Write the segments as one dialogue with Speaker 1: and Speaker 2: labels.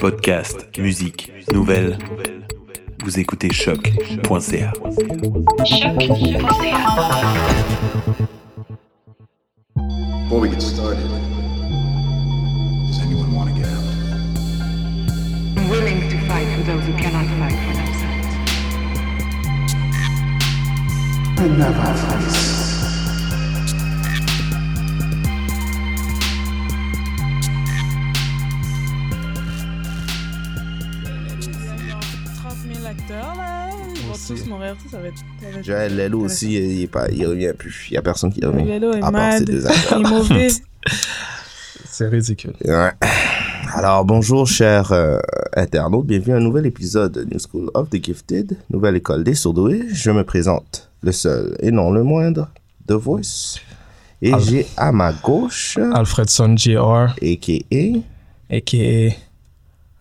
Speaker 1: Podcast, musique, nouvelles. Vous écoutez choc.ca.
Speaker 2: Before we get started, does anyone want to get out?
Speaker 3: willing to fight for those who cannot fight for themselves.
Speaker 4: Genre 30 000 acteurs là, ils vont
Speaker 5: Aussi.
Speaker 4: tous mourir, ça, ça va être. ça va être-
Speaker 5: Joël Lelou aussi, il, est pas, il revient plus. Il n'y a personne qui revient.
Speaker 4: Lello est
Speaker 5: à part ces
Speaker 4: mad,
Speaker 5: deux acteurs.
Speaker 4: il est mauvais.
Speaker 6: C'est ridicule.
Speaker 5: Ouais. Alors, bonjour, chers euh, internautes. Bienvenue à un nouvel épisode de New School of the Gifted, nouvelle école des surdoués. Je me présente, le seul et non le moindre, The Voice. Et
Speaker 6: Ah.
Speaker 5: j'ai à ma gauche,
Speaker 6: Alfredson Jr.,
Speaker 5: a.k.a.
Speaker 6: a.k.a.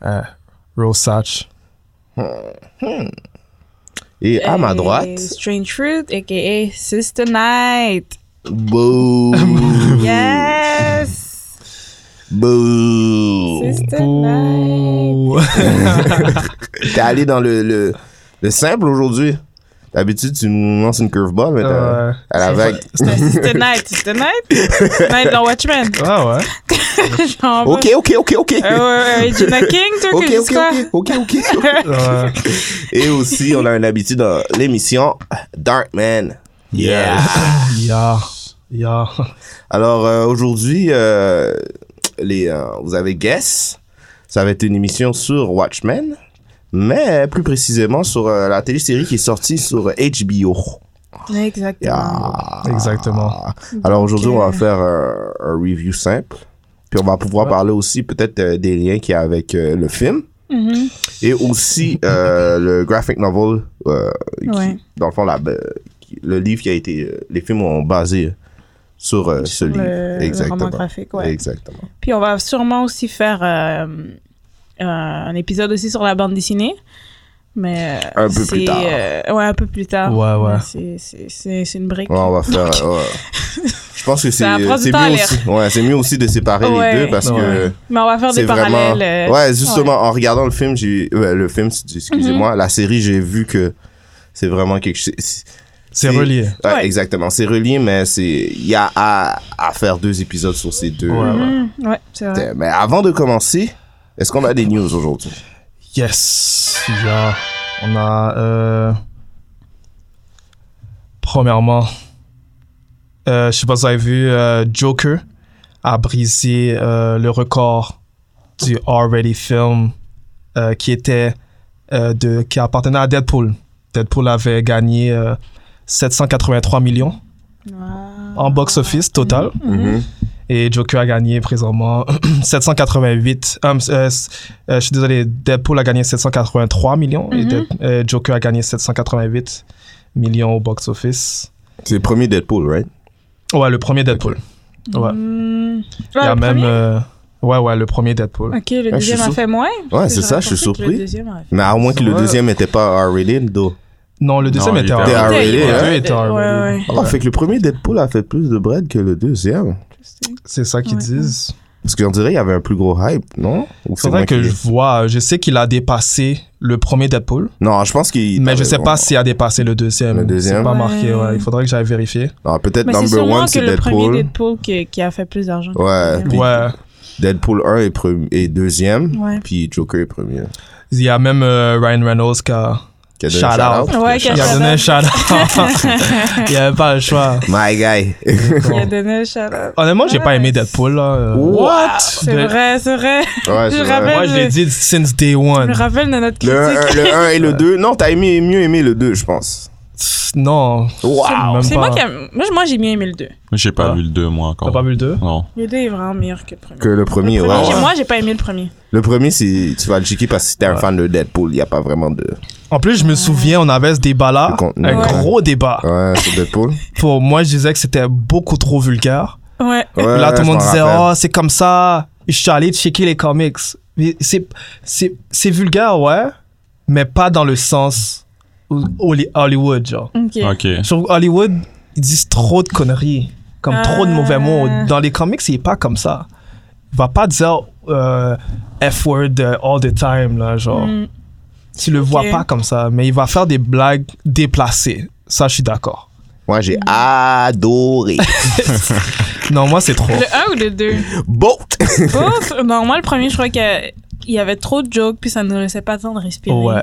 Speaker 6: Euh, Rosach.
Speaker 5: Et à ma
Speaker 4: Et
Speaker 5: droite,
Speaker 4: Strange Fruit, aka Sister Night.
Speaker 5: Boo.
Speaker 4: Yes!
Speaker 5: Boo.
Speaker 4: Sister Night.
Speaker 5: T'es allé dans le, le, le simple aujourd'hui. D'habitude, tu nous lances une curveball, mais t'as-
Speaker 6: Ouais.
Speaker 5: à la vague.
Speaker 4: C'était Sister Night, Sister Night. Sister Night dans Watchmen.
Speaker 6: Ah ouais?
Speaker 4: Genre,
Speaker 5: Ok, ok, ok, ok.
Speaker 4: Euh, ouais, ouais, Regina King, tu vois
Speaker 5: Ok,
Speaker 4: que je
Speaker 5: ok,
Speaker 4: dis quoi?
Speaker 5: ok, ok, ok.
Speaker 6: Ouais.
Speaker 5: Et aussi, on a une habitude dans l'émission Darkman. Yeah.
Speaker 6: Yeah. Yeah.
Speaker 5: Alors euh, aujourd'hui, euh, les, euh, vous avez Guess. Ça va être une émission sur Watchmen, mais plus précisément sur euh, la télésérie qui est sortie sur HBO.
Speaker 4: Exactement.
Speaker 5: Yeah.
Speaker 6: Exactement.
Speaker 5: Alors aujourd'hui,
Speaker 4: Donc,
Speaker 5: on va
Speaker 4: euh,
Speaker 5: faire euh, un review simple. Puis on va pouvoir
Speaker 6: Ouais.
Speaker 5: parler aussi peut-être euh, des liens qu'il y a avec euh, le film.
Speaker 4: Mhm.
Speaker 5: Et aussi euh, le graphic novel, euh, qui,
Speaker 4: Ouais.
Speaker 5: dans le fond, la- euh, qui- le livre qui a été. euh, les films ont basé sur euh, ce
Speaker 4: Sur
Speaker 5: livre.
Speaker 4: le- le roman
Speaker 5: Exactement.
Speaker 4: graphique, ouais.
Speaker 5: Exactement.
Speaker 4: Puis on va sûrement aussi faire euh, euh, un épisode aussi sur la bande dessinée. Mais euh,
Speaker 5: Un peu plus
Speaker 4: c'est,
Speaker 5: tard.
Speaker 4: euh, ouais, un peu plus tard.
Speaker 6: Ouais, ouais.
Speaker 4: Mais c'est- C'est c'est- c'est une brique.
Speaker 5: Ouais, on va faire. euh, ouais. Je pense que c'est euh,
Speaker 4: Ça prend du
Speaker 5: c'est
Speaker 4: temps à
Speaker 5: mieux,
Speaker 4: lire.
Speaker 5: aussi- ouais, c'est mieux aussi de séparer les
Speaker 4: Ouais.
Speaker 5: deux parce
Speaker 6: Ouais.
Speaker 5: que
Speaker 4: Mais on va faire
Speaker 5: c'est
Speaker 4: des
Speaker 5: vraiment.
Speaker 4: parallèles. euh,
Speaker 5: ouais, justement, en regardant le film, j'ai. euh, le film, excusez-moi,
Speaker 4: Mm-hmm.
Speaker 5: la série, j'ai vu que c'est vraiment quelque chose.
Speaker 6: C'est relié.
Speaker 5: Ouais,
Speaker 4: Ouais.
Speaker 5: Exactement. C'est relié, mais c'est il y a à, à faire deux épisodes sur ces deux.
Speaker 6: Ouais, ouais.
Speaker 4: Mhm. Ouais, c'est vrai.
Speaker 5: Putain, Mais avant de commencer, est-ce qu'on a des news aujourd'hui?
Speaker 6: Yes. Yeah. On a. Euh... Premièrement, euh, je sais pas si vous avez vu, euh, Joker a brisé euh, le record du R-rated film euh, qui était euh, de qui appartenait à Deadpool. Deadpool avait gagné euh, 783 millions en box office total
Speaker 4: Mm-hmm.
Speaker 5: Mm-hmm.
Speaker 6: et Joker a gagné présentement 788 euh, euh, euh, je suis désolé Deadpool a gagné 783 millions et
Speaker 4: Mhm.
Speaker 6: Dead- euh, Joker a gagné 788 millions au box office
Speaker 5: C'est le premier Deadpool, right?
Speaker 6: ouais le premier Deadpool ouais
Speaker 4: Mhm.
Speaker 6: il y
Speaker 4: Ouais,
Speaker 6: a
Speaker 4: le
Speaker 6: même
Speaker 4: premier?
Speaker 6: euh, ouais ouais le premier Deadpool
Speaker 4: Ok, le
Speaker 5: Ah, je suis
Speaker 4: deuxième a
Speaker 5: surpris.
Speaker 4: fait moins.
Speaker 5: Ouais,
Speaker 4: Parce
Speaker 5: c'est
Speaker 4: que
Speaker 5: ça, je
Speaker 4: j'aurais
Speaker 5: suis
Speaker 4: pensé que
Speaker 5: surpris.
Speaker 4: Le deuxième aurait fait.
Speaker 5: Mais à moins que le
Speaker 6: Ouais.
Speaker 5: deuxième n'était pas R-rated, though.
Speaker 6: non le deuxième
Speaker 5: Non, il
Speaker 6: était
Speaker 5: était
Speaker 6: R-rated.
Speaker 5: R-rated,
Speaker 6: Les deux
Speaker 4: hein.
Speaker 6: étaient R-rated.
Speaker 4: Ouais, ouais.
Speaker 5: Ah, fait que le premier Deadpool a fait plus de bread que le deuxième.
Speaker 6: c'est ça qu'ils
Speaker 4: Ouais.
Speaker 6: disent
Speaker 5: Parce qu'on dirait qu'il y avait un plus gros hype, non? Ou
Speaker 6: c'est
Speaker 5: moi
Speaker 6: vrai que
Speaker 5: qui-
Speaker 6: je vois je sais qu'il a dépassé le premier Deadpool
Speaker 5: Non, je pense qu'il.
Speaker 6: mais je sais pas s'il a dépassé le deuxième
Speaker 5: Le deuxième.
Speaker 6: c'est pas
Speaker 4: Ouais.
Speaker 6: marqué ouais. il faudrait que j'aille vérifier
Speaker 5: Non, Ah, peut-être
Speaker 4: Mais c'est
Speaker 5: number
Speaker 4: sûrement
Speaker 5: one,
Speaker 4: que
Speaker 5: c'est
Speaker 4: le premier
Speaker 5: Deadpool.
Speaker 4: Deadpool qui, qui a fait plus d'argent. que le
Speaker 5: Ouais.
Speaker 4: deuxième.
Speaker 5: Puis-
Speaker 6: ouais
Speaker 5: Deadpool 1 est, pre- est deuxième,
Speaker 4: Ouais.
Speaker 5: puis Joker est premier.
Speaker 6: Il y a même euh, Ryan Reynolds qui a,
Speaker 5: Qui a donné
Speaker 6: Shout
Speaker 5: un
Speaker 6: out.
Speaker 4: Ouais, qui
Speaker 6: qui
Speaker 4: a
Speaker 6: a
Speaker 4: shout-out.
Speaker 6: donné un shout-out. Il n'y avait pas le choix.
Speaker 5: My guy.
Speaker 4: Il a donné un shout-out.
Speaker 6: Honnêtement, j'ai pas aimé Deadpool. Là. Euh,
Speaker 5: What?
Speaker 4: C'est
Speaker 6: de-
Speaker 4: vrai, c'est vrai.
Speaker 5: Ouais,
Speaker 4: Je
Speaker 5: c'est vrai.
Speaker 4: rappelle-
Speaker 6: Moi, je l'ai dit since day
Speaker 4: Je me
Speaker 6: one.
Speaker 4: rappelle de notre
Speaker 5: Le 1,
Speaker 4: critique.
Speaker 5: et le 2. Non, t'as aimé, mieux aimé le 2, je pense.
Speaker 6: Pff, Non.
Speaker 5: Wow.
Speaker 6: Même
Speaker 4: C'est
Speaker 6: pas.
Speaker 4: moi qui aime- moi, je- moi, j'ai bien aimé le 2.
Speaker 7: Moi, J'ai pas
Speaker 6: Ah.
Speaker 7: vu le 2, moi, encore.
Speaker 6: T'as pas vu le 2
Speaker 7: Non.
Speaker 4: Le 2 est vraiment meilleur que le premier.
Speaker 5: Que le premier,
Speaker 4: Le
Speaker 5: ouais.
Speaker 4: premier,
Speaker 5: ouais.
Speaker 4: j'ai- Moi, j'ai pas aimé le premier.
Speaker 5: Le premier, c'est tu vas le checker parce que si t'es un fan de Deadpool, il n'y a pas vraiment de.
Speaker 6: En plus, je me souviens, on avait ce débat-là.
Speaker 5: Le contenu.
Speaker 6: Un
Speaker 4: Ouais.
Speaker 6: gros débat.
Speaker 5: Ouais, c'est Deadpool.
Speaker 6: Pour moi, je disais que c'était beaucoup trop vulgaire.
Speaker 4: Ouais.
Speaker 5: Ouais,
Speaker 6: là, tout
Speaker 5: je
Speaker 6: le monde
Speaker 5: m'en
Speaker 6: disait,
Speaker 5: rappelle.
Speaker 6: oh, c'est comme ça. Je suis allé checker les comics. Mais c'est- C'est c'est vulgaire, ouais, mais pas dans le sens où- où les Hollywood, genre.
Speaker 5: Oh.
Speaker 4: Ok.
Speaker 7: Ok.
Speaker 6: Je trouve que Hollywood, ils disent trop de conneries, comme trop de mauvais mots.
Speaker 4: Ah.
Speaker 6: Dans les comics, c'est pas comme ça. Il va pas dire euh, F-word euh, all the time, là, genre.
Speaker 4: Mm.
Speaker 6: Tu le vois
Speaker 4: Ok.
Speaker 6: pas comme ça, mais il va faire des blagues déplacées. Ça, je suis d'accord.
Speaker 5: Moi, j'ai adoré.
Speaker 6: Non, moi, c'est trop.
Speaker 4: Le 1 ou le 2
Speaker 5: Boat!
Speaker 4: Euh, Ouf Non, moi, le premier, je crois qu'il y avait trop de jokes, puis ça ne nous laissait pas le temps de respirer.
Speaker 6: Ouais,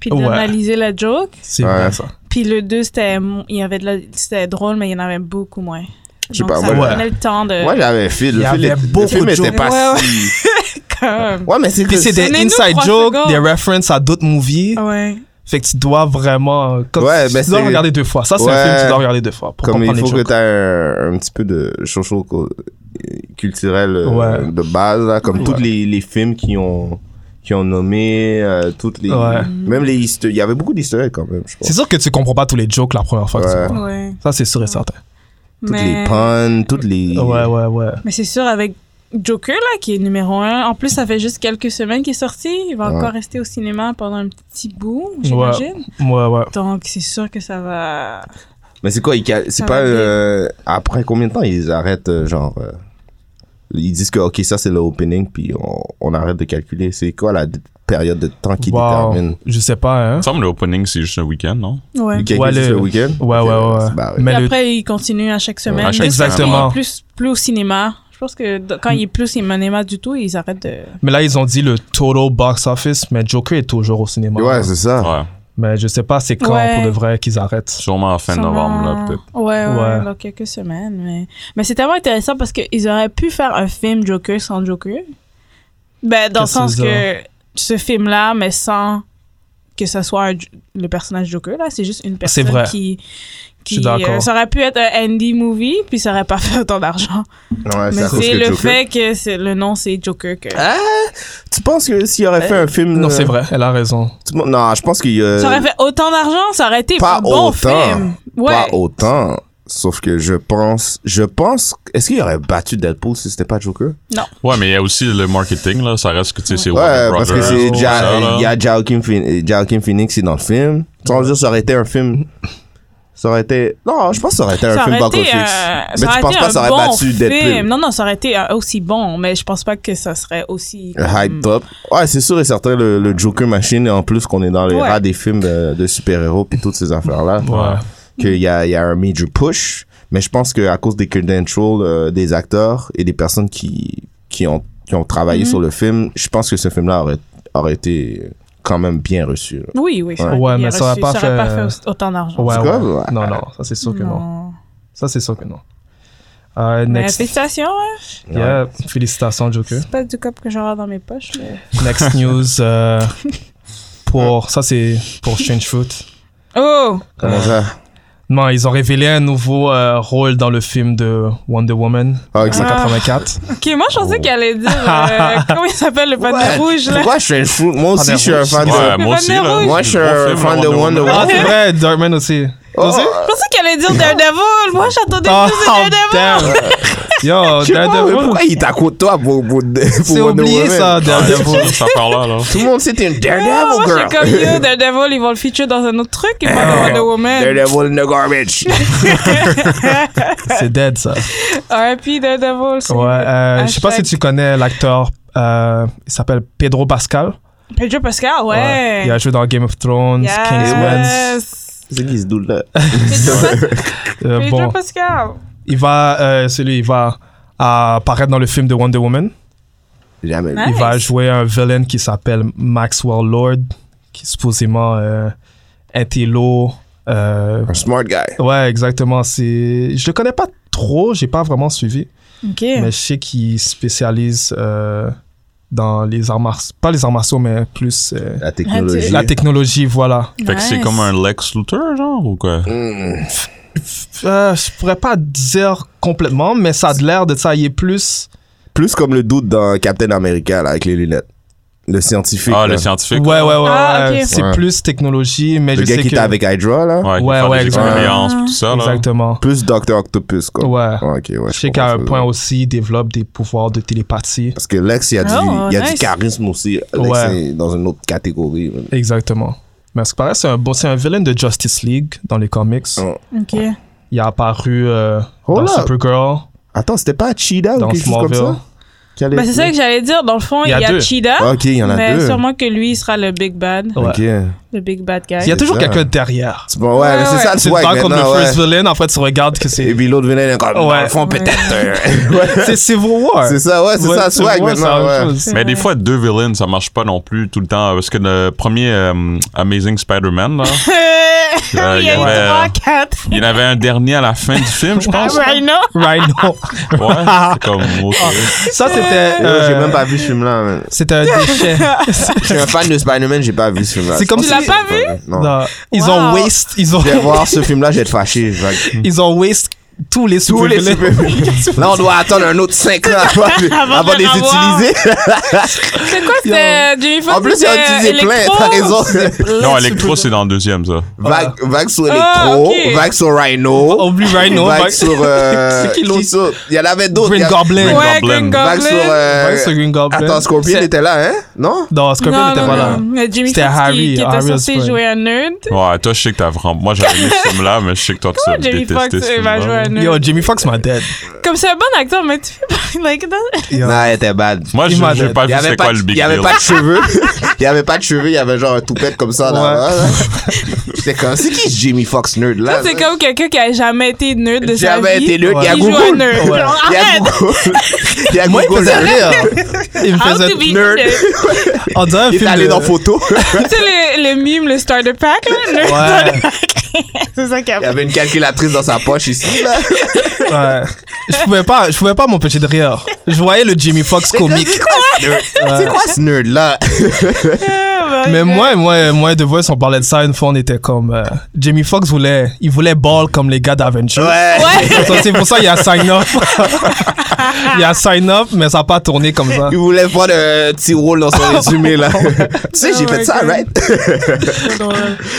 Speaker 4: Puis
Speaker 6: Ouais.
Speaker 4: d'analyser la joke.
Speaker 6: c'est
Speaker 5: Ouais.
Speaker 6: vrai, ça.
Speaker 4: Puis le 2, c'était il y avait de la- c'était drôle, mais il y en avait beaucoup moins.
Speaker 5: Je sais
Speaker 4: Donc,
Speaker 5: pas,
Speaker 4: ça
Speaker 5: moi,
Speaker 4: prenait le temps de...
Speaker 5: Moi, j'avais fait
Speaker 6: Il
Speaker 5: le
Speaker 6: y
Speaker 5: film.
Speaker 6: avait
Speaker 5: était-
Speaker 6: beaucoup
Speaker 5: le film
Speaker 6: de
Speaker 5: était
Speaker 6: jokes.
Speaker 5: pas
Speaker 4: Ouais,
Speaker 5: si.
Speaker 4: Comme...
Speaker 5: Ouais, mais c'est que.
Speaker 6: Puis c'est des
Speaker 4: Donnez-nous
Speaker 6: inside
Speaker 4: trois
Speaker 6: jokes,
Speaker 4: secondes. Oh.
Speaker 6: des references à d'autres movies.
Speaker 4: Ouais.
Speaker 6: Fait que tu dois vraiment. Comme
Speaker 5: Ouais,
Speaker 6: tu
Speaker 5: ben
Speaker 6: dois
Speaker 5: c'est-
Speaker 6: regarder deux fois. Ça, c'est un
Speaker 5: Ouais.
Speaker 6: film que tu dois regarder deux fois. Pour
Speaker 5: Comme il
Speaker 6: comprendre
Speaker 5: faut
Speaker 6: les
Speaker 5: que
Speaker 6: jokes.
Speaker 5: t'aies un, un petit peu de chocho co- culturel euh,
Speaker 6: Ouais.
Speaker 5: de base, là, comme
Speaker 6: Ouais.
Speaker 5: tous les, les films qui ont, qui ont nommé, euh, toutes les.
Speaker 6: Ouais.
Speaker 5: Même les historiques. Il y avait beaucoup d'historiques quand même, je pense.
Speaker 6: C'est sûr que tu comprends pas tous les jokes la première fois que tu
Speaker 5: Ouais.
Speaker 6: vois.
Speaker 4: Ouais.
Speaker 6: Ça, c'est sûr et certain.
Speaker 5: Toutes
Speaker 4: Mais-
Speaker 5: les puns, toutes les.
Speaker 6: Ouais, ouais, ouais.
Speaker 4: Mais c'est sûr, avec Joker, là, qui est numéro un, en plus, ça fait juste quelques semaines qu'il est sorti. Il va
Speaker 5: Ouais.
Speaker 4: encore rester au cinéma pendant un petit bout, j'imagine.
Speaker 6: Ouais, ouais.
Speaker 4: Donc, c'est sûr que ça va.
Speaker 5: Mais c'est quoi il cal- C'est
Speaker 4: Ça
Speaker 5: pas.
Speaker 4: va bien.
Speaker 5: euh, après combien de temps ils arrêtent, euh, genre. euh, ils disent que, ok, ça c'est le opening, puis on, on arrête de calculer. C'est quoi la d- période de temps qui
Speaker 6: Wow.
Speaker 5: détermine
Speaker 6: Je sais pas, hein.
Speaker 7: Il me semble que l'opening, c'est juste un week-end, non?
Speaker 4: Ouais.
Speaker 5: Quelqu'un
Speaker 6: Ouais,
Speaker 5: dit
Speaker 6: le-
Speaker 5: le week-end
Speaker 6: Ouais,
Speaker 5: Ok,
Speaker 6: ouais, ouais.
Speaker 5: c'est barré.
Speaker 6: Mais
Speaker 4: Puis
Speaker 6: le-
Speaker 4: après, il continue à chaque semaine.
Speaker 7: À chaque
Speaker 4: Jusqu'à ce qu'il
Speaker 6: Exactement.
Speaker 4: est Plus, plus au cinéma. Je pense que d- quand il est plus cinéma du tout, ils arrêtent de.
Speaker 6: mais là, ils ont dit le total box office, mais Joker est toujours au cinéma.
Speaker 5: Ouais, c'est ça.
Speaker 7: Ouais.
Speaker 6: Mais je sais pas c'est quand
Speaker 4: Ouais.
Speaker 6: pour de vrai qu'ils arrêtent.
Speaker 7: Sûrement en fin
Speaker 4: Sûrement-
Speaker 7: novembre, là, peut-être.
Speaker 4: Ouais, ouais,
Speaker 6: Ouais.
Speaker 4: dans quelques semaines. Mais, mais c'est tellement intéressant parce qu'ils auraient pu faire un film Joker sans Joker. Ben, dans le
Speaker 6: Qu'est-ce
Speaker 4: sens
Speaker 6: qu'ils ont?
Speaker 4: que ce film-là, mais sans que ce soit un- le personnage Joker, là, c'est juste une personne
Speaker 6: vrai.
Speaker 4: qui.
Speaker 6: Je suis
Speaker 4: qui
Speaker 6: d'accord.
Speaker 4: euh, ça aurait pu être un Andy movie, puis ça aurait pas fait autant d'argent.
Speaker 5: Ouais,
Speaker 4: mais
Speaker 5: Ah, à cause
Speaker 4: c'est
Speaker 5: que
Speaker 4: le
Speaker 5: Joker- Euh,
Speaker 4: fait que c'est- le nom, c'est Joker. Que...
Speaker 5: Hein? Tu penses que s'il aurait fait un film.
Speaker 6: Non,
Speaker 5: euh,
Speaker 6: c'est vrai, elle a raison.
Speaker 5: tu penses- Non, je pense qu'il. euh, y a
Speaker 4: Ça aurait fait autant d'argent, ça aurait été
Speaker 5: pas
Speaker 4: un bon
Speaker 5: autant.
Speaker 4: film. Ouais.
Speaker 5: Pas autant. Sauf que je pense. Je pense. Est-ce qu'il aurait battu Deadpool si c'était pas Joker
Speaker 7: Ouais, mais il y a aussi le marketing, là. Ça reste que, tu sais, c'est Warner
Speaker 5: Ouais, parce que
Speaker 7: Brothers,
Speaker 5: c'est.
Speaker 7: tout
Speaker 5: Ja-
Speaker 7: ça, là.
Speaker 5: Il y a Joaquin Phoenix, Joaquin Phoenix qui est dans le film. Tu vas me dire, ça aurait été un film. Ça aurait été. Non, je pense que ça aurait été un
Speaker 4: ça
Speaker 5: film
Speaker 4: aurait été,
Speaker 5: box-office.
Speaker 4: euh,
Speaker 5: Mais
Speaker 4: aurait
Speaker 5: tu penses
Speaker 4: été
Speaker 5: pas
Speaker 4: un
Speaker 5: que ça aurait
Speaker 4: bon
Speaker 5: battu
Speaker 4: film.
Speaker 5: Deadpool
Speaker 4: Non, non, ça aurait été euh, aussi bon, mais je pense pas que ça serait aussi.
Speaker 5: Le Hype top. Ouais, c'est sûr et certain, le, le Joker Machine, en plus qu'on est dans les
Speaker 4: Ouais.
Speaker 5: rats des films euh, de, super-héros puis toutes ces affaires-là.
Speaker 6: Ouais.
Speaker 5: qu'il y a, il y a un major push, mais je pense qu'à cause des credentials euh, des acteurs et des personnes qui, qui, ont, qui ont travaillé
Speaker 4: Mm-hmm.
Speaker 5: sur le film, je pense que ce film-là aurait, aurait été quand même bien reçu. là.
Speaker 4: Oui, oui.
Speaker 6: Ouais. Ouais,
Speaker 4: il
Speaker 6: mais
Speaker 4: aurait
Speaker 6: ça aurait
Speaker 4: su-
Speaker 6: pas
Speaker 4: aurait
Speaker 6: fait- euh,
Speaker 4: au- autant d'argent.
Speaker 6: Ouais,
Speaker 5: C'est
Speaker 6: ouais.
Speaker 5: quoi, ouais.
Speaker 6: Non, non, ça c'est sûr que non.
Speaker 4: Non.
Speaker 6: Ça c'est sûr que non. Euh,
Speaker 4: Mais
Speaker 6: next.
Speaker 4: félicitations, hein.
Speaker 6: Yeah, Félicitations, Joker.
Speaker 4: c'est pas du cop que j'aurai dans mes poches. mais-
Speaker 6: Next news euh, pour. Ça c'est pour Strange Fruit.
Speaker 4: Oh!
Speaker 5: Comment ça
Speaker 6: Non, ils ont révélé un nouveau euh, rôle dans le film de Wonder Woman
Speaker 5: Ah, ok.
Speaker 6: 1984.
Speaker 4: Ok, moi je pensais qu'elle allait dire. euh, comment il s'appelle le
Speaker 5: Oh. Ouais.
Speaker 4: panneau rouge là?
Speaker 5: Pourquoi je suis un fou Moi aussi,
Speaker 6: Panneau
Speaker 5: je suis un
Speaker 6: rouge.
Speaker 5: fan
Speaker 7: Ouais,
Speaker 5: de.
Speaker 7: moi aussi, là.
Speaker 5: Moi, je suis
Speaker 7: Gros
Speaker 5: un
Speaker 7: film,
Speaker 5: fan de Wonder
Speaker 6: Ah,
Speaker 5: Woman.
Speaker 6: c'est vrai, Darkman aussi.
Speaker 5: Oh,
Speaker 4: Je pensais qu'elle allait dire Daredevil! Moi j'attendais
Speaker 6: Oh,
Speaker 4: plus de Daredevil!
Speaker 6: damn. Yo,
Speaker 5: je sais pas, mais
Speaker 6: Daredevil.
Speaker 5: pourquoi il est à côté de toi pour, pour, pour
Speaker 6: C'est
Speaker 5: Wonder
Speaker 6: oublié
Speaker 5: Woman?
Speaker 6: ça, Daredevil.
Speaker 7: Ouais, Ah, ça par là, là.
Speaker 5: Tout le monde sait que t'es une
Speaker 4: Ah,
Speaker 5: Daredevil
Speaker 4: moi
Speaker 5: girl.
Speaker 4: j'étais comme yo, Daredevil, ils vont le feature dans un autre truc et pas dans Wonder Woman.
Speaker 5: Oh, Daredevil in the garbage.
Speaker 6: C'est dead ça.
Speaker 4: RIP Daredevil, c'est
Speaker 6: Ouais, euh, je sais pas si
Speaker 4: Hashtag.
Speaker 6: tu connais l'acteur, euh, il s'appelle Pedro Pascal.
Speaker 4: Pedro Pascal, ouais.
Speaker 6: Il a joué dans Game of Thrones, Kingsman.
Speaker 4: Yes.
Speaker 5: C'est qui se doute là
Speaker 6: Euh,
Speaker 4: Pedro
Speaker 6: bon,
Speaker 4: Pascal.
Speaker 6: il va, euh, celui, il va euh, apparaître dans le film de Wonder Woman.
Speaker 5: Jamais.
Speaker 4: Hein?
Speaker 6: Il va
Speaker 4: Nice.
Speaker 6: jouer un villain qui s'appelle Maxwell Lord, qui supposément euh, intello. euh,
Speaker 5: Un smart guy.
Speaker 6: ouais, exactement. C'est, je le connais pas trop, j'ai pas vraiment suivi.
Speaker 4: Ok.
Speaker 6: Mais je sais qu'il spécialise euh, dans les arts martiaux. Pas les arts martiaux, mais plus euh,
Speaker 5: La technologie.
Speaker 6: la technologie, voilà.
Speaker 7: Fait que c'est comme un Lex Luthor, genre, ou quoi?
Speaker 5: Mm.
Speaker 6: Euh, je pourrais pas dire complètement, mais ça a de l'air de ça. Il est plus.
Speaker 5: Plus comme le doute dans Captain America là, avec les lunettes. Le scientifique.
Speaker 7: Ah,
Speaker 5: là.
Speaker 7: le scientifique.
Speaker 6: Ouais, ouais, ouais.
Speaker 4: Ah,
Speaker 6: ouais.
Speaker 4: ok.
Speaker 6: C'est
Speaker 5: Ouais.
Speaker 6: plus technologie, mais
Speaker 5: Le
Speaker 6: je
Speaker 5: gars
Speaker 6: sais
Speaker 5: qui
Speaker 6: que.
Speaker 5: était avec Hydra là.
Speaker 7: Ouais,
Speaker 6: Ouais,
Speaker 7: ouais,
Speaker 6: ouais,
Speaker 7: ouais.
Speaker 6: exactement.
Speaker 7: expériences, pis tout ça, là.
Speaker 6: Exactement.
Speaker 5: Plus Doctor Octopus quoi.
Speaker 6: Ouais.
Speaker 5: Ouais, ok, ouais.
Speaker 6: Je sais
Speaker 5: comprends
Speaker 6: qu'à un
Speaker 5: ça.
Speaker 6: point aussi, il développe des pouvoirs de télépathie.
Speaker 5: Parce que Lex, il y a, du,
Speaker 4: Oh,
Speaker 5: il y a du
Speaker 4: nice.
Speaker 5: charisme aussi. Lex
Speaker 6: Ouais.
Speaker 5: est dans une autre catégorie.
Speaker 6: Exactement. Mais à ce qui paraît, c'est un, bon, c'est un villain de Justice League dans les comics.
Speaker 5: Oh.
Speaker 4: Ok.
Speaker 6: Il a apparu euh,
Speaker 5: Oh
Speaker 6: dans
Speaker 5: là.
Speaker 6: Supergirl,
Speaker 5: Attends, c'était pas Cheetah ou
Speaker 6: dans
Speaker 5: quelque chose comme
Speaker 6: Smallville.
Speaker 5: ça qui allait Ah,
Speaker 4: Ben, c'est ça que j'allais dire. Dans le fond, il y a,
Speaker 6: deux.
Speaker 4: Cheetah.
Speaker 5: Ok, il y en a
Speaker 4: mais
Speaker 5: deux.
Speaker 4: sûrement que lui, il sera le big bad.
Speaker 6: Ouais.
Speaker 5: Ok. Tu-
Speaker 4: Le big bad guy.
Speaker 6: Il y a toujours
Speaker 5: ça.
Speaker 6: quelqu'un derrière.
Speaker 5: Bon, ouais,
Speaker 4: Ouais,
Speaker 5: mais c'est
Speaker 4: ouais.
Speaker 5: ça le
Speaker 6: Tu te
Speaker 5: swag
Speaker 6: bats contre
Speaker 5: maintenant,
Speaker 6: le
Speaker 5: ouais.
Speaker 6: first villain, en fait, tu regardes que
Speaker 5: Et
Speaker 6: c'est.
Speaker 5: puis l'autre venait, il est comme, dans le
Speaker 6: Ouais.
Speaker 5: fond, peut-être. euh. Ouais.
Speaker 6: C'est c'est vos war.
Speaker 5: C'est ça, ouais, c'est ça le
Speaker 6: c'est
Speaker 5: swag
Speaker 6: vos war, c'est
Speaker 5: maintenant,
Speaker 6: la même
Speaker 5: ouais.
Speaker 6: chose.
Speaker 7: Mais des fois, deux villains, ça marche pas non plus tout le temps. Parce que le premier euh, Amazing Spider-Man, là,
Speaker 4: Euh, il y a
Speaker 7: il y avait-
Speaker 4: eu 3, 4.
Speaker 7: il y en avait un dernier à la fin du film, je pense.
Speaker 4: Right now.
Speaker 6: Rhino.
Speaker 7: Ouais, c'est comme. ok.
Speaker 4: Ah.
Speaker 6: Ça, c'était.
Speaker 5: Yo,
Speaker 6: euh,
Speaker 5: J'ai même pas vu ce film-là. man.
Speaker 6: C'était un déchet.
Speaker 5: Je suis un fan de Spider-Man, j'ai pas vu ce film-là.
Speaker 6: C'est comme
Speaker 4: Tu
Speaker 6: si-
Speaker 4: l'as pas vu?
Speaker 5: Non.
Speaker 6: Non. Ils
Speaker 4: Wow.
Speaker 6: ont waste. Ils ont,
Speaker 5: Je vais voir ce film-là, je vais être fâché. je vais-
Speaker 6: ils ont waste tous les
Speaker 5: Tous les
Speaker 6: super-villains.
Speaker 5: super- Là, on doit attendre un autre 5 ans avant de-
Speaker 4: Avant
Speaker 5: avant de
Speaker 4: de
Speaker 5: les
Speaker 4: l'avoir.
Speaker 5: utiliser.
Speaker 4: C'est quoi, c'était Jimmy Fox?
Speaker 5: En plus, ils ont utilisé plein, t'as raison.
Speaker 4: Euh,
Speaker 7: Non, Electro, c'est dans le deuxième, ça.
Speaker 6: Ah.
Speaker 5: Vague, vague sur Electro,
Speaker 4: Ah, ok.
Speaker 5: vague sur Rhino,
Speaker 6: Oublie Rhino.
Speaker 5: vague
Speaker 6: Vague-
Speaker 5: sur... euh,
Speaker 6: C'est qui
Speaker 5: qui
Speaker 6: l'autre?
Speaker 5: sur- Il y en avait d'autres. il y
Speaker 6: Green
Speaker 5: a-
Speaker 6: Goblin.
Speaker 7: Green
Speaker 4: Ouais,
Speaker 7: Goblin.
Speaker 4: Green
Speaker 5: Vague sur...
Speaker 4: Goblin.
Speaker 5: euh,
Speaker 6: Vague sur Green Goblin.
Speaker 5: Attends, Scorpion
Speaker 6: C'est-
Speaker 5: était là, hein? Non?
Speaker 6: Non, Scorpion
Speaker 4: Non,
Speaker 6: n'était pas là.
Speaker 4: non, non. Il y a Jimmy
Speaker 6: C'était
Speaker 4: Fox
Speaker 6: Harry,
Speaker 4: qui, qui était
Speaker 6: Harry
Speaker 4: censé
Speaker 6: Osborn.
Speaker 4: jouer un nerd.
Speaker 7: Ouais, toi, je sais que t'as vraiment. Moi, j'avais vu ce film-là, mais je sais que toi, tu as
Speaker 4: Comment Jimmy
Speaker 7: détesté
Speaker 4: Fox
Speaker 7: ce
Speaker 4: euh, va jouer
Speaker 7: film-là.
Speaker 4: un nerd?
Speaker 6: Yo, Jimmy Fox m'a dead.
Speaker 4: Comme c'est un bon acteur, mais tu fais pas like that.
Speaker 6: Yo.
Speaker 5: Non, elle était bad.
Speaker 7: Moi,
Speaker 6: Il m'a
Speaker 7: je- j'ai
Speaker 6: dit.
Speaker 7: pas
Speaker 5: Il
Speaker 7: vu
Speaker 5: y avait
Speaker 7: c'était
Speaker 5: pas,
Speaker 7: quoi
Speaker 5: de-
Speaker 7: le big
Speaker 5: il y avait
Speaker 7: deal.
Speaker 5: pas de cheveux. il y avait pas de cheveux, il y avait genre un toupette comme ça là. J'étais comme c'est qui ce Jimmy Fox nerd là
Speaker 4: C'est comme quelqu'un qui a jamais été nerd de sa vie.
Speaker 5: Jamais été nerd, il y a
Speaker 4: qui joue un
Speaker 5: Google.
Speaker 4: nerd.
Speaker 6: Ouais.
Speaker 4: Genre,
Speaker 5: Il y a
Speaker 4: arrête!
Speaker 5: Google. Il y a
Speaker 6: Moi, il
Speaker 5: Google
Speaker 6: faisait
Speaker 5: derrière.
Speaker 6: rire. Il me
Speaker 4: How
Speaker 6: faisait.
Speaker 4: to be
Speaker 5: nerd.
Speaker 4: nerd.
Speaker 6: On dirait un
Speaker 5: Il est
Speaker 6: film.
Speaker 5: allé
Speaker 6: de-
Speaker 5: dans photo.
Speaker 4: tu sais, le, le mime, le starter pack, là, nerd starter
Speaker 6: Ouais,
Speaker 4: pack. c'est ça qu'il y
Speaker 5: Il y
Speaker 4: a.
Speaker 5: avait une calculatrice dans sa poche ici là.
Speaker 6: ouais. Je pouvais pas, je pouvais pas m'empêcher de rire. Je voyais le Jimmy Fox comique.
Speaker 5: C'est quoi ce nerd là
Speaker 4: Ah, my
Speaker 6: Mais
Speaker 4: God.
Speaker 6: moi, moi, moi, The Voice, on parlait de ça une fois, on était comme, euh, Jimmy Fox voulait, il voulait ball comme les gars d'Aventure.
Speaker 5: Ouais.
Speaker 6: Ça, C'est pour ça qu'il y a sign up. il y a sign up, mais ça n'a pas tourné comme ça.
Speaker 5: Il voulait prendre un petit rôle dans son résumé là. tu sais j'ai
Speaker 4: Oh
Speaker 5: fait
Speaker 4: my
Speaker 5: ça
Speaker 4: God. Ah.
Speaker 5: right Tu
Speaker 4: C'est drôle.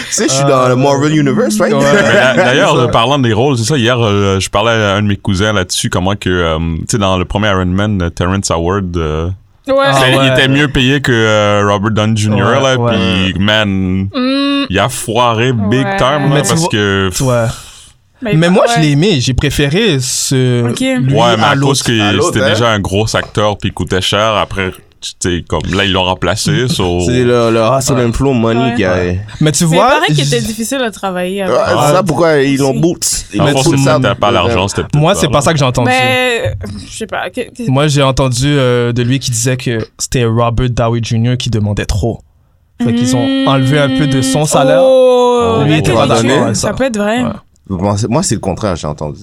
Speaker 5: sais je suis dans le Marvel Universe right
Speaker 7: Mais d'a- D'ailleurs, euh, parlant des rôles, c'est ça, hier, euh, je parlais à un de mes cousins là-dessus, comment que, euh, tu sais, dans le premier Iron Man, euh, Terrence Howard, euh,
Speaker 4: Ouais.
Speaker 6: Ah
Speaker 7: il
Speaker 6: ouais.
Speaker 7: était mieux payé que euh, Robert Downey Jr.,
Speaker 6: Ouais,
Speaker 7: là,
Speaker 6: ouais.
Speaker 7: puis, man,
Speaker 4: Mm,
Speaker 7: il a foiré big
Speaker 4: Ouais.
Speaker 7: time, là,
Speaker 4: Mais
Speaker 6: tu
Speaker 7: parce
Speaker 6: vois-
Speaker 7: que... pff,
Speaker 6: Ouais. Mais moi, je l'ai aimé. J'ai préféré ce.
Speaker 4: Ok.
Speaker 6: lui
Speaker 7: Ouais, mais
Speaker 6: à
Speaker 7: à cause
Speaker 6: l'autre.
Speaker 5: À
Speaker 7: que
Speaker 5: l'autre,
Speaker 7: c'était
Speaker 5: hein.
Speaker 7: déjà un gros acteur, puis il coûtait cher, après, tu sais, comme, là, ils l'ont remplacé, so...
Speaker 5: C'est le, le hustle and flow money
Speaker 4: Ouais.
Speaker 5: qui a.
Speaker 6: Mais tu
Speaker 4: Mais il
Speaker 6: vois.
Speaker 4: paraît qu'il
Speaker 6: j-
Speaker 4: était difficile à travailler avec.
Speaker 5: Ouais, c'est ça pourquoi ils l'ont boots. Ils
Speaker 4: Ah,
Speaker 7: En
Speaker 5: mettent
Speaker 7: fond,
Speaker 5: tout
Speaker 7: c'est
Speaker 5: ça
Speaker 7: peut-être t'as pas
Speaker 5: dedans.
Speaker 7: l'argent, c'était peut-être
Speaker 6: Moi, c'est pas
Speaker 7: là.
Speaker 6: ça que j'ai entendu.
Speaker 4: Mais, euh, je sais pas. que- que-
Speaker 6: Moi, j'ai entendu euh, de lui qui disait que c'était Robert Dowie Jr. qui demandait trop. Fait qu'ils
Speaker 4: Hmm.
Speaker 6: ont enlevé un peu de son salaire.
Speaker 4: Oh,
Speaker 7: Lui,
Speaker 4: ben,
Speaker 7: il était
Speaker 4: t'es
Speaker 7: pas
Speaker 4: habitué,
Speaker 5: d'accord avec
Speaker 6: ça.
Speaker 4: Ça peut être vrai.
Speaker 6: Ouais.
Speaker 5: Bon, c'est- Moi, c'est le contraire, j'ai entendu.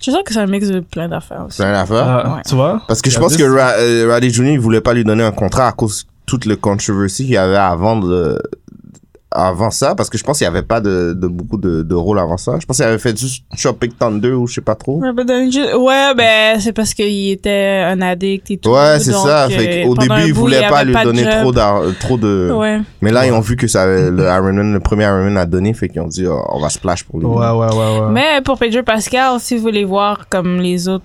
Speaker 4: Je sens que c'est un mix de plein d'affaires aussi.
Speaker 5: C'est rien à faire.
Speaker 6: Ah,
Speaker 4: Ouais.
Speaker 6: Tu vois?
Speaker 5: Parce que je
Speaker 6: Yeah,
Speaker 5: pense
Speaker 6: this-
Speaker 5: que Ra euh, Roddy Jr. il voulait pas lui donner un contrat à cause de toute le controversy qu'il y avait avant de- avant ça parce que je pense qu'il y avait pas de, de beaucoup de, de rôles avant ça. Je pense qu'il avait fait juste Shopping Thunder ou je sais pas trop.
Speaker 4: Robert Downey Jr. Ouais, ben, c'est parce qu'il était un addict et tout.
Speaker 5: Ouais, c'est
Speaker 4: donc,
Speaker 5: ça.
Speaker 4: euh,
Speaker 5: Fait au
Speaker 4: pendant un
Speaker 5: début, ils
Speaker 4: bout,
Speaker 5: voulaient
Speaker 4: il
Speaker 5: pas
Speaker 4: avait
Speaker 5: lui
Speaker 4: de
Speaker 5: donner
Speaker 4: job.
Speaker 5: trop, d'ar- euh, trop de.
Speaker 4: Ouais.
Speaker 5: Mais là, ils ont vu que ça avait- le Iron Man, le premier Iron Man a donné, fait qu'ils ont dit oh, on va splash pour lui.
Speaker 6: Ouais, ouais, ouais, ouais.
Speaker 4: Mais pour Pedro Pascal, si vous voulez voir comme les autres,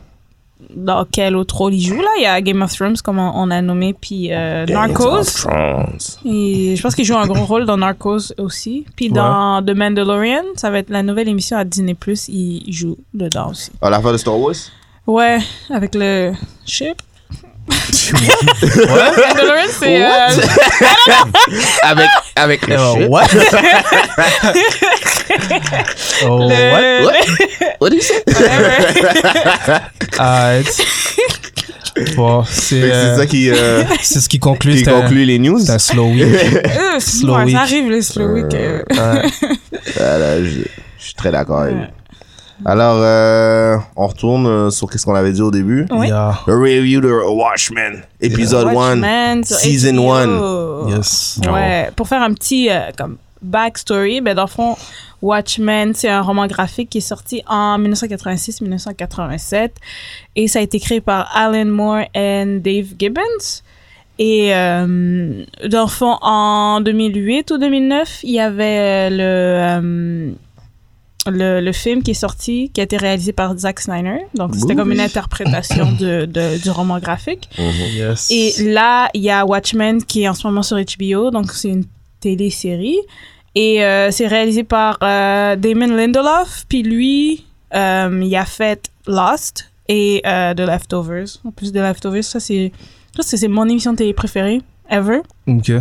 Speaker 4: dans quel autre rôle il joue, là, il y a Game of Thrones, comme on, on a nommé, puis euh,
Speaker 5: Game of
Speaker 4: Narcos.
Speaker 5: Thrones.
Speaker 4: Et je pense qu'il joue un gros rôle dans Narcos aussi. Puis
Speaker 6: Ouais.
Speaker 4: dans The Mandalorian, ça va être la nouvelle émission à Disney+, Plus il joue dedans aussi.
Speaker 5: Ah, l'affaire de Star Wars.
Speaker 4: Ouais, avec le ship. Mandalorian, c'est... euh,
Speaker 5: avec avec le
Speaker 6: Euh,
Speaker 5: shit.
Speaker 6: what? oh, what?
Speaker 4: euh, le-
Speaker 5: What? What do you say?
Speaker 4: Whatever.
Speaker 6: Alright. Bon,
Speaker 5: Fait
Speaker 6: c'est
Speaker 5: que C'est
Speaker 6: euh,
Speaker 5: ça qui, euh,
Speaker 6: c'est ce qui conclut.
Speaker 5: qui
Speaker 6: c'est un-
Speaker 5: conclut les news.
Speaker 6: c'est un slow week.
Speaker 4: Euh, c'est
Speaker 6: Slow
Speaker 4: moi,
Speaker 6: week.
Speaker 4: ça arrive le slow week. euh.
Speaker 6: Ouais.
Speaker 5: Ah là, je, je suis très d'accord avec
Speaker 4: Ouais.
Speaker 5: vous. Alors, euh, on retourne euh, sur qu'est-ce qu'on avait dit au début.
Speaker 4: Ouais.
Speaker 6: Yeah.
Speaker 5: Le review de Watchmen, épisode 1.
Speaker 4: Watchmen sur
Speaker 5: Season
Speaker 4: HBO.
Speaker 5: Oh.
Speaker 6: Yes.
Speaker 4: Ouais, pour faire un petit euh, comme backstory, ben dans le fond, Watchmen, c'est un roman graphique qui est sorti en 1986-1987 et ça a été créé par Alan Moore et Dave Gibbons. Et euh, dans le fond, en 2008 ou 2009, il y avait euh, le, euh, le, le film qui est sorti, qui a été réalisé par Zack Snyder. Donc, c'était comme une interprétation de- de, du roman graphique.
Speaker 6: Yes.
Speaker 4: Et là, il y a Watchmen qui est en ce moment sur HBO, donc c'est une télésérie. Et euh, c'est réalisé par euh, Damon Lindelof. Puis lui, euh, il a fait Lost. et euh, de Leftovers. En plus de Leftovers, ça c'est, je pense que c'est mon émission de télé préférée ever.
Speaker 6: Ok.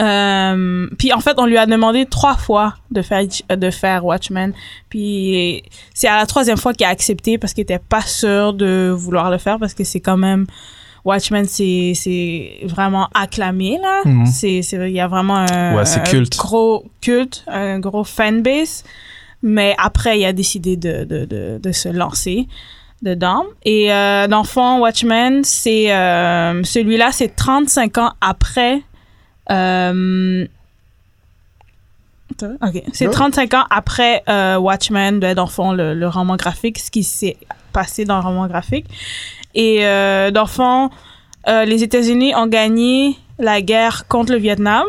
Speaker 4: Euh, puis en fait, on lui a demandé trois fois de faire, euh, de faire Watchmen. Puis c'est à la troisième fois qu'il a accepté parce qu'il était pas sûr de vouloir le faire parce que c'est quand même Watchmen, c'est c'est vraiment acclamé là.
Speaker 6: Mhm.
Speaker 4: C'est c'est- il y a vraiment un,
Speaker 6: Ouais, c'est
Speaker 4: un
Speaker 6: culte.
Speaker 4: gros culte, un gros fanbase. Mais après, il a décidé de de de, de se lancer dedans. Et euh, dans le fond, Watchmen, c'est euh, celui-là, c'est 35 ans après. euh, Attends, Ok, c'est
Speaker 5: Ouais.
Speaker 4: 35 ans après euh, Watchmen, ben, dans le fond, le, le roman graphique, ce qui s'est passé dans le roman graphique. Et euh, dans le fond, euh, les États-Unis ont gagné la guerre contre le Vietnam.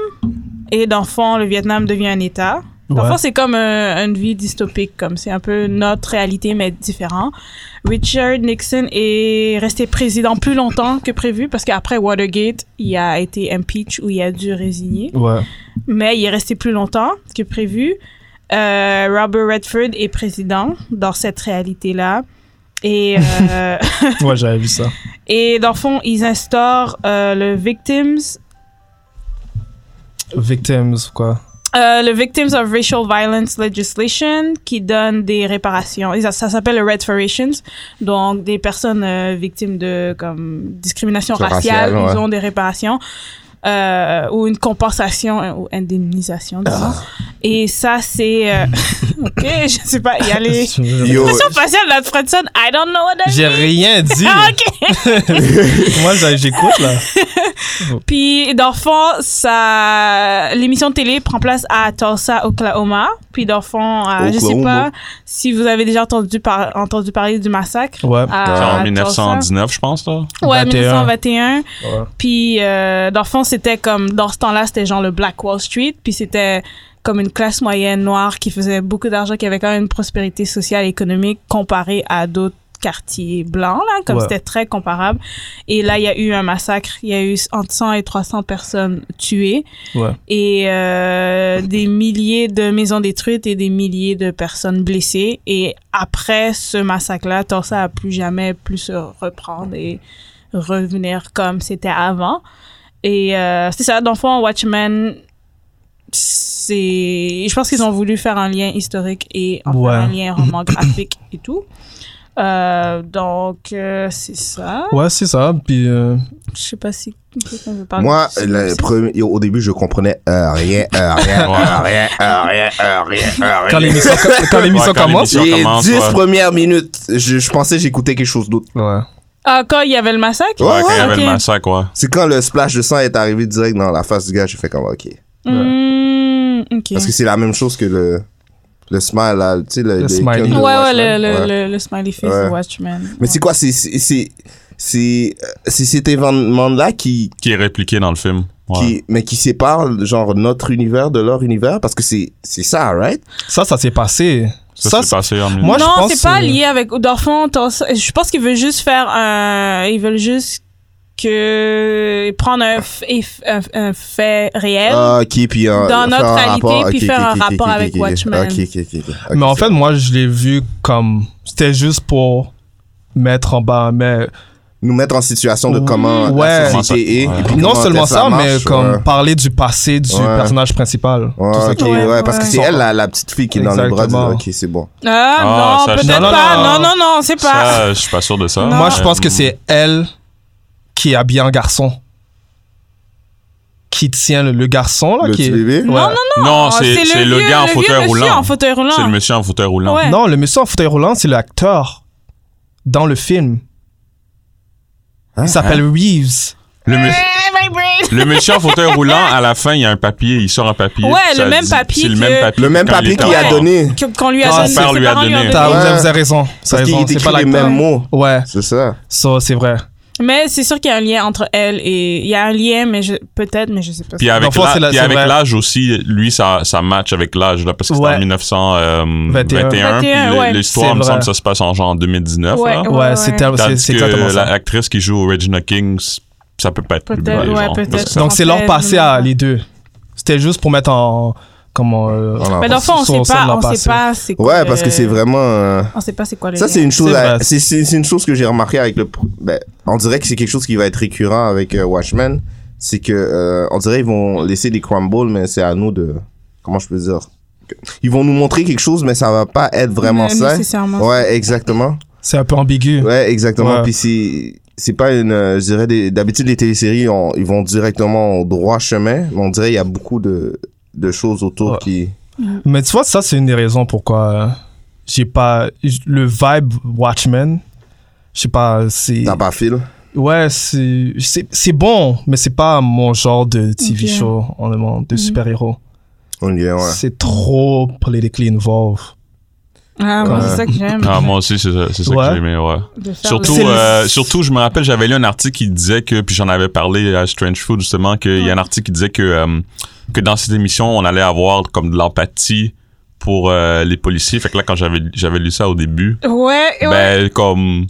Speaker 4: Et dans le fond, le Vietnam devient un État. Dans le
Speaker 6: Ouais.
Speaker 4: fond, c'est comme euh, une vie dystopique, comme c'est un peu notre réalité, mais différent. Richard Nixon est resté président plus longtemps que prévu parce qu'après Watergate, il a été impeach ou il a dû résigner.
Speaker 6: Ouais.
Speaker 4: Mais il est resté plus longtemps que prévu. Euh, Robert Redford est président dans cette réalité-là. Et euh,
Speaker 6: Ouais, j'avais vu ça.
Speaker 4: Et dans le fond, ils instaurent euh, le Victims,
Speaker 6: Victims, quoi.
Speaker 4: euh, le Victims of Racial Violence Legislation, qui donne des réparations. Et Ça, ça s'appelle le Reparations. Donc, des personnes euh, victimes de comme discrimination
Speaker 5: C'est
Speaker 4: raciale,
Speaker 5: racial,
Speaker 4: ils
Speaker 5: ouais.
Speaker 4: ont des réparations. euh, ou une compensation euh, ou indemnisation disons. et ça c'est euh, ok je sais pas il y a les
Speaker 5: Yo,
Speaker 4: expressions faciales là, de Fredson I don't know what that
Speaker 6: J'ai
Speaker 4: means.
Speaker 6: rien dit.
Speaker 4: ah, ok
Speaker 6: Moi, j'a- j'écoute, là.
Speaker 4: Puis, dans le fond, ça, l'émission de télé prend place à Tulsa, Oklahoma. Puis, dans le fond, euh, je sais
Speaker 5: Oklahoma.
Speaker 4: pas si vous avez déjà entendu, par- entendu parler du massacre.
Speaker 6: Ouais.
Speaker 4: À
Speaker 7: en
Speaker 4: Tulsa.
Speaker 7: 1919, je pense, là.
Speaker 4: Ouais,
Speaker 6: 21.
Speaker 4: 1921.
Speaker 6: Ouais.
Speaker 4: Puis, euh, dans le fond, c'était comme, dans ce temps-là, c'était genre le Black Wall Street. Puis, c'était comme une classe moyenne noire qui faisait beaucoup d'argent, qui avait quand même une prospérité sociale et économique comparée à d'autres quartiers blancs, là, comme
Speaker 6: Ouais.
Speaker 4: c'était très comparable. Et là, il y a eu un massacre. Il y a eu entre 100 et 300 personnes tuées
Speaker 6: Ouais.
Speaker 4: et euh, des milliers de maisons détruites et des milliers de personnes blessées. Et après ce massacre-là, Tulsa a plus jamais pu se reprendre et revenir comme c'était avant. Et euh, c'est ça, dans le fond, Watchmen, c'est... Je pense qu'ils ont voulu faire un lien historique et en faire
Speaker 6: Ouais.
Speaker 4: un lien roman graphique et tout. Euh, donc, euh, c'est ça.
Speaker 6: Ouais, c'est ça. Puis, euh,
Speaker 4: Je sais pas si... quelqu'un veut parler
Speaker 5: Moi,
Speaker 4: du
Speaker 5: le
Speaker 4: synopsis.
Speaker 5: premier- yo, au début, je comprenais euh, rien, euh, rien, euh, rien, euh, rien, euh, rien, euh,
Speaker 6: quand
Speaker 5: rien.
Speaker 6: l'émission quand l'émission
Speaker 7: Ouais, quand
Speaker 6: commence.
Speaker 7: l'émission
Speaker 5: Les
Speaker 7: commence,
Speaker 5: 10
Speaker 7: ouais.
Speaker 5: premières minutes, je, je pensais que j'écoutais quelque chose d'autre.
Speaker 6: Ouais.
Speaker 4: Ah, quand il y avait le massacre?
Speaker 7: Ouais, quand il y
Speaker 4: ok.
Speaker 7: avait le massacre, ouais.
Speaker 5: C'est quand le splash de sang est arrivé direct dans la face du gars, j'ai fait comme ok.
Speaker 4: Mmh, ok.
Speaker 5: Parce que c'est la même chose que le, le smile, là, tu sais, le,
Speaker 6: Le
Speaker 5: les
Speaker 6: smiley.
Speaker 5: icônes de
Speaker 4: ouais, ouais, le,
Speaker 5: Watchmen.
Speaker 4: le,
Speaker 5: Ouais.
Speaker 4: Le, le smiley face
Speaker 5: Ouais.
Speaker 4: de Watchmen.
Speaker 5: Mais c'est quoi, c'est, c'est, c'est, c'est, euh, c'est cet événement-là qui,
Speaker 7: Qui est répliqué dans le film. Ouais.
Speaker 5: qui, mais qui sépare, genre, notre univers de leur univers, parce que c'est, c'est ça, right?
Speaker 6: Ça, ça s'est passé.
Speaker 7: Ça,
Speaker 6: Ça,
Speaker 7: s'est passé en
Speaker 6: Moi, je
Speaker 4: non,
Speaker 6: pense
Speaker 4: c'est pas
Speaker 6: que-
Speaker 4: lié avec Dorfond. Je pense qu'ils veulent juste faire un. Ils veulent juste que prendre un, f- et f- un- un fait réel.
Speaker 5: Ah, ok, puis euh,
Speaker 4: Dans
Speaker 5: faire
Speaker 4: notre
Speaker 5: un
Speaker 4: réalité,
Speaker 5: rapport,
Speaker 4: puis
Speaker 5: ok,
Speaker 4: faire
Speaker 5: ok,
Speaker 4: un
Speaker 5: ok,
Speaker 4: rapport
Speaker 5: ok,
Speaker 4: avec
Speaker 5: ok,
Speaker 4: Watchmen.
Speaker 5: Ok, ok, ok, ok.
Speaker 6: Mais en
Speaker 5: Ok,
Speaker 6: fait, moi, je l'ai vu comme. C'était juste pour mettre en bas. Mais
Speaker 5: nous mettre en situation de comment
Speaker 6: Ouais.
Speaker 5: la société est.
Speaker 7: Ouais.
Speaker 5: et puis
Speaker 6: non
Speaker 5: comment
Speaker 6: seulement
Speaker 5: Tesla
Speaker 6: ça, mais
Speaker 5: marche,
Speaker 6: comme
Speaker 5: ouais.
Speaker 6: parler du passé du
Speaker 5: Ouais.
Speaker 6: personnage principal.
Speaker 5: Ouais,
Speaker 6: Tout ça
Speaker 5: ok,
Speaker 6: qui-
Speaker 5: ouais,
Speaker 4: Ouais,
Speaker 5: parce que c'est
Speaker 6: ouais.
Speaker 5: elle, la, la petite fille qui est dans les bras du.
Speaker 6: Exactement.
Speaker 5: Ok, c'est bon.
Speaker 4: Ah,
Speaker 7: Ah,
Speaker 4: non,
Speaker 7: ça, je-
Speaker 4: peut-être
Speaker 6: Non, non,
Speaker 4: pas.
Speaker 6: non.
Speaker 4: Non, non, non, c'est pas.
Speaker 7: Ça, je suis pas sûr de ça.
Speaker 4: Non.
Speaker 6: Moi, je pense que
Speaker 7: Euh,
Speaker 6: c'est elle qui est habillée en garçon. Qui tient le, le garçon, là.
Speaker 5: Le
Speaker 6: qui
Speaker 5: petit
Speaker 6: est-
Speaker 5: bébé?
Speaker 4: Non,
Speaker 6: Ouais.
Speaker 4: non,
Speaker 7: Non, c'est
Speaker 4: Ah, Oh, c'est
Speaker 7: c'est le
Speaker 4: vieux-
Speaker 7: gars en
Speaker 4: vieux
Speaker 7: fauteuil
Speaker 4: monsieur
Speaker 7: roulant.
Speaker 4: en fauteuil roulant.
Speaker 7: C'est le monsieur en fauteuil roulant.
Speaker 4: Ouais.
Speaker 6: Non, le monsieur en fauteuil roulant, c'est l'acteur dans le film.
Speaker 5: Hein?
Speaker 6: Il s'appelle Reeves.
Speaker 7: Le, mu-
Speaker 4: Eh, my brain.
Speaker 7: le monsieur en fauteuil roulant, à la fin, il y a un papier, il sort un papier.
Speaker 4: Ouais,
Speaker 7: ça
Speaker 4: le même
Speaker 7: dit-
Speaker 4: papier
Speaker 7: C'est le
Speaker 4: que-
Speaker 7: même papier.
Speaker 5: Le même
Speaker 7: quand il
Speaker 5: papier
Speaker 7: était
Speaker 5: qu'il a
Speaker 7: enfant.
Speaker 5: donné.
Speaker 4: Que- Qu'on lui a
Speaker 6: Ah,
Speaker 4: donné.
Speaker 6: son
Speaker 7: père
Speaker 4: ses
Speaker 7: lui a
Speaker 4: parents
Speaker 7: donné.
Speaker 4: ont
Speaker 6: T'as
Speaker 5: Ouais.
Speaker 6: vous avez raison. T'as
Speaker 5: Parce qu'il
Speaker 6: raison,
Speaker 5: écrit
Speaker 6: c'est pas
Speaker 5: les
Speaker 6: l'acteur.
Speaker 5: mêmes mots.
Speaker 6: Ouais,
Speaker 5: C'est ça.
Speaker 6: ça, c'est vrai.
Speaker 4: Mais c'est sûr qu'il y a un lien entre elle et. Il y a un lien, mais je... peut-être, mais je sais pas.
Speaker 7: Puis avec
Speaker 6: Dans le fond,
Speaker 7: la-
Speaker 6: c'est la-
Speaker 7: puis
Speaker 6: c'est
Speaker 7: avec
Speaker 6: vrai.
Speaker 7: l'âge aussi, lui, ça, ça match avec l'âge, là, parce que
Speaker 6: Ouais.
Speaker 7: c'est en euh, 1921.
Speaker 6: 21,
Speaker 7: puis le- L'histoire, il
Speaker 4: ouais.
Speaker 7: me
Speaker 6: C'est
Speaker 7: semble
Speaker 6: vrai.
Speaker 7: que ça se passe en genre 2019.
Speaker 4: Ouais,
Speaker 7: là.
Speaker 6: Ouais, c'est tel- c'est-
Speaker 7: Tandis
Speaker 6: c'est
Speaker 7: que
Speaker 6: exactement ça.
Speaker 7: l'actrice qui joue Regina King, c- ça peut pas être
Speaker 4: Peut-être,
Speaker 7: publié,
Speaker 4: ouais,
Speaker 7: genre,
Speaker 4: peut-être.
Speaker 7: parce que ça-
Speaker 6: Donc, c'est leur
Speaker 4: Française,
Speaker 6: passé à
Speaker 4: ouais.
Speaker 6: les deux. C'était juste pour mettre en. comment. euh,
Speaker 5: Voilà.
Speaker 4: Mais dans le fond, on
Speaker 6: son-
Speaker 4: sait
Speaker 6: son
Speaker 4: pas,
Speaker 6: l'a
Speaker 4: on sait
Speaker 6: passé.
Speaker 4: pas c'est quoi.
Speaker 5: Ouais, parce que c'est
Speaker 4: le-
Speaker 5: vraiment. euh,
Speaker 4: On sait pas c'est quoi le.
Speaker 5: Ça,
Speaker 4: lien.
Speaker 5: c'est une chose.
Speaker 6: C'est
Speaker 5: à-
Speaker 6: vrai.
Speaker 5: C'est c'est- c'est une chose que j'ai remarqué avec le. pr- Ben, on dirait que c'est quelque chose qui va être récurrent avec euh, Watchmen. C'est que euh, on dirait ils vont laisser des crumbles, mais c'est à nous de. Comment je peux dire que- Ils vont nous montrer quelque chose, mais ça va pas être vraiment
Speaker 4: Euh,
Speaker 5: ça.
Speaker 4: nécessairement.
Speaker 5: Ouais, exactement.
Speaker 6: C'est un peu ambigu.
Speaker 5: Ouais, exactement.
Speaker 6: Ouais.
Speaker 5: Puis c'est c'est pas une. euh, Je dirais des- d'habitude les téléséries, on- ils vont directement au droit chemin, mais on dirait il y a beaucoup de de choses autour
Speaker 6: Ouais.
Speaker 5: qui.
Speaker 6: Mais tu vois, ça, c'est une des raisons pourquoi euh, j'ai pas. j- Le vibe Watchmen, je sais pas, c'est.
Speaker 5: T'as pas fil.
Speaker 6: Ouais, c'est- c'est c'est bon, mais c'est pas mon genre de TV
Speaker 4: Ok. Mhm.
Speaker 6: show, en demande, de super-héros.
Speaker 5: On y est, ouais.
Speaker 6: C'est trop politically involved.
Speaker 4: Ah, moi,
Speaker 5: Ouais.
Speaker 4: c'est ça que j'aime.
Speaker 7: Ah, moi aussi, c'est ça, c'est ça
Speaker 6: Ouais.
Speaker 7: que j'ai aimé, ouais.
Speaker 4: de faire
Speaker 7: Surtout,
Speaker 4: le-
Speaker 7: euh, surtout, je me rappelle, j'avais lu un article qui disait que, puis j'en avais parlé à Strange Food justement, qu'il y a un article qui disait que, euh, que dans cette émission, on allait avoir comme de l'empathie pour euh, les policiers. Fait que là, quand j'avais, j'avais lu ça au début,
Speaker 4: Ouais, ouais.
Speaker 7: ben, comme,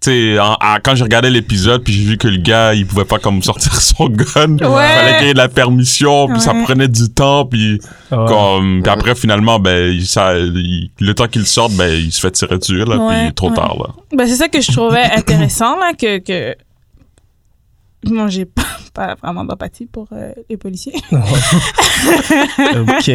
Speaker 7: tu sais, en- en- quand j'ai regardé l'épisode, puis j'ai vu que le gars, il pouvait pas comme sortir son gun.
Speaker 4: Ouais.
Speaker 7: Fallait qu'il y ait de la permission, puis ça
Speaker 4: Ouais.
Speaker 7: prenait du temps, puis
Speaker 4: Ah.
Speaker 6: Ouais.
Speaker 7: comme, puis après, finalement, ben, il- ça, il- le temps qu'il sorte, ben, il se fait tirer dessus, là,
Speaker 4: Ouais,
Speaker 7: puis il est trop
Speaker 4: ouais.
Speaker 7: tard, là.
Speaker 4: Ben, c'est ça que je trouvais intéressant, là, que. que... Non, j'ai pas, pas vraiment d'empathie pour euh, les policiers.
Speaker 6: Euh, ok.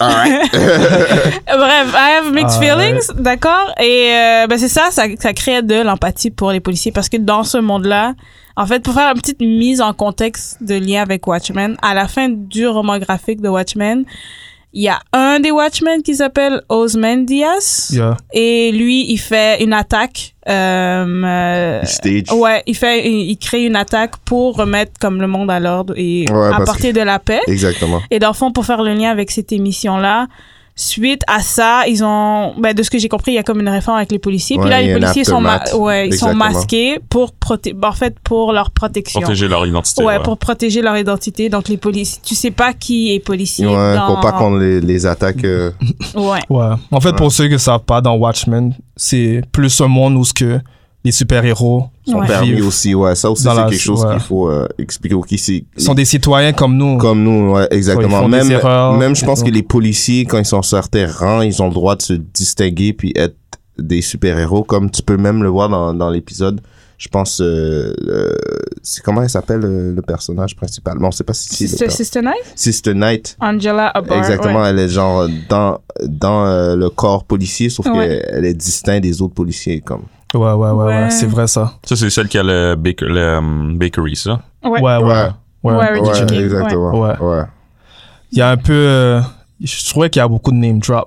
Speaker 4: Bref, I have mixed
Speaker 6: Ah,
Speaker 4: feelings, d'accord? Et euh, ben, c'est ça, ça, ça crée de l'empathie pour les policiers parce que dans ce monde-là, en fait, pour faire une petite mise en contexte de lien avec Watchmen, à la fin du roman graphique de Watchmen, il y a un des Watchmen qui s'appelle Osman Diaz.
Speaker 6: Yeah.
Speaker 4: Et lui, il fait une attaque. euh, euh,
Speaker 5: Stage.
Speaker 4: ouais, il fait, il, il crée une attaque pour remettre comme le monde à l'ordre et
Speaker 5: Ouais, parce
Speaker 4: apporter de la paix.
Speaker 5: Exactement.
Speaker 4: Et dans le fond, pour faire le lien avec cette émission-là, suite à ça, ils ont, ben, de ce que j'ai compris, il y a comme une réforme avec les policiers. Puis
Speaker 5: Ouais,
Speaker 4: là,
Speaker 5: il y
Speaker 4: les
Speaker 5: a un
Speaker 4: policiers sont, ma-
Speaker 5: aftermath.
Speaker 4: ouais, ils sont
Speaker 5: Exactement.
Speaker 4: masqués pour proté- ben, en fait, pour leur protection.
Speaker 7: Protéger leur identité.
Speaker 4: Ouais,
Speaker 7: ouais.
Speaker 4: pour protéger leur identité. Donc, les policiers, tu sais pas qui est policier.
Speaker 5: Ouais,
Speaker 4: dans-
Speaker 5: pour pas qu'on les, les attaque. euh,
Speaker 4: Ouais.
Speaker 6: Ouais. En fait, pour ceux qui ne savent pas, dans Watchmen, c'est plus un monde où ce que les super-héros
Speaker 5: sont
Speaker 4: Ouais.
Speaker 5: permis
Speaker 6: vivent.
Speaker 5: aussi, ouais. Ça aussi,
Speaker 6: Dans
Speaker 5: c'est
Speaker 6: la-
Speaker 5: quelque chose
Speaker 6: ouais.
Speaker 5: qu'il faut euh, expliquer aux qui c'est.
Speaker 6: sont des citoyens comme nous.
Speaker 5: Comme nous, ouais, exactement.
Speaker 6: font des
Speaker 5: Même,
Speaker 6: erreurs.
Speaker 5: même, je pense
Speaker 6: Donc-
Speaker 5: que les policiers, quand ils sont sur certains rangs, ils ont le droit de se distinguer puis être des super-héros, comme tu peux même le voir dans, dans l'épisode. Je pense, euh, euh, c'est comment il s'appelle euh, le personnage principal? Bon, on sait pas si c'est
Speaker 4: Sister,
Speaker 5: le per-
Speaker 4: Sister Knife?
Speaker 5: Sister Knight.
Speaker 4: Angela Abar.
Speaker 5: Exactement, elle est genre dans, dans euh, le corps policier, sauf
Speaker 4: Ouais.
Speaker 5: qu'elle elle est distincte des autres policiers, comme.
Speaker 6: Ouais, ouais, ouais, ouais,
Speaker 4: Ouais.
Speaker 6: c'est vrai ça.
Speaker 7: Ça, c'est celle qui a le, baker- le hum, bakery, ça.
Speaker 4: Ouais.
Speaker 6: Ouais, Ah ouais.
Speaker 5: Ouais.
Speaker 6: ouais.
Speaker 4: Ouais, Ricky
Speaker 5: Ouais,
Speaker 4: King, ouais.
Speaker 5: exactement.
Speaker 6: Ouais.
Speaker 5: ouais.
Speaker 6: Il y a un peu. euh, je trouvais qu'il y a beaucoup de name drop.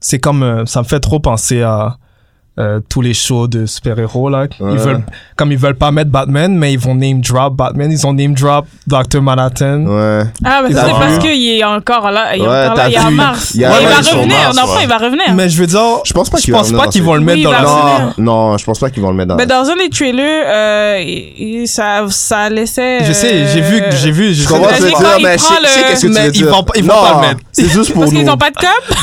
Speaker 6: C'est comme. euh, ça me fait trop penser à euh, tous les shows de super-héros, là.
Speaker 5: Ouais.
Speaker 6: Ils veulent, comme ils veulent pas mettre Batman, mais ils vont name drop Batman. Ils ont name drop Dr. Manhattan.
Speaker 5: Ouais.
Speaker 4: Ah, mais ça,
Speaker 6: T'as
Speaker 4: c'est parce
Speaker 6: vu?
Speaker 4: qu'il est encore là. Il est
Speaker 5: Ouais,
Speaker 4: encore là.
Speaker 5: t'as
Speaker 4: Il est en
Speaker 5: vu?
Speaker 4: mars.
Speaker 5: Il y a-
Speaker 4: Ouais, il
Speaker 5: ouais,
Speaker 4: va
Speaker 5: ils sont en
Speaker 4: revenir.
Speaker 7: mars,
Speaker 4: Non, enfin,
Speaker 7: ouais.
Speaker 4: il va revenir.
Speaker 6: Mais je veux dire.
Speaker 5: Je pense pas
Speaker 6: Je
Speaker 5: qu'ils
Speaker 6: pense
Speaker 5: vont
Speaker 6: pas qu'ils vont le
Speaker 4: Oui,
Speaker 6: mettre dans
Speaker 4: il va
Speaker 6: leur-
Speaker 4: revenir.
Speaker 5: Non, non, je pense pas qu'ils vont le mettre dans.
Speaker 4: Bah, Mais dans un des trailers, euh, il- il- ça, ça laissait.
Speaker 6: Je sais, j'ai vu,
Speaker 4: euh,
Speaker 6: j'ai vu, j'ai
Speaker 5: je comprends
Speaker 4: Parce
Speaker 5: ce que
Speaker 4: que
Speaker 5: tu veux
Speaker 4: quand
Speaker 5: dire,
Speaker 4: il
Speaker 5: mais je
Speaker 4: prend
Speaker 5: sais- je sais
Speaker 4: le-
Speaker 5: qu'est-ce que tu
Speaker 6: Mais
Speaker 5: veux
Speaker 6: ils
Speaker 5: dire.
Speaker 6: vont pas- ils vont
Speaker 5: Non,
Speaker 6: pas le mettre.
Speaker 5: C'est juste pour
Speaker 4: Parce
Speaker 5: nous.
Speaker 4: qu'ils ont pas de cop.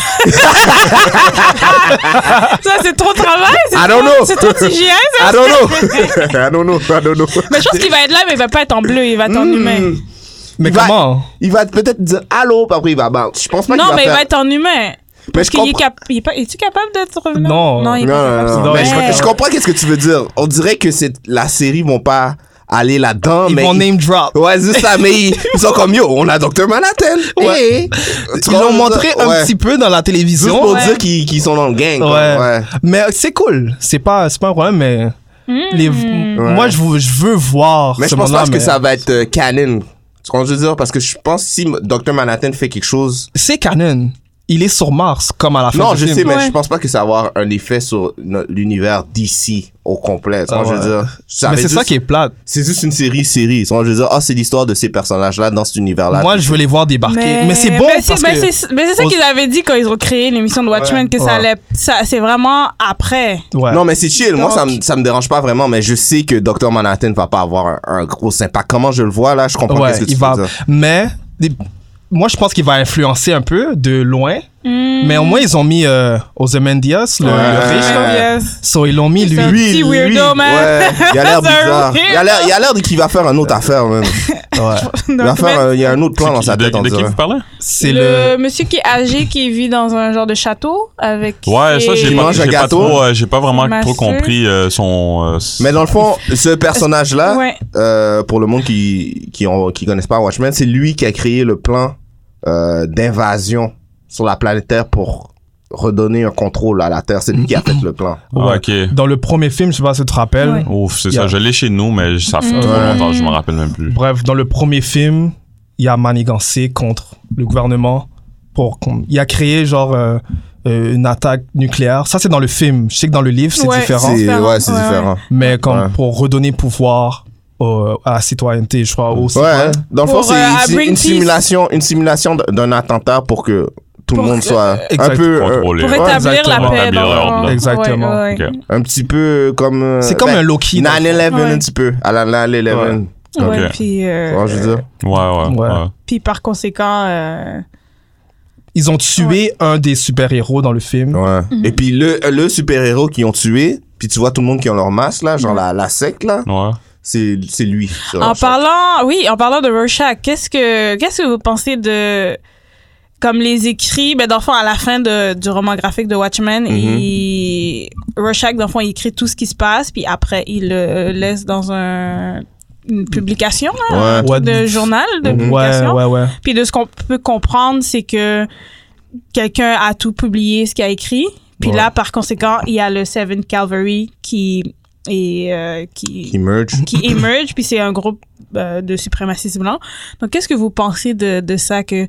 Speaker 4: ça, c'est trop de travail. c'est
Speaker 5: I
Speaker 4: trop-
Speaker 5: don't know.
Speaker 4: C'est trop TGI, ça.
Speaker 5: I don't know. I don't know. I don't know.
Speaker 4: Mais je pense qu'il va être là, mais il va pas être en bleu, il va être en humain.
Speaker 5: Mm.
Speaker 6: Mais
Speaker 5: Il va-
Speaker 6: comment
Speaker 5: Il va peut-être dire allô, puis après il va bounce. Je pense pas qu'il
Speaker 4: Non,
Speaker 5: va
Speaker 4: mais il
Speaker 5: faire.
Speaker 4: va être en humain.
Speaker 5: Mais je
Speaker 4: Qu'il est
Speaker 5: comprends.
Speaker 4: cap- il est pas- Es-tu capable de revenir?
Speaker 6: Non.
Speaker 4: Non, il est
Speaker 5: Non,
Speaker 4: pas
Speaker 5: non,
Speaker 4: capable.
Speaker 5: non,
Speaker 6: Ouais.
Speaker 5: mais je, je comprends qu'est-ce que tu veux dire. On dirait que c'est la série vont pas aller là-dedans,
Speaker 6: Ils
Speaker 5: mais
Speaker 6: vont
Speaker 5: ils-
Speaker 6: name drop.
Speaker 5: Ouais, c'est ça, mais ils, ils sont comme yo, on a Dr. Manhattan. Hey.
Speaker 6: Ils l'ont montré un
Speaker 5: Ouais.
Speaker 6: petit peu dans la
Speaker 5: Juste
Speaker 6: télévision.
Speaker 5: pour
Speaker 4: Ouais.
Speaker 5: dire qu'ils qu'ils sont dans le gang.
Speaker 6: Ouais.
Speaker 5: quoi. Ouais.
Speaker 6: Mais c'est cool. C'est pas, c'est pas un problème, mais.
Speaker 4: Hmm.
Speaker 6: les- Moi, je veux, je veux voir.
Speaker 5: Mais
Speaker 6: ce
Speaker 5: je pense
Speaker 6: monde-là,
Speaker 5: pas que
Speaker 6: mais-
Speaker 5: ça va être euh, canon. Tu comprends ce que je veux dire? Parce que je pense que si Dr. Manhattan fait quelque chose.
Speaker 6: C'est canon. Il est sur Mars, comme à la fin
Speaker 5: Non,
Speaker 6: du
Speaker 5: je
Speaker 6: film.
Speaker 5: sais, mais
Speaker 4: Ouais.
Speaker 5: je pense pas que ça va avoir un effet sur no- l'univers d'ici au complet. Tu
Speaker 6: Ah
Speaker 5: comprends ce que je veux
Speaker 6: ouais.
Speaker 5: dire? Ça
Speaker 6: Mais
Speaker 5: va
Speaker 6: c'est
Speaker 5: être
Speaker 6: ça
Speaker 5: juste-
Speaker 6: qui est plate.
Speaker 5: C'est juste une série-série. Tu comprends ce que je veux dire? Ah, c'est l'histoire de ces personnages-là dans cet univers-là.
Speaker 6: Moi, je veux les voir débarquer. Mais, c'est bon
Speaker 4: mais c'est-
Speaker 6: parce
Speaker 4: mais
Speaker 6: que.
Speaker 4: c'est- mais c'est ça
Speaker 6: on-
Speaker 4: qu'ils avaient dit quand ils ont créé l'émission de Watchmen, que
Speaker 6: Ouais.
Speaker 4: ça allait. ça- C'est vraiment après.
Speaker 6: Ouais.
Speaker 5: Non, mais c'est chill. Moi, ça me,
Speaker 4: Donc-
Speaker 5: ça me dérange pas vraiment, mais je sais que Dr. Manhattan va pas avoir un, un gros impact. Comment je le vois, là, je comprends
Speaker 6: Ouais,
Speaker 5: qu'est-ce que tu
Speaker 6: il
Speaker 5: veux
Speaker 6: va.
Speaker 5: dire.
Speaker 6: Mais des- moi, je pense qu'il va influencer un peu de loin,
Speaker 4: Hmm.
Speaker 6: Mais au moins, ils ont mis euh, Ozymandias, le,
Speaker 5: Ouais.
Speaker 6: le riche. là. So, ils l'ont mis lui.
Speaker 4: C'est un petit weirdo, man.
Speaker 5: Ouais, il a l'air
Speaker 4: C'est un
Speaker 5: bizarre. Il a l'air, il a l'air de qu'il va faire une autre affaire, même.
Speaker 6: Ouais.
Speaker 5: Il va faire, un- il y a un autre plan dans
Speaker 7: qui-
Speaker 5: sa
Speaker 7: de-
Speaker 5: tête, on
Speaker 7: de qui
Speaker 5: dirait.
Speaker 7: vous parlez?
Speaker 6: C'est
Speaker 4: C'est
Speaker 6: le.
Speaker 4: le... monsieur qui est âgé, qui vit dans un genre de château avec.
Speaker 7: Ouais, ça,
Speaker 4: ses-
Speaker 7: j'ai
Speaker 5: Qui
Speaker 7: pas,
Speaker 5: mange un
Speaker 7: j'ai pas
Speaker 5: gâteau.
Speaker 7: trop, euh, j'ai pas vraiment
Speaker 4: Ma
Speaker 7: trop
Speaker 4: sœur.
Speaker 7: compris euh, son. euh, s-
Speaker 5: Mais dans le fond, ce personnage-là,
Speaker 4: Ouais.
Speaker 5: euh, pour le monde qui qui, ont- qui connaissent pas Watchmen, c'est lui qui a créé le plan euh, d'invasion sur la planète Terre pour redonner un contrôle à la Terre. C'est lui qui a fait le plan.
Speaker 7: Ah, ok.
Speaker 6: Dans le premier film, je sais pas si tu te rappelles.
Speaker 4: Ouais.
Speaker 7: Ouf, c'est
Speaker 6: Yeah.
Speaker 7: ça. Je l'ai chez nous, mais ça fait
Speaker 4: Mm.
Speaker 7: trop
Speaker 5: Ouais.
Speaker 7: longtemps, je m'en rappelle même plus.
Speaker 6: Bref, dans le premier film, il a manigancé contre le gouvernement. Pour, qu'on- il a créé genre euh, euh, une attaque nucléaire. Ça, c'est dans le film. Je sais que dans le livre, c'est
Speaker 4: Ouais.
Speaker 6: différent.
Speaker 5: C'est,
Speaker 4: différent.
Speaker 5: ouais, c'est
Speaker 4: Ouais,
Speaker 5: différent.
Speaker 6: Mais comme
Speaker 5: Ouais.
Speaker 6: pour redonner pouvoir au- à la citoyenneté, je crois. Au
Speaker 5: Ouais, hein. dans le fond,
Speaker 4: Pour,
Speaker 5: c'est
Speaker 4: euh,
Speaker 5: c'est
Speaker 4: bring
Speaker 5: une
Speaker 4: peace.
Speaker 5: simulation, une simulation d- d'un attentat pour que tout
Speaker 4: Pour
Speaker 5: le monde
Speaker 4: que-
Speaker 5: soit un
Speaker 6: Exact.
Speaker 5: peu, euh,
Speaker 7: Contrôler.
Speaker 4: Pour
Speaker 7: ouais.
Speaker 4: établir la
Speaker 6: exactement.
Speaker 4: paix
Speaker 7: Établir
Speaker 4: dans
Speaker 7: l'ordre.
Speaker 4: le
Speaker 6: Exactement.
Speaker 4: Ouais, ouais.
Speaker 7: Ok.
Speaker 5: un petit peu comme. euh,
Speaker 6: C'est comme
Speaker 5: ben,
Speaker 6: un Loki. dans le
Speaker 5: 9-11
Speaker 4: Ouais.
Speaker 5: un petit peu, à la 9-11.
Speaker 4: Ouais,
Speaker 7: Ok.
Speaker 4: puis, euh,
Speaker 5: Tu vois, je veux dire.
Speaker 7: Ouais, ouais.
Speaker 6: Ouais.
Speaker 7: ouais.
Speaker 4: puis par conséquent, euh,
Speaker 6: Ils ont tué un des super-héros dans le film.
Speaker 5: Ouais.
Speaker 4: Mm-hmm.
Speaker 5: Et puis le, euh, le super-héros qui ont tué, puis tu vois tout le monde qui ont leur masque, là, genre la, la sec, là,
Speaker 7: Ouais.
Speaker 5: c'est c'est lui. sur
Speaker 4: Mm-hmm. en
Speaker 5: leur chair.
Speaker 4: parlant, oui, en parlant de Rorschach, qu'est-ce que qu'est-ce que vous pensez de comme les écrits, ben dans le fond, à la fin de, du roman graphique de Watchmen, il, Rorschach dans le fond, il écrit tout ce qui se passe, puis après il le euh, laisse dans un une publication, là,
Speaker 5: Ouais.
Speaker 6: Ouais.
Speaker 4: de journal, de
Speaker 6: Ouais,
Speaker 4: publication.
Speaker 6: ouais, ouais.
Speaker 4: Puis de ce qu'on peut comprendre, c'est que quelqu'un a tout publié ce qu'il a écrit. Puis
Speaker 6: Ouais.
Speaker 4: là, par conséquent, il y a le Seven Calvary qui est, euh, qui,
Speaker 5: Qui merge.
Speaker 4: qui émerge, puis c'est un groupe euh, de suprémacistes blancs. Donc, qu'est-ce que vous pensez de, de ça que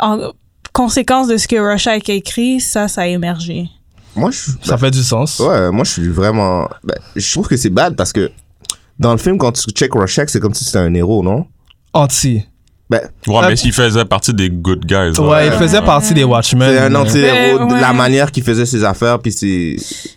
Speaker 4: en conséquence de ce que Rorschach a écrit, ça, ça a émergé.
Speaker 5: Moi, je. ben,
Speaker 6: Ça fait du sens.
Speaker 5: Ouais, moi, je suis vraiment. ben, je trouve que c'est bad parce que dans le film, quand tu check Rorschach, c'est comme si c'était un héros, non?
Speaker 6: Anti.
Speaker 5: Ben,
Speaker 7: Ouais, mais s'il faisait partie des good guys.
Speaker 6: Ouais, il faisait partie des Watchmen.
Speaker 5: c'est un anti-héros
Speaker 4: Ben,
Speaker 5: de
Speaker 4: ouais.
Speaker 5: la manière qu'il faisait ses affaires, puis c'est.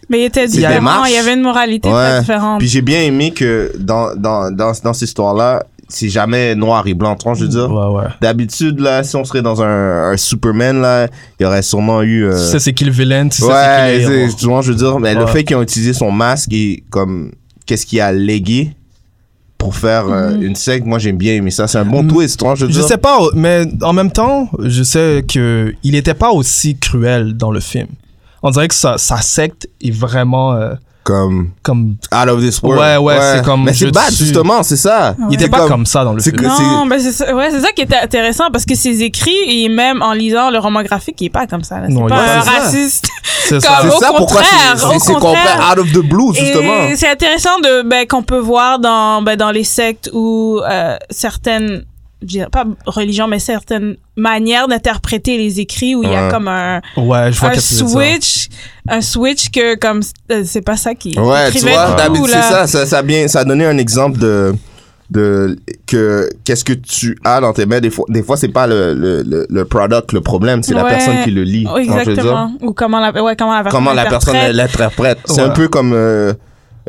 Speaker 4: Mais il était
Speaker 5: C'est
Speaker 4: différent,
Speaker 5: démarche.
Speaker 4: il y avait une moralité
Speaker 5: Ouais.
Speaker 4: très différente.
Speaker 5: Puis j'ai bien aimé que dans, dans, dans, dans cette histoire-là, c'est jamais noir et blanc, tu vois, je veux dire.
Speaker 6: Ouais, ouais.
Speaker 5: D'habitude, là, si on serait dans un, un Superman, là, il y aurait sûrement eu. euh,
Speaker 6: Tu sais, c'est qui le vilain, tu sais,
Speaker 5: ouais,
Speaker 6: c'est qui le héros.
Speaker 5: c'est- tu vois, je veux dire, mais le
Speaker 6: Ouais.
Speaker 5: fait qu'ils ont utilisé son masque et comme qu'est-ce qu'il a légué pour faire euh,
Speaker 4: Mhm.
Speaker 5: une secte, moi j'aime bien aimé ça. C'est un bon
Speaker 6: Mm.
Speaker 5: twist, tu vois, je veux
Speaker 6: Je
Speaker 5: dire.
Speaker 6: sais pas, mais en même temps, je sais que il était pas aussi cruel dans le film. On dirait que sa, sa secte est vraiment euh,
Speaker 5: Comme
Speaker 6: comme.
Speaker 5: out of this world.
Speaker 6: Ouais, ouais, c'est comme
Speaker 5: Mais
Speaker 6: je
Speaker 5: c'est bad,
Speaker 6: tue.
Speaker 5: justement, c'est ça.
Speaker 6: Il était
Speaker 5: C'est
Speaker 6: pas comme ça dans le
Speaker 5: c'est
Speaker 6: film.
Speaker 5: que-
Speaker 4: non, mais c'est ça, ouais, c'est ça qui était intéressant parce que ses écrits, et même en lisant le roman graphique, il est pas comme ça. là. C'est
Speaker 6: Non, il est
Speaker 4: pas
Speaker 6: pas
Speaker 4: un
Speaker 5: comme ça.
Speaker 4: raciste.
Speaker 6: C'est
Speaker 4: comme-
Speaker 5: C'est
Speaker 4: Au
Speaker 5: ça pourquoi c'est-
Speaker 4: contraire,
Speaker 5: c'est
Speaker 4: au
Speaker 5: c'est qu'on
Speaker 4: contraire.
Speaker 5: fait out of the blue,
Speaker 4: Et
Speaker 5: justement.
Speaker 4: C'est intéressant de ben, qu'on peut voir dans ben, dans les sectes ou euh, certaines je dirais pas religions mais certaines manières d'interpréter les écrits où il y a
Speaker 5: Ouais.
Speaker 4: comme un,
Speaker 6: Ouais, je vois
Speaker 4: un
Speaker 6: qu'est-ce que tu veux dire.
Speaker 4: switch un switch que comme euh, c'est pas ça qui
Speaker 5: Ouais, tu
Speaker 4: écrivait
Speaker 5: vois,
Speaker 4: tout,
Speaker 5: d'habitude, c'est
Speaker 4: là.
Speaker 5: ça, ça, ça, a bien, ça a donné un exemple de, de que qu'est-ce que tu as dans tes mains. Des fois, des fois c'est pas le, le, le, le product le problème, c'est la
Speaker 4: Ouais.
Speaker 5: personne qui le lit.
Speaker 4: Oh,
Speaker 5: tu vois, je veux dire.
Speaker 4: exactement ou comment la ouais comment la personne
Speaker 5: comment la personne
Speaker 4: interprète.
Speaker 5: l'interprète. C'est
Speaker 6: Ouais.
Speaker 5: un peu comme euh,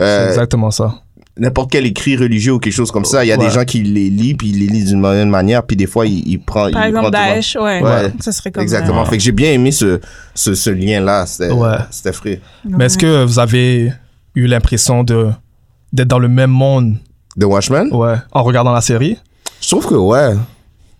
Speaker 5: euh,
Speaker 6: C'est exactement ça.
Speaker 5: n'importe quel écrit religieux ou quelque chose comme ça. Il y a
Speaker 6: Ouais.
Speaker 5: des gens qui les lisent, puis ils les lisent d'une mauvaise manière, puis des fois, ils, ils prennent...
Speaker 4: par
Speaker 5: ils
Speaker 4: exemple
Speaker 5: prennent tout le-
Speaker 4: Daesh ouais,
Speaker 5: Ouais.
Speaker 4: ça serait comme euh,
Speaker 5: Exactement. Fait que j'ai bien aimé ce, ce, ce lien-là. C'était
Speaker 6: Ouais.
Speaker 5: c'était frais.
Speaker 6: Mais est-ce que vous avez eu l'impression de d'être dans le même monde,
Speaker 5: The Watchmen?
Speaker 6: ouais, en regardant la série
Speaker 5: Je trouve que ouais.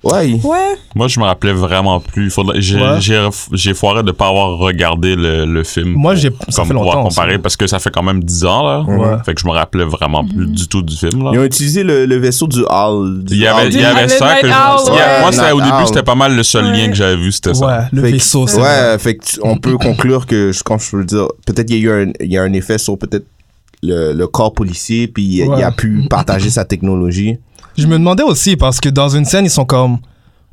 Speaker 5: Ouais. il-
Speaker 4: ouais
Speaker 7: Moi, je me rappelais vraiment plus. Il faudrait- J'ai
Speaker 6: Ouais.
Speaker 7: j'ai- j'ai foiré de pas avoir regardé le, le film.
Speaker 6: Moi, j'ai-
Speaker 7: pour-
Speaker 6: ça
Speaker 7: comme
Speaker 6: fait
Speaker 7: pouvoir
Speaker 6: longtemps,
Speaker 7: comparer
Speaker 6: ça.
Speaker 7: parce que ça fait quand même 10 ans, là.
Speaker 6: Ouais.
Speaker 7: Fait que je me rappelais vraiment plus du tout du film, là.
Speaker 5: Ils ont utilisé le, le vaisseau du Hall.
Speaker 7: Ah. Il y avait, il y avait
Speaker 4: Le
Speaker 7: ça
Speaker 4: Night
Speaker 7: que je-
Speaker 4: Owl,
Speaker 7: il y a-
Speaker 5: ouais.
Speaker 7: Moi, c'était- au
Speaker 5: Night
Speaker 7: début,
Speaker 5: Owl.
Speaker 7: c'était pas mal le seul
Speaker 4: Ouais.
Speaker 7: lien que j'avais vu, c'était
Speaker 6: Ouais,
Speaker 7: ça.
Speaker 6: le
Speaker 5: Fait que-
Speaker 6: vaisseau, c'est vrai.
Speaker 5: Ouais, fait que tu- on peut conclure que, je, comme je peux le dire, peut-être qu'il y a eu un, il y a un effet sur peut-être le, le corps policier, puis il, il a
Speaker 6: Ouais.
Speaker 5: pu partager sa technologie.
Speaker 6: Je me demandais aussi parce que dans une scène, ils sont comme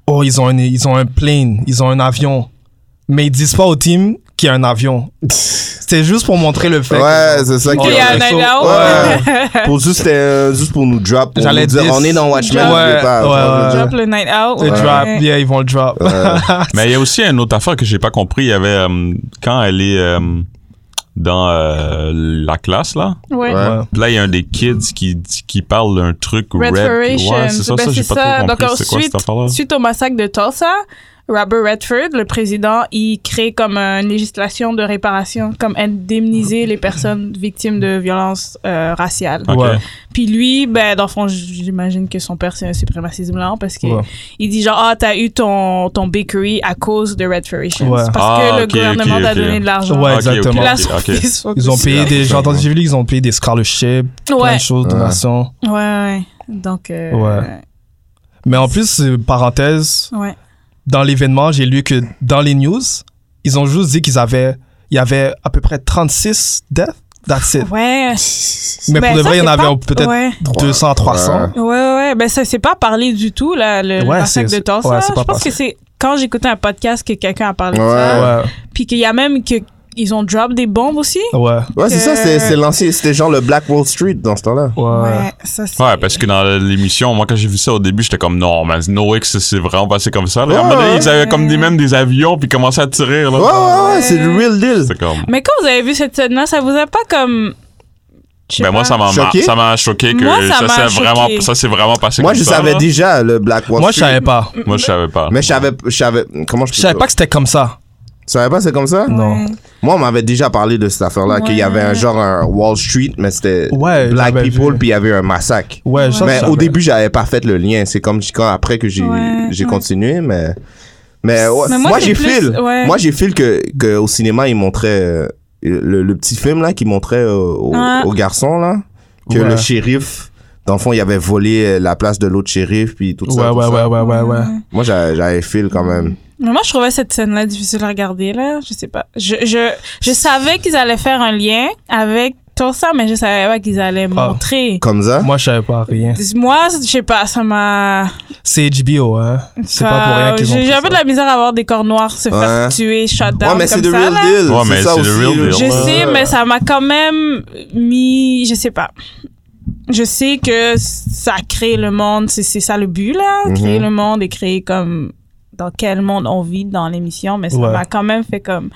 Speaker 6: Oh, ils ont un, ils ont un plane, ils ont un avion. Mais ils disent pas au team qu'il y a un avion. C'est juste pour montrer le fait.
Speaker 5: Ouais,
Speaker 6: que-
Speaker 5: c'est ça
Speaker 6: Oh,
Speaker 5: qui-
Speaker 4: Il y a un
Speaker 6: vaisseau.
Speaker 4: avion.
Speaker 5: Ouais. pour juste, c'était, euh, juste pour nous drop. Pour
Speaker 6: J'allais
Speaker 5: nous dire,
Speaker 6: dire-
Speaker 5: on est dans Watchmen.
Speaker 6: Ouais,
Speaker 5: n'oubliez pas,
Speaker 6: ouais,
Speaker 5: on va
Speaker 6: ouais.
Speaker 5: le dire.
Speaker 4: drop le night out
Speaker 6: Le
Speaker 4: ouais.
Speaker 6: drop, yeah, ils vont le drop.
Speaker 7: Mais il y a aussi une autre affaire que j'ai pas compris. Il y avait, euh, quand elle est euh, dans euh, la classe, là.
Speaker 5: Ouais.
Speaker 4: Ouais.
Speaker 6: Ouais.
Speaker 7: Puis là, il y a un des kids qui, qui parle d'un truc red.
Speaker 4: Red Federation.
Speaker 7: Ouais, c'est ça,
Speaker 4: Ben,
Speaker 7: ça,
Speaker 4: c'est
Speaker 7: j'ai pas
Speaker 4: ça.
Speaker 7: trop
Speaker 4: Donc,
Speaker 7: compris. C'est quoi
Speaker 4: ensuite-
Speaker 7: cette affaire-là?
Speaker 4: Suite au massacre de Tulsa, Robert Redford, le président, il crée comme une législation de réparation, comme indemniser les personnes victimes de violences euh, raciales.
Speaker 7: Ok.
Speaker 6: Ouais.
Speaker 4: Puis lui, ben, dans le fond, j'imagine que son père, c'est un suprémaciste blanc parce qu'il
Speaker 6: Ouais.
Speaker 4: dit genre, ah, t'as eu ton, ton bakery à cause de Red Federations.
Speaker 6: Ouais.
Speaker 4: Parce
Speaker 7: Ah,
Speaker 4: que le
Speaker 7: ok,
Speaker 4: gouvernement
Speaker 7: ok,
Speaker 4: t'a
Speaker 7: ok.
Speaker 4: donné de l'argent.
Speaker 6: Ouais,
Speaker 7: Ok,
Speaker 6: exactement.
Speaker 4: Puis là,
Speaker 7: ok,
Speaker 4: son
Speaker 7: ok.
Speaker 4: fils,
Speaker 6: Ils ont
Speaker 4: focus
Speaker 6: payé
Speaker 4: sur-
Speaker 6: des. J'ai
Speaker 5: ça,
Speaker 6: entendu
Speaker 5: ouais.
Speaker 6: j'ai vu qu'ils ont payé des scholarships, plein
Speaker 4: Ouais,
Speaker 6: de choses,
Speaker 5: Ouais.
Speaker 6: donations.
Speaker 4: ouais, ouais. Donc, euh,
Speaker 6: Ouais. Mais en plus, euh, parenthèse,
Speaker 4: ouais.
Speaker 6: dans l'événement, j'ai lu que dans les news, ils ont juste dit qu'ils avaient. Il y avait à peu près 36 deaths. That's it.
Speaker 4: Ouais.
Speaker 6: Mais
Speaker 4: Ben,
Speaker 6: pour de
Speaker 4: Oh. ça,
Speaker 6: vrai, il y en
Speaker 4: c'est
Speaker 6: avait
Speaker 4: pas-
Speaker 6: peut-être
Speaker 4: Ouais.
Speaker 6: 200, 300.
Speaker 5: Ouais.
Speaker 4: Ouais, ouais, ben ça, c'est pas parlé du tout, là, le le
Speaker 6: Ouais,
Speaker 4: massacre
Speaker 6: c'est-
Speaker 4: de Tulsa.
Speaker 6: ouais,
Speaker 4: là.
Speaker 6: c'est
Speaker 4: Je
Speaker 6: pas
Speaker 4: pense
Speaker 6: passé.
Speaker 4: que c'est quand j'écoutais un podcast que quelqu'un a parlé de
Speaker 5: Ouais.
Speaker 4: ça.
Speaker 6: Ouais,
Speaker 4: Puis qu'il y a même que ils ont drop des bombes aussi.
Speaker 6: ouais,
Speaker 5: Ouais, c'est ça, c'est
Speaker 4: Que-
Speaker 5: c'est l'ancien, c'était genre le Black Wall Street dans ce temps-là.
Speaker 6: ouais.
Speaker 4: ça c'est.
Speaker 7: Ouais, parce que dans l'émission, moi, quand j'ai vu ça au début, j'étais comme, non, mais no X, c'est vraiment passé comme ça. Là, à un moment donné, ils avaient comme des, même des avions, puis ils commençaient à tirer. Là.
Speaker 5: Ouais, ouais, ouais, c'est le real deal.
Speaker 7: C'était comme...
Speaker 4: Mais quand vous avez vu cette scène-là, ça vous a pas comme. je sais
Speaker 7: Ben, moi,
Speaker 4: pas.
Speaker 7: ça m'a
Speaker 5: Choqué?
Speaker 7: ça m'a choqué que
Speaker 4: Moi, ça
Speaker 7: ça,
Speaker 4: m'a
Speaker 7: c'est
Speaker 4: choqué.
Speaker 7: vraiment, ça, c'est vraiment passé
Speaker 5: Moi,
Speaker 7: comme
Speaker 5: je
Speaker 7: ça.
Speaker 5: savais
Speaker 7: là.
Speaker 5: déjà le Black Wall
Speaker 6: Moi, je
Speaker 5: Street.
Speaker 6: savais pas.
Speaker 7: Moi, je savais pas.
Speaker 5: Mais je savais, je savais, comment je
Speaker 6: Je savais pas que c'était comme ça.
Speaker 5: Tu savais pas, c'est comme ça?
Speaker 6: Non.
Speaker 5: Moi, on m'avait déjà parlé de cette affaire-là, qu'il y avait un genre un Wall Street, mais c'était
Speaker 6: Ouais,
Speaker 5: Black
Speaker 6: j'avais
Speaker 5: people,
Speaker 6: vu.
Speaker 5: puis il y avait un massacre.
Speaker 6: Ouais, ça,
Speaker 5: mais
Speaker 6: je
Speaker 5: au
Speaker 6: savais.
Speaker 5: début, j'avais pas fait le lien. C'est comme quand après que j'ai
Speaker 4: Ouais,
Speaker 5: j'ai
Speaker 4: ouais.
Speaker 5: continué, mais. Mais ouais.
Speaker 4: Mais
Speaker 5: moi,
Speaker 4: moi, c'est
Speaker 5: j'ai
Speaker 4: plus-
Speaker 5: fil.
Speaker 4: ouais.
Speaker 5: Moi, j'ai fil que, que au cinéma, ils montraient euh, le, le petit film là qu'ils montraient euh, au,
Speaker 4: Ah.
Speaker 5: au garçon là, que
Speaker 6: Ouais.
Speaker 5: le shérif. Dans le fond, il avait volé euh, la place de l'autre shérif, puis tout
Speaker 6: Ouais,
Speaker 5: ça. tout
Speaker 6: ouais,
Speaker 5: ça.
Speaker 6: ouais, ouais, ouais, ouais.
Speaker 5: Moi, j'avais j'avais fil quand même.
Speaker 4: Mais moi, je trouvais cette scène-là difficile à regarder, là. Je sais pas. Je, je, je savais qu'ils allaient faire un lien avec Tulsa, mais je savais pas qu'ils allaient
Speaker 6: Ah.
Speaker 4: montrer.
Speaker 5: Comme ça.
Speaker 6: Moi, je savais pas rien.
Speaker 4: Moi, je sais pas, ça m'a.
Speaker 6: C'est HBO, hein. C'est
Speaker 4: Ça-
Speaker 6: pas pour rien qu'ils ont
Speaker 4: Euh, J'ai
Speaker 6: fait
Speaker 4: j'ai un peu
Speaker 6: ça.
Speaker 4: de la misère à voir des corps noirs se
Speaker 5: Ouais.
Speaker 4: faire tuer, shot down.
Speaker 5: ouais, mais c'est the
Speaker 4: comme ça,
Speaker 5: real
Speaker 4: là.
Speaker 5: deal.
Speaker 7: Ouais, mais
Speaker 5: ça
Speaker 7: c'est the
Speaker 5: aussi, là.
Speaker 7: real deal.
Speaker 4: Je sais, mais ça m'a quand même mis. Je sais pas. Je sais que ça crée le monde, c'est c'est ça le but, là.
Speaker 5: Mhm.
Speaker 4: Créer le monde et créer comme. Dans quel monde on vit dans l'émission, mais ça
Speaker 6: Ouais.
Speaker 4: m'a quand même fait comme.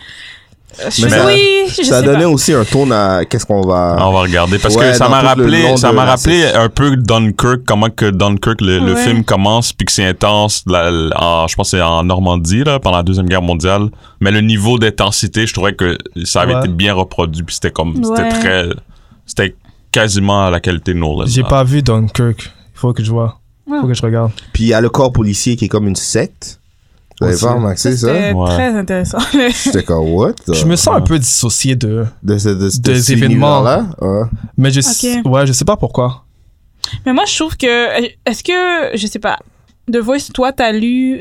Speaker 4: Je-
Speaker 5: Mais ça-
Speaker 4: oui, je
Speaker 5: ça
Speaker 4: sais
Speaker 5: donnait
Speaker 4: pas.
Speaker 5: aussi un ton à qu'est-ce qu'on va.
Speaker 7: Ah, on va regarder parce
Speaker 5: Ouais,
Speaker 7: que ça
Speaker 5: dans
Speaker 7: m'a
Speaker 5: tout le long
Speaker 7: rappelé ça
Speaker 5: de
Speaker 7: m'a
Speaker 5: la
Speaker 7: rappelé
Speaker 5: saison.
Speaker 7: un peu Dunkirk comment que Dunkirk le, le
Speaker 4: Ouais.
Speaker 7: film commence puis que c'est intense la- la- en- je pense que c'est en Normandie là pendant la deuxième guerre mondiale mais le niveau d'intensité je trouvais que ça avait
Speaker 6: Ouais.
Speaker 7: été bien reproduit puis c'était comme c'était
Speaker 4: Ouais.
Speaker 7: très c'était quasiment à la qualité de Nolan
Speaker 6: J'ai
Speaker 7: là.
Speaker 6: pas vu Dunkirk. Il faut que je vois. Il faut que je regarde.
Speaker 5: Puis il y a le corps policier qui est comme une secte. Vous avez
Speaker 6: Aussi.
Speaker 5: pas remarqué ça?
Speaker 4: C'était
Speaker 7: Ouais.
Speaker 4: très intéressant.
Speaker 5: J'étais comme, what?
Speaker 6: Je me sens un peu dissocié de.
Speaker 5: De, ce- de, ce- de
Speaker 6: Des
Speaker 5: cet
Speaker 6: événements.
Speaker 5: univers-là? hein. Ouais.
Speaker 6: Mais je, sais-
Speaker 4: Ok.
Speaker 6: ouais, je sais pas pourquoi.
Speaker 4: Mais moi, je trouve que. Est-ce que. Je sais pas. The Voice, toi, t'as lu.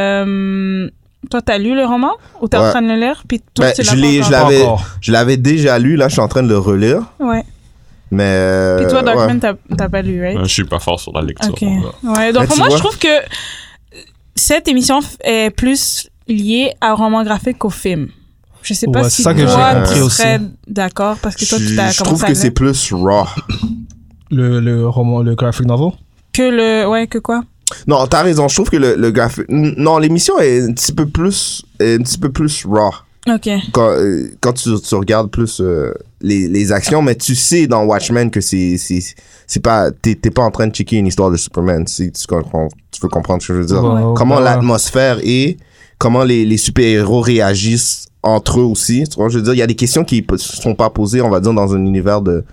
Speaker 4: euh, toi, t'as lu le roman Ou t'es
Speaker 5: Ouais.
Speaker 4: en train de le lire Puis toi,
Speaker 5: Ben,
Speaker 4: tu l'as
Speaker 5: je l'ai-
Speaker 4: pas
Speaker 5: je
Speaker 4: encore?
Speaker 5: l'avais,
Speaker 6: Pas encore.
Speaker 5: je l'avais déjà lu, là, je suis en train de le relire.
Speaker 4: Ouais.
Speaker 5: Mais. euh,
Speaker 4: Puis toi, Darkman,
Speaker 5: ouais.
Speaker 4: t'as- t'as pas lu, right
Speaker 7: Euh, je suis pas fort sur la lecture
Speaker 4: Ok.
Speaker 7: donc, là.
Speaker 4: Ouais,
Speaker 5: Mais Ben,
Speaker 4: donc
Speaker 5: tu
Speaker 4: pour moi,
Speaker 5: vois-
Speaker 4: je trouve que cette émission f- est plus liée à un roman graphique qu'au film. Je sais pas
Speaker 6: Ouais,
Speaker 4: si
Speaker 6: c'est ça que
Speaker 5: j'ai
Speaker 4: toi,
Speaker 5: compris
Speaker 4: tu
Speaker 6: aussi.
Speaker 4: serais d'accord, parce que toi, tu
Speaker 5: Je,
Speaker 4: t'as
Speaker 5: je
Speaker 4: commencé
Speaker 5: trouve
Speaker 4: à
Speaker 5: que
Speaker 4: lire.
Speaker 5: c'est plus raw.
Speaker 6: Le, le roman, le graphic novel.
Speaker 4: Que le... Ouais, que quoi
Speaker 5: Non, t'as raison, je trouve que le, le graphique. Non, l'émission est un petit peu plus. est un petit peu plus raw.
Speaker 4: Ok.
Speaker 5: quand, euh, quand tu, tu regardes plus euh, les, les actions, mais tu sais dans Watchmen que c'est c'est c'est pas t'es t'es pas en train de checker une histoire de Superman. Si tu comprends, tu peux comprendre ce que je veux dire.
Speaker 6: Ouais, ouais,
Speaker 5: comment
Speaker 6: ouais.
Speaker 5: l'atmosphère est, comment les, les super héros réagissent entre eux aussi. Tu vois, je veux dire, il y a des questions qui p- sont pas posées, on va dire dans un univers de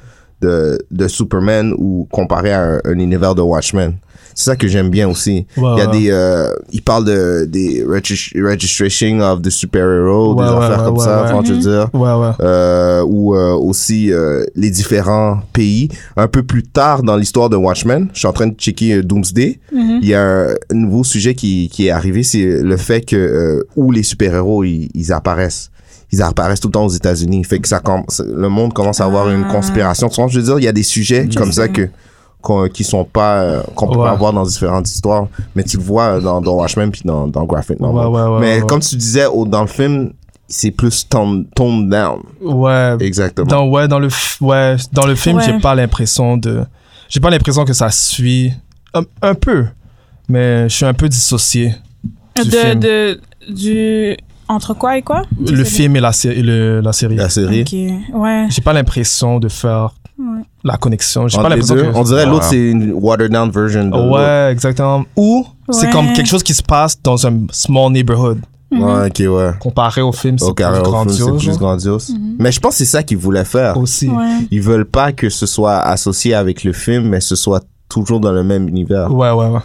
Speaker 5: de, de Superman ou comparé à un, un univers de Watchmen. C'est ça que j'aime bien aussi.
Speaker 6: Ouais,
Speaker 5: il y a
Speaker 6: ouais.
Speaker 5: des euh, il parle de des regis- registration of the super héros
Speaker 6: Ouais,
Speaker 5: des
Speaker 6: ouais,
Speaker 5: affaires
Speaker 6: ouais,
Speaker 5: comme
Speaker 6: ouais,
Speaker 5: ça,
Speaker 6: ouais.
Speaker 5: tu vois, je veux dire.
Speaker 6: Ouais, ouais.
Speaker 5: Euh, ou euh, aussi euh, les différents pays. Un peu plus tard dans l'histoire de Watchmen, je suis en train de checker euh, Doomsday. Il y a un, un nouveau sujet qui, qui est arrivé, c'est le fait que euh, où les super-héros ils, ils apparaissent. Ils apparaissent tout le temps aux États-Unis. Fait que ça com- ça- le monde commence à avoir une conspiration. Tu vois, je veux dire, il y a des sujets comme ça que qu'on- qui sont pas euh, qu'on peut
Speaker 6: Ouais.
Speaker 5: pas avoir dans différentes histoires mais tu le vois euh, dans, dans Watchmen puis dans dans Graphic Novel.
Speaker 6: Ouais, ouais, ouais,
Speaker 5: mais
Speaker 6: ouais,
Speaker 5: comme tu disais au- dans le film c'est plus tone, tone down
Speaker 6: Ouais.
Speaker 5: Exactement.
Speaker 6: Dans, ouais, dans le, f- ouais, dans le film,
Speaker 4: Ouais.
Speaker 6: j'ai pas l'impression de. J'ai pas l'impression que ça suit. Un, un peu. Mais je suis un peu dissocié. Du
Speaker 4: Ah, de,
Speaker 6: film.
Speaker 4: de, du... Entre quoi et quoi
Speaker 6: Le film et la, sé- et le- la série.
Speaker 5: la série.
Speaker 4: Ok, ouais.
Speaker 6: J'ai pas l'impression de faire la connexion. J'ai
Speaker 5: Entre
Speaker 6: pas
Speaker 5: les
Speaker 6: l'impression
Speaker 5: deux.
Speaker 6: que.
Speaker 5: On dirait
Speaker 7: Ouais.
Speaker 5: l'autre, c'est une watered down version. De
Speaker 6: Ouais, exactement. Ou c'est
Speaker 4: Ouais.
Speaker 6: comme quelque chose qui se passe dans un small neighborhood.
Speaker 5: l'autre. Ouais, ok, ouais.
Speaker 6: Comparé au film, c'est
Speaker 5: Au
Speaker 6: plus
Speaker 5: carré au fond,
Speaker 6: grandiose.
Speaker 5: c'est plus
Speaker 6: genre.
Speaker 5: grandiose. Mais je pense que c'est ça qu'ils voulaient faire.
Speaker 6: Aussi.
Speaker 4: Ouais.
Speaker 5: Ils veulent pas que ce soit associé avec le film, mais ce soit toujours dans le même univers.
Speaker 6: Ouais, ouais, ouais.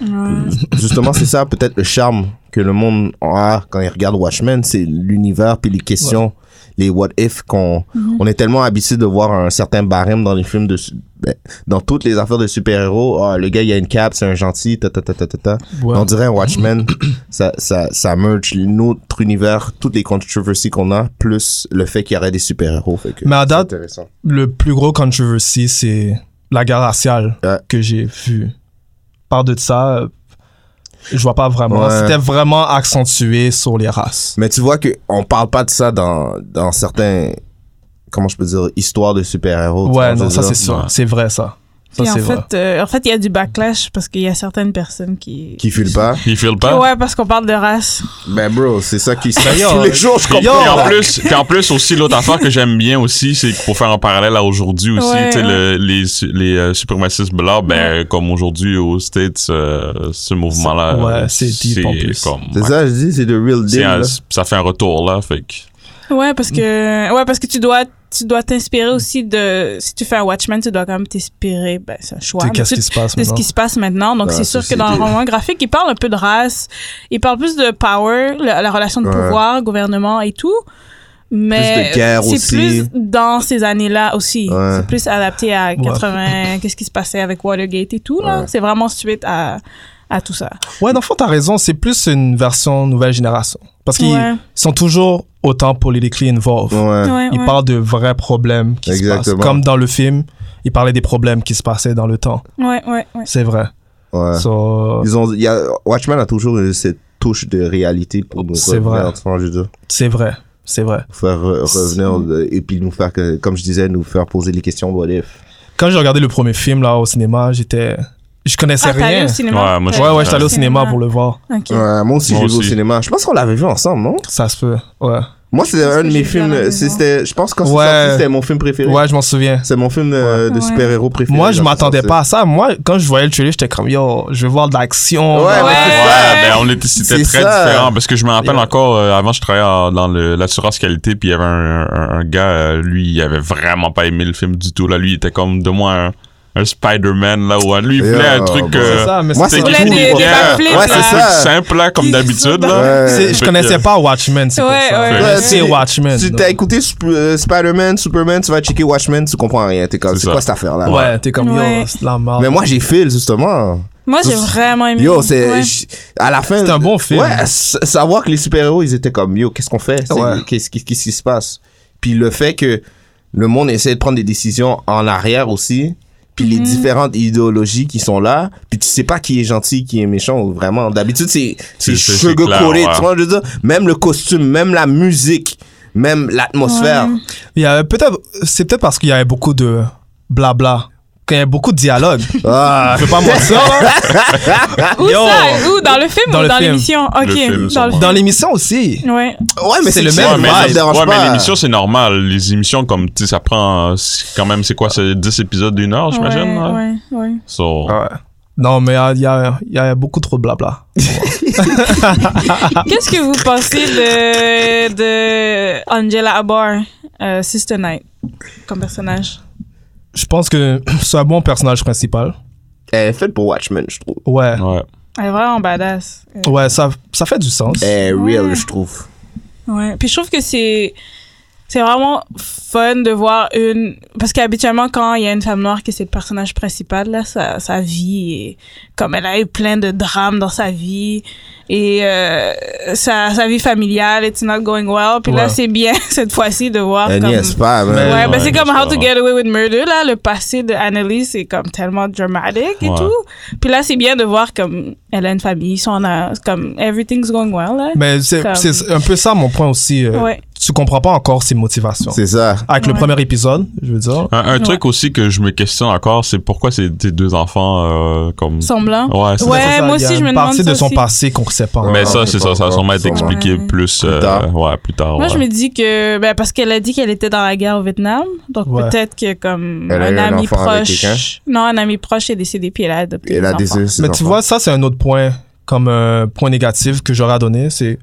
Speaker 5: Justement, c'est ça peut-être le charme que le monde a quand il regarde Watchmen, c'est l'univers puis les questions, les what if qu'on on est tellement habitué de voir un certain barème dans les films de su- ben, dans toutes les affaires de super-héros, Ah, le gars il a une cape, c'est un gentil, ta ta ta ta ta. ta.
Speaker 6: Ouais.
Speaker 5: On dirait Watchmen, ça ça ça merge notre univers, toutes les controversies qu'on a plus le fait qu'il y aurait des super-héros, fait que
Speaker 6: Mais à
Speaker 5: c'est
Speaker 6: date-
Speaker 5: intéressant.
Speaker 6: Le plus gros controversy, c'est la guerre raciale
Speaker 5: Ouais.
Speaker 6: que j'ai vue. Par de ça, euh, je vois pas vraiment.
Speaker 5: Ouais.
Speaker 6: C'était vraiment accentué sur les races.
Speaker 5: Mais tu vois que on parle pas de ça dans dans certains comment je peux dire histoires de super-héros. tu vois,
Speaker 6: Ouais,
Speaker 5: je
Speaker 6: non,
Speaker 5: veux
Speaker 6: ça
Speaker 5: dire.
Speaker 6: c'est sûr.
Speaker 7: Ouais.
Speaker 6: C'est vrai, ça. Ça,
Speaker 4: Puis en
Speaker 6: c'est vrai.
Speaker 4: fait, euh, en fait, il y a du backlash parce qu'il y a certaines personnes qui.
Speaker 5: qui file pas.
Speaker 7: Ils filent pas.
Speaker 4: Ouais, parce qu'on parle de race.
Speaker 5: Ben bro, c'est ça qui se passe
Speaker 6: yo,
Speaker 5: tous les jours, je
Speaker 7: Puis,
Speaker 5: comprends.
Speaker 7: puis en
Speaker 5: là.
Speaker 7: plus, puis en plus aussi l'autre affaire que j'aime bien aussi, c'est que pour faire un parallèle à aujourd'hui aussi,
Speaker 4: Ouais,
Speaker 7: tu sais,
Speaker 4: ouais.
Speaker 7: le- les su- les euh, suprémacistes blancs, ben comme aujourd'hui aux States, euh, ce mouvement-là,
Speaker 6: Ouais,
Speaker 7: euh,
Speaker 6: c'est deep en plus.
Speaker 7: comme-
Speaker 5: C'est
Speaker 7: ouais.
Speaker 5: ça, je dis, c'est the real
Speaker 7: C'est
Speaker 5: deal.
Speaker 7: un-
Speaker 5: là.
Speaker 7: ça fait un retour là, fait que-
Speaker 4: Ouais, parce que ouais, parce que tu dois tu dois t'inspirer aussi de si tu fais un Watchmen, tu dois quand même t'inspirer ben c'est un choix.
Speaker 6: C'est
Speaker 4: mais
Speaker 6: qu'est-ce
Speaker 4: tu-
Speaker 6: qui se passe
Speaker 4: de ce
Speaker 6: maintenant.
Speaker 4: qui se passe maintenant. Donc,
Speaker 5: Dans la
Speaker 4: c'est sûr que
Speaker 5: société.
Speaker 4: dans le roman graphique, il parle un peu de race, il parle plus de power, la, la relation de
Speaker 5: Ouais.
Speaker 4: pouvoir, gouvernement et tout.
Speaker 5: Plus
Speaker 4: Mais
Speaker 5: de guerre aussi.
Speaker 4: c'est plus dans ces années-là aussi.
Speaker 5: Ouais.
Speaker 4: C'est plus adapté à 80, qu'est-ce qui se passait avec Watergate et tout. là. C'est vraiment suite à, à tout ça.
Speaker 6: Ouais, dans le fond, t'as raison. C'est plus une version nouvelle génération. Parce qu'ils
Speaker 4: Ouais.
Speaker 6: sont toujours autant politically involved.
Speaker 5: Ouais.
Speaker 4: Ouais,
Speaker 6: Ils
Speaker 4: ouais.
Speaker 6: parlent de vrais problèmes qui se
Speaker 5: Exactement.
Speaker 6: passent. Comme dans le film, ils parlaient des problèmes qui se passaient dans le temps.
Speaker 4: Ouais, ouais, ouais.
Speaker 6: C'est vrai.
Speaker 5: ouais.
Speaker 6: So,
Speaker 5: Ils ont, il y a, Watchmen a toujours eu cette touche de réalité pour nous
Speaker 6: C'est vrai.
Speaker 5: revenir, tu vois, je veux dire,
Speaker 6: c'est vrai. C'est vrai.
Speaker 5: pour faire re- revenir le- et puis nous faire, que, comme je disais, nous faire poser les questions what if.
Speaker 6: Quand j'ai regardé le premier film là au cinéma, j'étais. Je connaissais
Speaker 4: Ah, t'es allé
Speaker 6: rien.
Speaker 4: au cinéma?
Speaker 7: Ouais, moi, je-
Speaker 6: Ouais, ouais, j'étais allé au
Speaker 4: Au
Speaker 6: cinéma
Speaker 4: cinéma.
Speaker 6: pour le voir.
Speaker 4: Ok.
Speaker 5: Ouais, moi aussi,
Speaker 7: Moi
Speaker 5: j'ai vu au
Speaker 7: aussi.
Speaker 5: cinéma. Je pense qu'on l'avait vu ensemble, non?
Speaker 6: Ça se peut. Ouais.
Speaker 5: Moi, c'était
Speaker 4: Parce
Speaker 5: un
Speaker 4: que
Speaker 5: de mes
Speaker 4: j'ai vu à la
Speaker 5: films,
Speaker 4: maison.
Speaker 5: c'était, je pense que
Speaker 6: Ouais.
Speaker 5: c'était mon film préféré.
Speaker 6: Ouais, je m'en souviens.
Speaker 5: C'est mon film euh, de
Speaker 4: Ouais.
Speaker 5: super-héros préféré.
Speaker 6: Moi, je
Speaker 5: dans ce
Speaker 6: m'attendais
Speaker 5: sens-là.
Speaker 6: pas à ça. Moi, quand je voyais le trailer, j'étais comme yo, je veux voir de l'action.
Speaker 5: Ouais,
Speaker 4: Ouais.
Speaker 5: mais c'est ça.
Speaker 7: Ouais, ben on était, c'était
Speaker 5: C'est
Speaker 7: très
Speaker 5: ça.
Speaker 7: différent parce que je me rappelle encore euh, avant je travaillais en- dans le- l'assurance qualité puis il y avait un, un- un gars euh, lui il avait vraiment pas aimé le film du tout là lui il était comme de moi un, un Spider-Man là ou lui il voulait
Speaker 5: Yeah,
Speaker 7: un truc
Speaker 5: bah,
Speaker 7: euh,
Speaker 6: C'est ça, mais
Speaker 5: Moi,
Speaker 6: c'est
Speaker 5: c'est
Speaker 4: Il voulait
Speaker 5: cool.
Speaker 4: Ah, des, des
Speaker 5: Ouais.
Speaker 4: backflips,
Speaker 5: Ouais,
Speaker 4: là.
Speaker 5: c'est
Speaker 7: truc
Speaker 5: ça.
Speaker 7: simple là comme
Speaker 4: Qui-
Speaker 7: d'habitude là.
Speaker 5: Ouais.
Speaker 6: C'est- je
Speaker 7: Fait
Speaker 6: connaissais
Speaker 7: que-
Speaker 6: pas Watchmen, c'est
Speaker 4: Ouais,
Speaker 6: pour ça.
Speaker 4: ouais,
Speaker 5: Ouais, ouais.
Speaker 6: C'est
Speaker 5: tu-
Speaker 6: Watchmen.
Speaker 5: Si
Speaker 6: non.
Speaker 5: t'as écouté Sp- euh, Spider-Man, Superman, tu vas checker Watchmen, tu comprends rien. T'es comme,
Speaker 7: C'est
Speaker 5: c'est
Speaker 7: ça.
Speaker 5: quoi cette affaire-là?
Speaker 6: Ouais, t'es comme
Speaker 4: Ouais.
Speaker 6: yo, c'est de la merde.
Speaker 5: Mais moi, j'ai fil, justement.
Speaker 4: Moi, j'ai vraiment aimé.
Speaker 5: Yo, c'est.
Speaker 4: Mm, Ouais.
Speaker 5: j- À la fin.
Speaker 6: C'est un bon film.
Speaker 5: Ouais, s- savoir que les super-héros, ils étaient comme, yo, qu'est-ce qu'on fait? C'est-
Speaker 6: Ouais.
Speaker 5: Qu'est-ce qu'est-ce- qu'est-ce qui se passe? Puis le fait que le monde essaie de prendre des décisions en arrière aussi, puis
Speaker 4: Mm-hmm.
Speaker 5: les différentes idéologies qui sont là, puis tu sais pas qui est gentil, qui est méchant, ou vraiment. D'habitude, c'est
Speaker 7: C'est-
Speaker 5: c'est
Speaker 7: c'est- c'est
Speaker 5: sugar coated,
Speaker 7: clair, ouais.
Speaker 5: tu vois, je veux dire, même le costume, même la musique, même l'atmosphère.
Speaker 6: Il y avait peut-être, c'est peut-être parce qu'il y avait beaucoup de blabla. Quand il y avait beaucoup de dialogue.
Speaker 5: Ah,
Speaker 6: Je peux pas mentir, là.
Speaker 4: Où
Speaker 6: Yo.
Speaker 4: ça Où Dans le film
Speaker 6: Dans
Speaker 4: ou
Speaker 6: le
Speaker 4: dans
Speaker 6: film.
Speaker 4: l'émission Ok.
Speaker 7: Le film,
Speaker 4: dans le
Speaker 7: sûrement. Ah,
Speaker 6: Dans l'émission aussi.
Speaker 4: film. Ouais.
Speaker 5: Ouais, mais
Speaker 6: C'est
Speaker 5: c'est
Speaker 6: le
Speaker 5: le même.
Speaker 7: Ouais,
Speaker 6: même
Speaker 7: mais,
Speaker 5: ça me
Speaker 6: vibe.
Speaker 5: dérange
Speaker 7: ouais, mais
Speaker 5: pas.
Speaker 7: l'émission, hein. c'est normal. Les émissions, comme, tu sais, ça prend, euh, c'est quand même, c'est quoi, c'est 10 épisodes d'une heure, j'imagine?
Speaker 4: Ouais,
Speaker 7: là?
Speaker 4: ouais, ouais.
Speaker 7: So,
Speaker 6: Non, mais euh, il y a, il y a beaucoup trop de blabla.
Speaker 4: Qu'est-ce que vous pensez de, de Angela Abar, euh, Sister Night, comme personnage
Speaker 6: Je pense que c'est un bon personnage principal.
Speaker 5: Elle est faite pour Watchmen, je trouve.
Speaker 6: Ouais.
Speaker 7: ouais.
Speaker 4: Elle est vraiment badass. Euh,
Speaker 6: Ouais, ça, ça fait du sens.
Speaker 5: Elle est real,
Speaker 4: Ouais.
Speaker 5: je trouve.
Speaker 4: Ouais. Puis je trouve que c'est c'est vraiment fun de voir une parce qu'habituellement quand il y a une femme noire qui c'est le personnage principal là sa, sa vie est- comme elle a eu plein de drames dans sa vie et euh, sa, sa vie familiale it's not going well puis
Speaker 6: Ouais.
Speaker 4: là c'est bien cette fois-ci de voir
Speaker 5: Elle
Speaker 4: Ah,
Speaker 5: n'y
Speaker 4: comme
Speaker 5: est pas, man.
Speaker 6: Mais-
Speaker 4: Ouais, ben
Speaker 7: Ouais,
Speaker 4: c'est comme
Speaker 7: j'espère.
Speaker 4: How to Get Away with Murder, là, le passé de Annalise, c'est comme tellement dramatique et
Speaker 7: Ouais.
Speaker 4: tout. Puis là, c'est bien de voir comme elle a une famille, ils sont en, comme everything's going well, là.
Speaker 6: Mais c'est
Speaker 4: Comme-
Speaker 6: c'est un peu ça mon point aussi. euh,
Speaker 4: Ouais.
Speaker 6: Tu tu comprends pas encore ses motivations.
Speaker 5: C'est ça.
Speaker 6: Avec le premier épisode, je veux dire.
Speaker 7: Un, un truc aussi que je me questionne encore, c'est pourquoi ces tes deux enfants euh, comme.
Speaker 5: Oh,
Speaker 4: Semblant.
Speaker 7: Ouais, c'est
Speaker 4: Ouais.
Speaker 7: ça.
Speaker 4: moi
Speaker 6: il y
Speaker 4: aussi,
Speaker 6: a
Speaker 4: je
Speaker 6: une
Speaker 4: me demande
Speaker 6: partie
Speaker 4: ça
Speaker 6: de son
Speaker 4: aussi.
Speaker 6: passé qu'on ne sait pas.
Speaker 7: Mais
Speaker 5: Ah,
Speaker 7: ça,
Speaker 5: on
Speaker 7: c'est
Speaker 5: sait
Speaker 7: ça,
Speaker 5: pas
Speaker 7: ça va
Speaker 5: encore,
Speaker 7: sûrement être
Speaker 5: sûrement.
Speaker 7: expliqué plus, euh,
Speaker 5: tard.
Speaker 7: ouais, plus tard.
Speaker 4: Moi,
Speaker 7: ouais.
Speaker 4: je me dis que, ben, parce qu'elle a dit qu'elle était dans la guerre au Vietnam. Donc,
Speaker 6: Ouais.
Speaker 4: peut-être que, comme,
Speaker 5: Elle a
Speaker 4: un
Speaker 5: eu un
Speaker 4: ami
Speaker 5: enfant avec quelqu'un?
Speaker 4: proche. Non, un ami proche est décédé, puis elle a adopté.
Speaker 5: Et
Speaker 4: les
Speaker 5: là,
Speaker 4: enfants.
Speaker 5: désolé, ses
Speaker 6: Mais tu
Speaker 5: enfants.
Speaker 6: vois, ça, c'est un autre point, comme un point négatif que j'aurais à donner. C'est.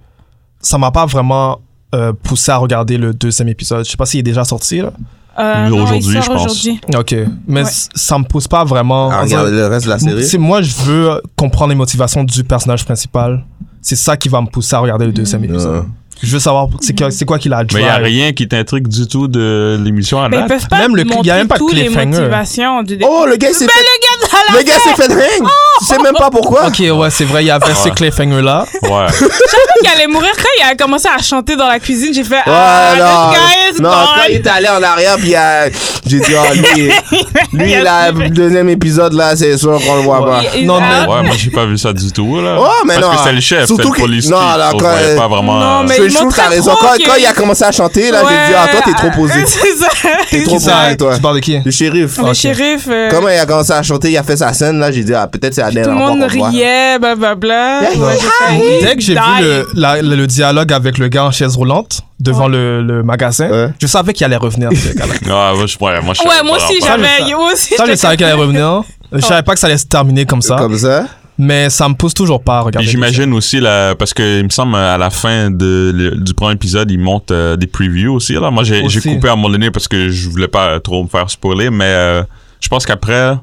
Speaker 6: Ça m'a pas vraiment euh, poussé à regarder le deuxième épisode. Je sais pas s'il est déjà sorti, là.
Speaker 4: Euh, non,
Speaker 7: Aujourd'hui,
Speaker 4: il sort
Speaker 7: je pense.
Speaker 4: aujourd'hui.
Speaker 6: Ok. Mais
Speaker 4: Ouais.
Speaker 6: c- ça me pousse pas vraiment.
Speaker 5: Ah, regarde le reste de la série.
Speaker 6: C'est moi, je veux comprendre les motivations du personnage principal. C'est ça qui va me pousser à regarder le deuxième épisode.
Speaker 5: Ouais.
Speaker 6: Je veux savoir c'est quoi, c'est quoi qu'il a
Speaker 7: Mais il n'y a
Speaker 6: drive.
Speaker 7: rien qui t'intrigue du tout de l'émission à
Speaker 4: Mais Ben, ils
Speaker 7: date.
Speaker 4: peuvent pas
Speaker 6: ben, Même
Speaker 4: même le,
Speaker 6: le- il y a
Speaker 4: montrer
Speaker 6: même pas de
Speaker 4: tous les
Speaker 6: cliffhanger.
Speaker 4: motivations du dé-
Speaker 5: Oh, le gars s'est
Speaker 4: Mais
Speaker 5: fait.
Speaker 4: le gars, à
Speaker 5: Le
Speaker 4: la Oh.
Speaker 5: gars s'est
Speaker 4: fin,
Speaker 5: fait ring! Tu sais même pas pourquoi?
Speaker 6: Ok, ouais, c'est vrai, il y avait ce
Speaker 7: Ouais.
Speaker 6: cliffhanger là.
Speaker 7: Ouais.
Speaker 4: il allait mourir quand il a commencé à chanter dans la cuisine. J'ai fait,
Speaker 5: Ouais,
Speaker 4: ah, this guy is
Speaker 5: Oh, non, non, quand il
Speaker 4: gone.
Speaker 5: est allé en arrière, puis euh, j'ai dit, oh, lui, lui, là, le deuxième épisode, là, c'est sûr qu'on le voit pas.
Speaker 4: Il- il-
Speaker 6: Non,
Speaker 4: ah,
Speaker 6: mais-
Speaker 7: Ouais, moi, j'ai pas vu ça du tout, là.
Speaker 5: Ouais, mais
Speaker 7: Parce
Speaker 5: non,
Speaker 7: que c'est le chef, c'est
Speaker 5: surtout
Speaker 7: le
Speaker 5: que-
Speaker 7: policier.
Speaker 5: non,
Speaker 7: Non,
Speaker 5: alors,
Speaker 7: on
Speaker 5: quand-
Speaker 7: voyait pas vraiment.
Speaker 4: Non,
Speaker 7: euh,
Speaker 4: mais-
Speaker 5: je
Speaker 4: il
Speaker 5: trouve que
Speaker 4: montrait
Speaker 5: t'as raison.
Speaker 4: trop
Speaker 5: Quand,
Speaker 4: que-
Speaker 5: quand il a commencé à chanter, là, j'ai dit, ah, toi, t'es trop posé.
Speaker 4: Ouais, C'est ça.
Speaker 5: T'es trop
Speaker 6: Qui ça?
Speaker 5: posé, toi.
Speaker 6: Tu parles de qui
Speaker 5: Le shérif.
Speaker 4: Le shérif, euh,
Speaker 5: Comment il a commencé à chanter, il a fait sa scène, là, j'ai dit, ah, peut-être c'est la
Speaker 4: tout le
Speaker 5: dernière fois
Speaker 4: monde
Speaker 5: qu'on le voit.
Speaker 4: riait, blablabla.
Speaker 5: Yeah,
Speaker 4: Ouais,
Speaker 5: yeah.
Speaker 4: j'ai fait,
Speaker 6: Dès que j'ai vu
Speaker 4: die.
Speaker 6: le, la- le- le dialogue avec le gars en chaise roulante devant le, le magasin,
Speaker 5: Ouais.
Speaker 6: je savais qu'il allait revenir. ce gars-là.
Speaker 7: ah, Ouais, moi, je, ouais, moi, je savais
Speaker 4: Ouais, moi
Speaker 7: pas,
Speaker 4: aussi,
Speaker 7: ouais.
Speaker 6: Ça,
Speaker 4: j'avais.
Speaker 6: je-
Speaker 4: yo aussi,
Speaker 6: ça, je
Speaker 4: j'étais
Speaker 6: savais qu'il allait revenir. Je savais pas que ça allait se terminer comme ça.
Speaker 5: Comme ça.
Speaker 6: Mais ça me pousse toujours pas à regarder.
Speaker 7: Puis j'imagine aussi, là, parce que il me semble à la fin de, le- du premier épisode, ils montent euh, des previews aussi. Là. Moi, j'ai j'ai
Speaker 6: Aussi.
Speaker 7: coupé à un moment donné parce que je voulais pas trop me faire spoiler, mais euh, je pense qu'après.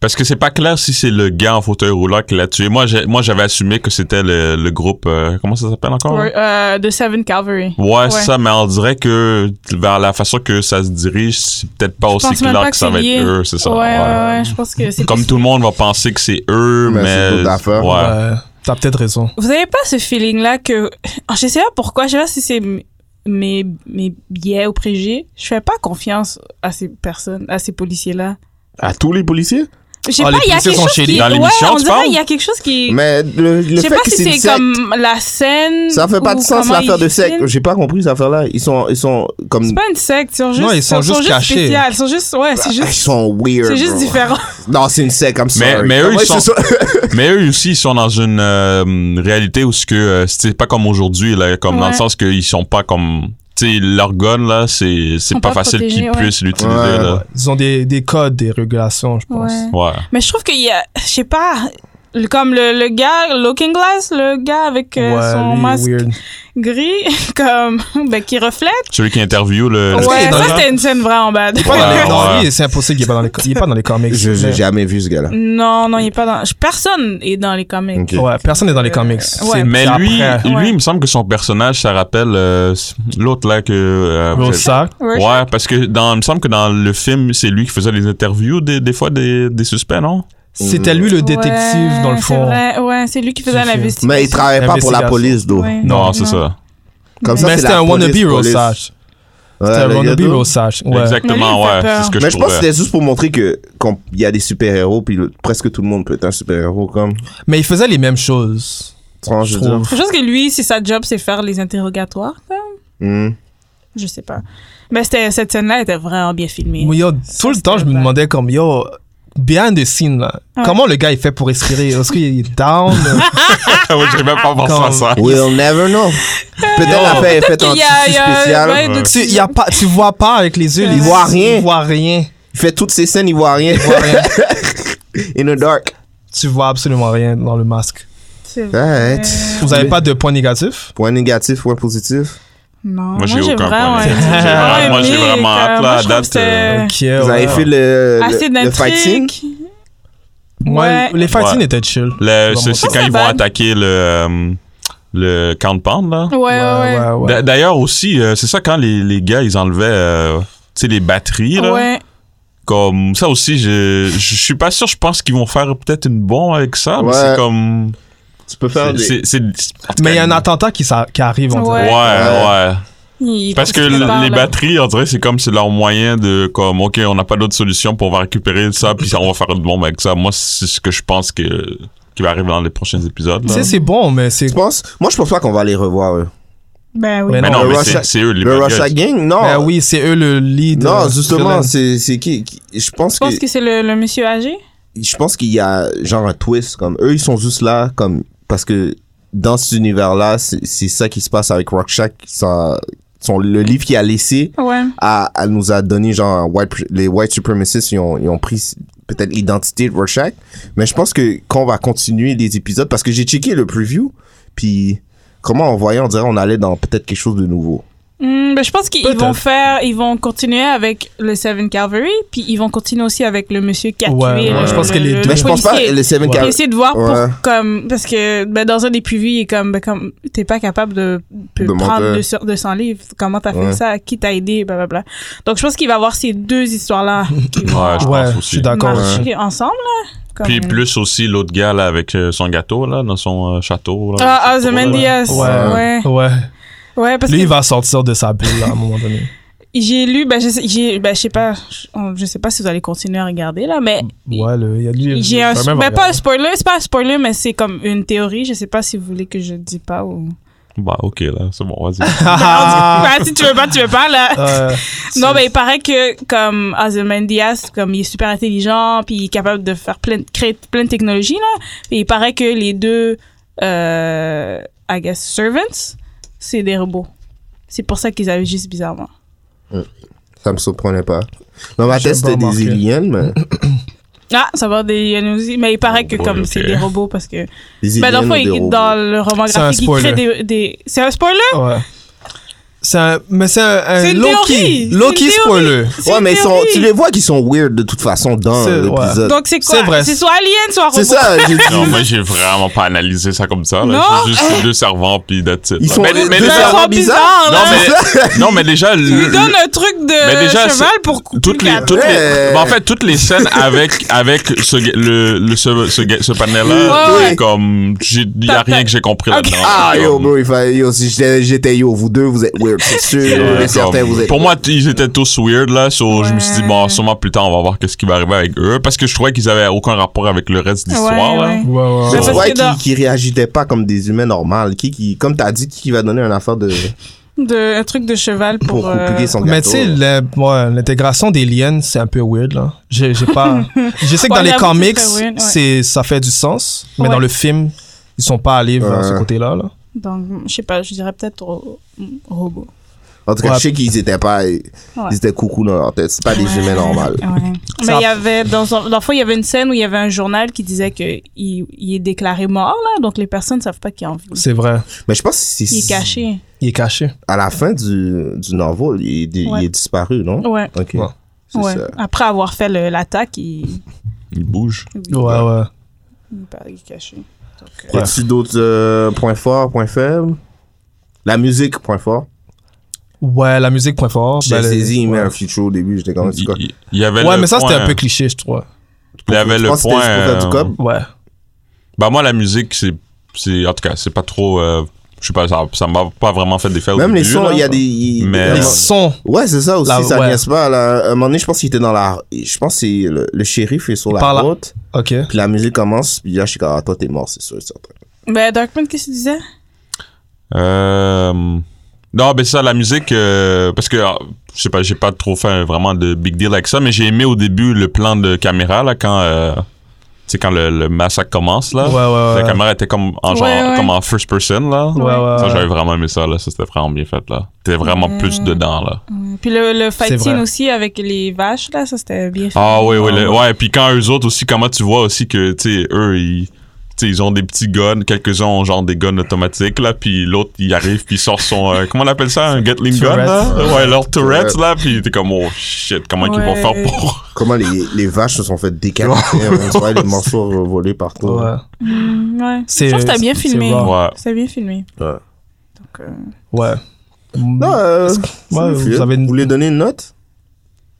Speaker 7: Parce que c'est pas clair si c'est le gars en fauteuil roulant qui l'a tué. Moi, j'ai- moi, j'avais assumé que c'était le, le groupe. euh, comment ça s'appelle encore?
Speaker 4: Ouais, euh, de Seven Calvary.
Speaker 7: Ouais, c'est ça, mais on dirait que vers la façon que ça se dirige, c'est peut-être pas
Speaker 4: Je
Speaker 7: aussi
Speaker 4: pense même
Speaker 7: clair
Speaker 4: pas
Speaker 7: que,
Speaker 4: que
Speaker 7: ça
Speaker 4: c'est
Speaker 7: va
Speaker 4: lié.
Speaker 7: être eux, c'est ça.
Speaker 4: ouais, ouais,
Speaker 7: ouais.
Speaker 4: ouais, je pense que c'est.
Speaker 7: Comme tout le monde va penser que c'est eux, mais.
Speaker 5: Mais c'est d'autres affaires.
Speaker 7: Ouais.
Speaker 6: Ouais, T'as peut-être raison.
Speaker 4: Vous avez pas ce feeling-là que. Ah, Je sais pas pourquoi, je sais pas si c'est m- mes, mes biais ou préjugés. Je fais pas confiance à ces personnes, à ces policiers-là.
Speaker 5: À tous les policiers?
Speaker 4: Je sais
Speaker 6: Ah,
Speaker 4: pas,
Speaker 6: les
Speaker 4: il y a
Speaker 6: policiers
Speaker 4: quelque
Speaker 6: sont
Speaker 4: chose.
Speaker 6: chez
Speaker 4: Qui...
Speaker 6: les-
Speaker 7: Dans
Speaker 4: ouais,
Speaker 7: l'émission,
Speaker 4: on
Speaker 7: tu
Speaker 4: dirait
Speaker 7: parles?
Speaker 4: il y a quelque chose qui.
Speaker 5: Mais le,
Speaker 4: je
Speaker 5: le
Speaker 4: sais
Speaker 5: fait
Speaker 4: pas
Speaker 5: que
Speaker 4: si
Speaker 5: c'est une
Speaker 4: c'est
Speaker 5: secte,
Speaker 4: comme la scène.
Speaker 5: ça fait pas
Speaker 4: ou
Speaker 5: de sens
Speaker 4: comment
Speaker 5: l'affaire
Speaker 4: ils
Speaker 5: de secte.
Speaker 4: filment.
Speaker 5: J'ai pas compris cette affaire-là. Ils sont, ils sont comme.
Speaker 4: C'est pas une secte, ils sont juste.
Speaker 6: Non, ils sont juste cachés.
Speaker 4: spéciales, Ils sont juste. Ouais, c'est
Speaker 5: Ah, Ils
Speaker 4: juste.
Speaker 5: sont weird.
Speaker 4: C'est juste
Speaker 5: bro.
Speaker 4: différent.
Speaker 5: Non, c'est une secte, comme ça.
Speaker 7: Mais- mais eux, ils sont- Mais eux aussi, ils sont dans une euh, réalité où ce que euh, c'est pas comme aujourd'hui là, comme dans le
Speaker 4: Ouais.
Speaker 7: sens qu'ils sont pas comme, tu sais, leur gun là, c'est c'est
Speaker 4: sont
Speaker 7: pas,
Speaker 4: pas
Speaker 7: facile
Speaker 4: protégés,
Speaker 7: qu'ils
Speaker 4: ouais.
Speaker 7: puissent l'utiliser
Speaker 5: Ouais.
Speaker 7: là.
Speaker 6: Ils ont des, des codes, des régulations, je pense.
Speaker 4: Ouais.
Speaker 7: Ouais.
Speaker 4: Mais je trouve qu'il y a. Je sais pas. le- Comme le, le gars, Looking Glass, le gars avec euh,
Speaker 6: Ouais,
Speaker 4: son
Speaker 6: lui,
Speaker 4: masque
Speaker 6: weird.
Speaker 4: gris, comme. Ben, qui reflète.
Speaker 7: Celui qui interviewe le. le-
Speaker 6: qu'il est
Speaker 4: Ouais,
Speaker 6: dans le
Speaker 4: ça
Speaker 6: genre?
Speaker 4: c'était une scène vraiment bad.
Speaker 6: Pas dans les-
Speaker 7: Ouais,
Speaker 6: non,
Speaker 7: ouais.
Speaker 6: lui, c'est impossible qu'il est pas dans les, co- il est pas dans les comics.
Speaker 5: Je j'ai jamais vu ce gars-là.
Speaker 4: Non, non, il est pas dans. Personne est dans les comics.
Speaker 5: Ok.
Speaker 6: Ouais, personne n'est dans les comics.
Speaker 4: Euh, Ouais.
Speaker 6: C'est-
Speaker 7: Mais
Speaker 6: c'est
Speaker 7: lui,
Speaker 6: après.
Speaker 7: lui,
Speaker 4: Ouais.
Speaker 7: il me semble que son personnage, ça rappelle euh, l'autre là que. euh,
Speaker 6: Rorschach.
Speaker 4: Ouais.
Speaker 7: Ouais, parce que dans, il me semble que dans le film, c'est lui qui faisait les interviews des, des fois des, des suspects, non?
Speaker 6: C'était lui le détective, dans le
Speaker 4: c'est
Speaker 6: fond.
Speaker 4: vrai, ouais, c'est lui qui faisait
Speaker 6: Du film.
Speaker 4: l'investigation.
Speaker 5: Mais il travaille pas pour la
Speaker 6: Investigation.
Speaker 5: police, d'où.
Speaker 4: Ouais.
Speaker 7: Non, c'est ça.
Speaker 5: Comme ça,
Speaker 6: Mais
Speaker 5: c'est
Speaker 6: c'était
Speaker 5: la
Speaker 6: un wannabe
Speaker 5: police, police.
Speaker 6: Rorschach.
Speaker 5: Ouais,
Speaker 6: C'était un
Speaker 5: le gars
Speaker 6: wannabe
Speaker 5: d'où.
Speaker 6: Rorschach. Ouais.
Speaker 7: Exactement,
Speaker 4: Mais lui, il
Speaker 7: ouais.
Speaker 4: fait
Speaker 7: C'est ce que
Speaker 5: Mais je pense
Speaker 7: je
Speaker 5: que
Speaker 7: trouvais.
Speaker 5: c'était juste pour montrer que qu'on- il y a des super-héros, puis le- presque tout le monde peut être un super-héros, comme.
Speaker 6: Mais il faisait les mêmes choses.
Speaker 5: Tu vois, je
Speaker 6: Je
Speaker 5: veux dire.
Speaker 6: trouve.
Speaker 4: Je pense que lui, c'est sa job, c'est faire les interrogatoires. quoi.
Speaker 5: Hmm.
Speaker 4: Je sais pas. Mais c'était- cette scène-là était vraiment bien filmée.
Speaker 6: Moi, yo, tout le
Speaker 4: c'était
Speaker 6: temps, je me
Speaker 4: bad.
Speaker 6: demandais comme, yo, behind the scene, là,
Speaker 4: Ouais.
Speaker 6: comment le gars, il fait pour respirer? Est-ce qu'il est down?
Speaker 7: Ouais, j'avais même pas pensé à
Speaker 6: Comme-
Speaker 7: ça.
Speaker 5: We'll never know. Peut-être la paix est faite en
Speaker 4: qu'il y a-
Speaker 5: tissu
Speaker 4: Euh, il y a-
Speaker 5: spécial.
Speaker 4: ouais, de-
Speaker 6: tu, y a pas, tu vois pas avec les yeux.
Speaker 4: Ouais.
Speaker 6: les-
Speaker 5: Il voit rien.
Speaker 6: Il voit rien.
Speaker 5: Il fait toutes ces scènes, il voit rien.
Speaker 6: Il voit rien.
Speaker 5: In the dark.
Speaker 6: tu vois absolument rien dans le masque.
Speaker 4: C'est vrai.
Speaker 5: Right.
Speaker 6: Vous avez pas de points négatifs?
Speaker 5: Point négatif, point positif.
Speaker 4: Non,
Speaker 7: Moi, j'ai aucun
Speaker 4: vraiment
Speaker 7: problème.
Speaker 4: aimé,
Speaker 7: J'ai vraiment- moi, j'ai
Speaker 4: aimé,
Speaker 7: vraiment hâte,
Speaker 4: comme,
Speaker 7: là,
Speaker 4: moi,
Speaker 7: à
Speaker 4: je trouve
Speaker 7: date, euh,
Speaker 4: que c'était
Speaker 6: Ok,
Speaker 5: Vous
Speaker 6: ouais.
Speaker 5: avez fait le,
Speaker 4: Assez
Speaker 5: le, le fighting.
Speaker 4: d'intrigue.
Speaker 6: Moi,
Speaker 4: Ouais.
Speaker 6: les fighting
Speaker 7: Ouais.
Speaker 6: étaient chill.
Speaker 7: Le-
Speaker 6: Bon,
Speaker 7: C'est
Speaker 6: bon,
Speaker 7: c'est
Speaker 4: bon.
Speaker 7: quand ils
Speaker 4: Ça,
Speaker 7: vont
Speaker 4: ça va.
Speaker 7: attaquer le, euh, le camp de Pound, là.
Speaker 4: Ouais, ouais, ouais.
Speaker 6: ouais.
Speaker 7: D'a- D'ailleurs aussi, euh, c'est ça quand les, les gars, ils enlevaient euh, tu sais, les batteries, là.
Speaker 4: Ouais.
Speaker 7: Comme ça aussi, je, je suis pas sûr, je pense qu'ils vont faire peut-être une bombe avec ça, mais
Speaker 5: Ouais.
Speaker 7: c'est comme...
Speaker 5: Tu peux faire
Speaker 7: c'est-
Speaker 5: des...
Speaker 7: c'est- c'est- en tout
Speaker 6: Mais il y
Speaker 7: cas,
Speaker 6: a un attentat qui, s'a- qui arrive, on
Speaker 4: Ouais.
Speaker 7: Ouais,
Speaker 6: dirait.
Speaker 7: ouais.
Speaker 4: Il-
Speaker 7: Parce que
Speaker 4: il
Speaker 7: le-
Speaker 4: parle,
Speaker 7: les
Speaker 4: là.
Speaker 7: batteries, on dirait, c'est comme c'est leur moyen de, comme, OK, on n'a pas d'autre solution pour on va récupérer ça, puis on va faire une bombe avec ça. Moi, c'est ce que je pense que, qui va arriver dans les prochains épisodes.
Speaker 6: Tu
Speaker 7: là.
Speaker 6: sais, c'est bon, mais c'est.
Speaker 5: Tu penses? Moi, je pense pas qu'on va les revoir, eux.
Speaker 4: Ben oui.
Speaker 6: Mais
Speaker 7: Mais
Speaker 6: Non,
Speaker 7: non,
Speaker 5: le
Speaker 7: mais
Speaker 5: Russia-
Speaker 7: c'est c'est eux, les
Speaker 5: Le
Speaker 7: Riot.
Speaker 5: Russia Gang, non.
Speaker 6: Ben oui, c'est eux le lead.
Speaker 5: Non,
Speaker 6: euh,
Speaker 5: justement,
Speaker 6: villain.
Speaker 5: c'est c'est qui, qui- Je pense
Speaker 4: Je
Speaker 5: que
Speaker 4: pense que c'est le, le monsieur âgé.
Speaker 5: je pense qu'il y a genre un twist comme eux ils sont juste là comme parce que dans cet univers là c'est c'est ça qui se passe avec Rorschach ça son le livre qu'il a laissé
Speaker 4: Ouais.
Speaker 5: a, a- nous a donné genre un white pr- les white supremacists ils ont, ils ont pris peut-être l'identité de Rorschach mais je pense que quand on va continuer les épisodes parce que j'ai checké le preview puis comment on voyait on dirait on allait dans peut-être quelque chose de nouveau
Speaker 4: Hmm, ben, je pense qu'ils
Speaker 6: Peut-être.
Speaker 4: vont faire, ils vont continuer avec le Seven Calvary, puis ils vont continuer aussi avec le monsieur qui a
Speaker 6: Ouais,
Speaker 4: tué.
Speaker 6: ouais,
Speaker 4: le-
Speaker 6: je pense que
Speaker 4: le-
Speaker 6: les
Speaker 4: le
Speaker 6: deux-
Speaker 5: mais je pense pas
Speaker 4: policier.
Speaker 5: les Seven
Speaker 4: J'ai
Speaker 5: Cal-
Speaker 4: essayé de voir
Speaker 5: Ouais.
Speaker 4: pour comme parce que ben, dans un des previews il est comme ben, comme t'es pas capable de, de
Speaker 5: De
Speaker 4: prendre
Speaker 5: monter.
Speaker 4: 200 200 livres comment t'as fait
Speaker 5: Ouais.
Speaker 4: ça qui t'a aidé blablabla donc je pense qu'il va y avoir ces deux histoires là qui vont
Speaker 7: Ouais, je
Speaker 6: Ouais,
Speaker 7: pense
Speaker 6: je
Speaker 7: aussi.
Speaker 6: suis d'accord.
Speaker 4: marcher
Speaker 5: hein.
Speaker 4: ensemble là Comme-
Speaker 7: Puis plus aussi l'autre gars là avec euh, son gâteau là dans son euh, château. Là,
Speaker 4: ah, ah
Speaker 7: Je sais pas, là.
Speaker 4: Ozymandias ouais
Speaker 6: Ouais. Ouais.
Speaker 4: ouais parce
Speaker 6: Lui, il
Speaker 4: que
Speaker 6: va sortir de sa bulle là, à un moment donné.
Speaker 4: j'ai lu ben je sais, j'ai- ben, je sais pas je- on- je sais pas si vous allez continuer à regarder là mais
Speaker 6: Ouais, le, il y a lui.
Speaker 4: j'ai un
Speaker 6: vraiment
Speaker 4: ben, pas un
Speaker 6: regardé.
Speaker 4: spoiler c'est pas un spoiler mais c'est comme une théorie je sais pas si vous voulez que je dis pas ou
Speaker 7: Bah ok là, c'est bon, vas-y.
Speaker 4: Ben, si tu veux pas tu veux pas là
Speaker 6: Euh,
Speaker 4: Non,
Speaker 6: c'est-
Speaker 4: mais il paraît que comme Ozymandias, comme il est super intelligent, puis il est capable de faire plein, de- créer plein de technologies là. Et il paraît que les deux, euh, I guess servants, c'est des robots. C'est pour ça qu'ils agissent bizarrement.
Speaker 5: ça me surprenait pas dans ma
Speaker 6: J'ai
Speaker 5: tête
Speaker 6: pas
Speaker 5: c'était des
Speaker 6: remarqué.
Speaker 5: aliens mais
Speaker 4: Ah, ça va des aliens aussi, mais il paraît que
Speaker 7: Oh,
Speaker 4: comme
Speaker 7: ok.
Speaker 4: c'est des robots parce que.
Speaker 5: des
Speaker 4: Ben,
Speaker 5: aliens
Speaker 4: dans le fond,
Speaker 5: ou des
Speaker 4: il-
Speaker 5: robots.
Speaker 4: dans le roman
Speaker 6: C'est un
Speaker 4: graphique, il crée des. des- C'est un spoiler.
Speaker 6: Ouais. C'est un, mais c'est un, un
Speaker 4: C'est une
Speaker 6: low-key.
Speaker 4: théorie. C'est
Speaker 6: Low-key
Speaker 4: une
Speaker 6: spoiler.
Speaker 4: C'est
Speaker 5: Ouais,
Speaker 4: une
Speaker 5: mais ils sont,
Speaker 4: théorie.
Speaker 5: tu les vois qu'ils sont weird de toute façon dans
Speaker 6: C'est-
Speaker 5: l'épisode.
Speaker 4: Donc c'est
Speaker 6: C'est
Speaker 4: quoi
Speaker 6: vrai.
Speaker 4: C'est soit alien, soit robot.
Speaker 5: C'est ça, j'ai dit.
Speaker 7: non, moi j'ai vraiment pas analysé ça comme ça.
Speaker 4: Non.
Speaker 7: Là. C'est juste ces deux servants puis that's it.
Speaker 5: Ils
Speaker 7: là.
Speaker 5: sont
Speaker 7: mais, mais
Speaker 5: deux
Speaker 4: Ils
Speaker 7: déjà,
Speaker 5: servants.
Speaker 4: sont
Speaker 5: bizarre.
Speaker 7: non
Speaker 4: bizarres. là.
Speaker 7: mais non mais déjà
Speaker 4: Tu
Speaker 7: le-
Speaker 4: lui
Speaker 7: le-
Speaker 4: donnes un truc de
Speaker 7: Mais déjà,
Speaker 4: cheval
Speaker 7: c'est-
Speaker 4: pour couper
Speaker 7: toutes les
Speaker 4: la-
Speaker 7: toutes les
Speaker 5: Ouais.
Speaker 7: ben, en fait toutes les scènes avec avec ce ga- le, le ce ce, ga- ce panel là
Speaker 4: Ouais, ouais.
Speaker 7: comme j'ai y a
Speaker 4: T'as- t'as-
Speaker 7: rien que j'ai compris
Speaker 4: Ok.
Speaker 7: là-dedans.
Speaker 5: Ah, yo,
Speaker 7: Comme-
Speaker 5: bro, il fallait, yo, si j'étais, j'étais, yo, vous deux, vous êtes weird, c'est sûr,
Speaker 7: Ouais,
Speaker 5: mais
Speaker 7: euh, comme-
Speaker 5: certains, vous êtes.
Speaker 7: pour moi, t- ils étaient tous weird, là. So, Je me suis dit,
Speaker 4: Ouais.
Speaker 7: bon, sûrement plus tard, on va voir qu'est-ce qui va arriver avec eux. Parce que je trouvais qu'ils avaient aucun rapport avec le reste de l'histoire,
Speaker 4: Ouais,
Speaker 7: là.
Speaker 4: ouais.
Speaker 6: Ouais, ouais,
Speaker 5: Mais
Speaker 6: ouais.
Speaker 5: tu
Speaker 4: parce
Speaker 5: vois
Speaker 4: que
Speaker 5: qu'ils
Speaker 4: dans-
Speaker 5: qu'ils réagissaient pas comme des humains normaux. Qui, qui, comme t'as dit, qui va donner un affaire de,
Speaker 4: de, un truc de cheval pour,
Speaker 5: pour
Speaker 4: euh,
Speaker 5: compliquer son
Speaker 6: Mais
Speaker 5: gâteau.
Speaker 6: tu sais, la- ouais, l'intégration des liens, c'est un peu weird, là. J'ai j'ai pas. Je sais que
Speaker 4: Ouais,
Speaker 6: dans les
Speaker 4: j'avoue, c'est
Speaker 6: comics,
Speaker 4: très weird, ouais.
Speaker 6: c'est ça fait du sens, mais
Speaker 4: Ouais.
Speaker 6: dans le film, ils sont pas allés vers ce
Speaker 5: Ouais.
Speaker 6: côté-là, là.
Speaker 4: donc je sais pas je dirais peut-être ro- robot
Speaker 5: En tout cas,
Speaker 6: Ouais.
Speaker 5: je sais qu'ils étaient pas, ils étaient coucou dans leur tête. C'est pas des humains normaux.
Speaker 4: Ouais. mais
Speaker 6: Ça-
Speaker 4: il y avait dans son- dans le fond, il y avait une scène où il y avait un journal qui disait que il, il est déclaré mort là donc les personnes savent pas qu'il est en vie
Speaker 6: C'est vrai.
Speaker 5: Mais je pense que
Speaker 4: il est
Speaker 5: c'est,
Speaker 4: caché
Speaker 6: Il est caché.
Speaker 5: à la fin du, du novel, il, est- il
Speaker 4: Ouais.
Speaker 5: est disparu, non?
Speaker 4: ouais
Speaker 5: Ok.
Speaker 6: Ouais.
Speaker 5: C'est
Speaker 4: ouais
Speaker 5: ça.
Speaker 4: après avoir fait le- l'attaque il,
Speaker 7: Ils bougent.
Speaker 5: Bah,
Speaker 6: Ouais, ouais.
Speaker 4: il paraît qu'il est caché Donc, euh,
Speaker 5: Y a-t-il d'autres euh, points forts, points faibles? La musique, point fort.
Speaker 6: Ouais, la musique, point fort.
Speaker 5: J'ai
Speaker 6: Ben, le-
Speaker 5: saisi, il met
Speaker 6: ouais.
Speaker 5: un feature au début, j'étais comme, c'est quoi?
Speaker 7: Il il y avait
Speaker 6: Ouais,
Speaker 7: Ben, le
Speaker 6: mais ça, c'était
Speaker 7: point-
Speaker 6: un peu cliché, je trouve.
Speaker 7: Il y avait
Speaker 5: Je
Speaker 7: le
Speaker 5: pense que c'était
Speaker 7: point.
Speaker 5: juste pour faire du
Speaker 7: euh,
Speaker 5: com.
Speaker 6: Ouais.
Speaker 7: Bah, moi, la musique, c'est, c'est, en tout cas, c'est pas trop, euh, je sais pas, ça, ça m'a pas vraiment fait d'effet euh, au
Speaker 5: Même les
Speaker 7: début,
Speaker 5: sons,
Speaker 7: là.
Speaker 5: il y a des. il-
Speaker 7: Mais-
Speaker 5: il y a-
Speaker 6: Les
Speaker 7: Euh,
Speaker 6: sons.
Speaker 5: Ouais, c'est ça aussi,
Speaker 6: La-
Speaker 5: ça
Speaker 6: ouais.
Speaker 5: niaise pas. là. À un moment donné, je pense qu'il était dans la. Je pense que c'est le, le shérif est sur la
Speaker 6: Par la-
Speaker 5: route,
Speaker 6: Ok.
Speaker 5: puis la musique commence, puis là, je suis comme, ah, toi, t'es mort, c'est sûr, c'est certain.
Speaker 4: ben Darkman qu'est-ce que tu disais
Speaker 7: Euh, non, ben ça, la musique, euh, parce que ah, je sais pas, j'ai pas trop fait vraiment de big deal avec ça, mais j'ai aimé au début le plan de caméra là quand, euh, tu sais, quand le, le massacre commence là.
Speaker 6: Ouais, ouais, ouais.
Speaker 7: La caméra était comme en genre,
Speaker 4: Ouais, ouais.
Speaker 7: comme en first person là.
Speaker 6: Ouais, ouais.
Speaker 7: Ça,
Speaker 6: ouais.
Speaker 7: j'avais vraiment aimé ça là. Ça c'était vraiment bien fait là. T'es vraiment plus dedans là.
Speaker 4: Ouais. puis le, le
Speaker 6: C'est
Speaker 4: fight scene
Speaker 6: vrai.
Speaker 4: aussi avec les vaches là ça c'était bien fait
Speaker 7: Ah oui, oui. le- ouais, puis quand eux autres aussi, comment tu vois aussi que, tu sais, eux, ils, tu sais, ils ont des petits guns. Quelques-uns ont genre des guns automatiques, là. Puis l'autre, il arrive, puis il sort son. euh, comment on appelle ça Un Gatling gun,
Speaker 6: Tourette.
Speaker 7: là Ouais, leur Tourette,
Speaker 5: Tourette.
Speaker 7: là. Puis t'es comme, oh shit, comment qu'ils vont
Speaker 4: Ouais.
Speaker 7: faire pour.
Speaker 5: Comment les, les vaches se sont fait décapiter, on se voit les morceaux euh, volés partout.
Speaker 6: Ouais.
Speaker 4: Mm, ouais je
Speaker 6: C'est-
Speaker 4: trouve que t'as bien
Speaker 6: c'est
Speaker 4: filmé
Speaker 6: raw.
Speaker 7: Ouais.
Speaker 4: c'est bien filmé
Speaker 6: Mm.
Speaker 5: Ouais.
Speaker 4: donc euh,
Speaker 6: Ouais.
Speaker 5: Non, euh,
Speaker 6: Ouais,
Speaker 5: c'est
Speaker 6: vous
Speaker 5: fluide.
Speaker 6: avez une-
Speaker 5: Vous voulez donner une note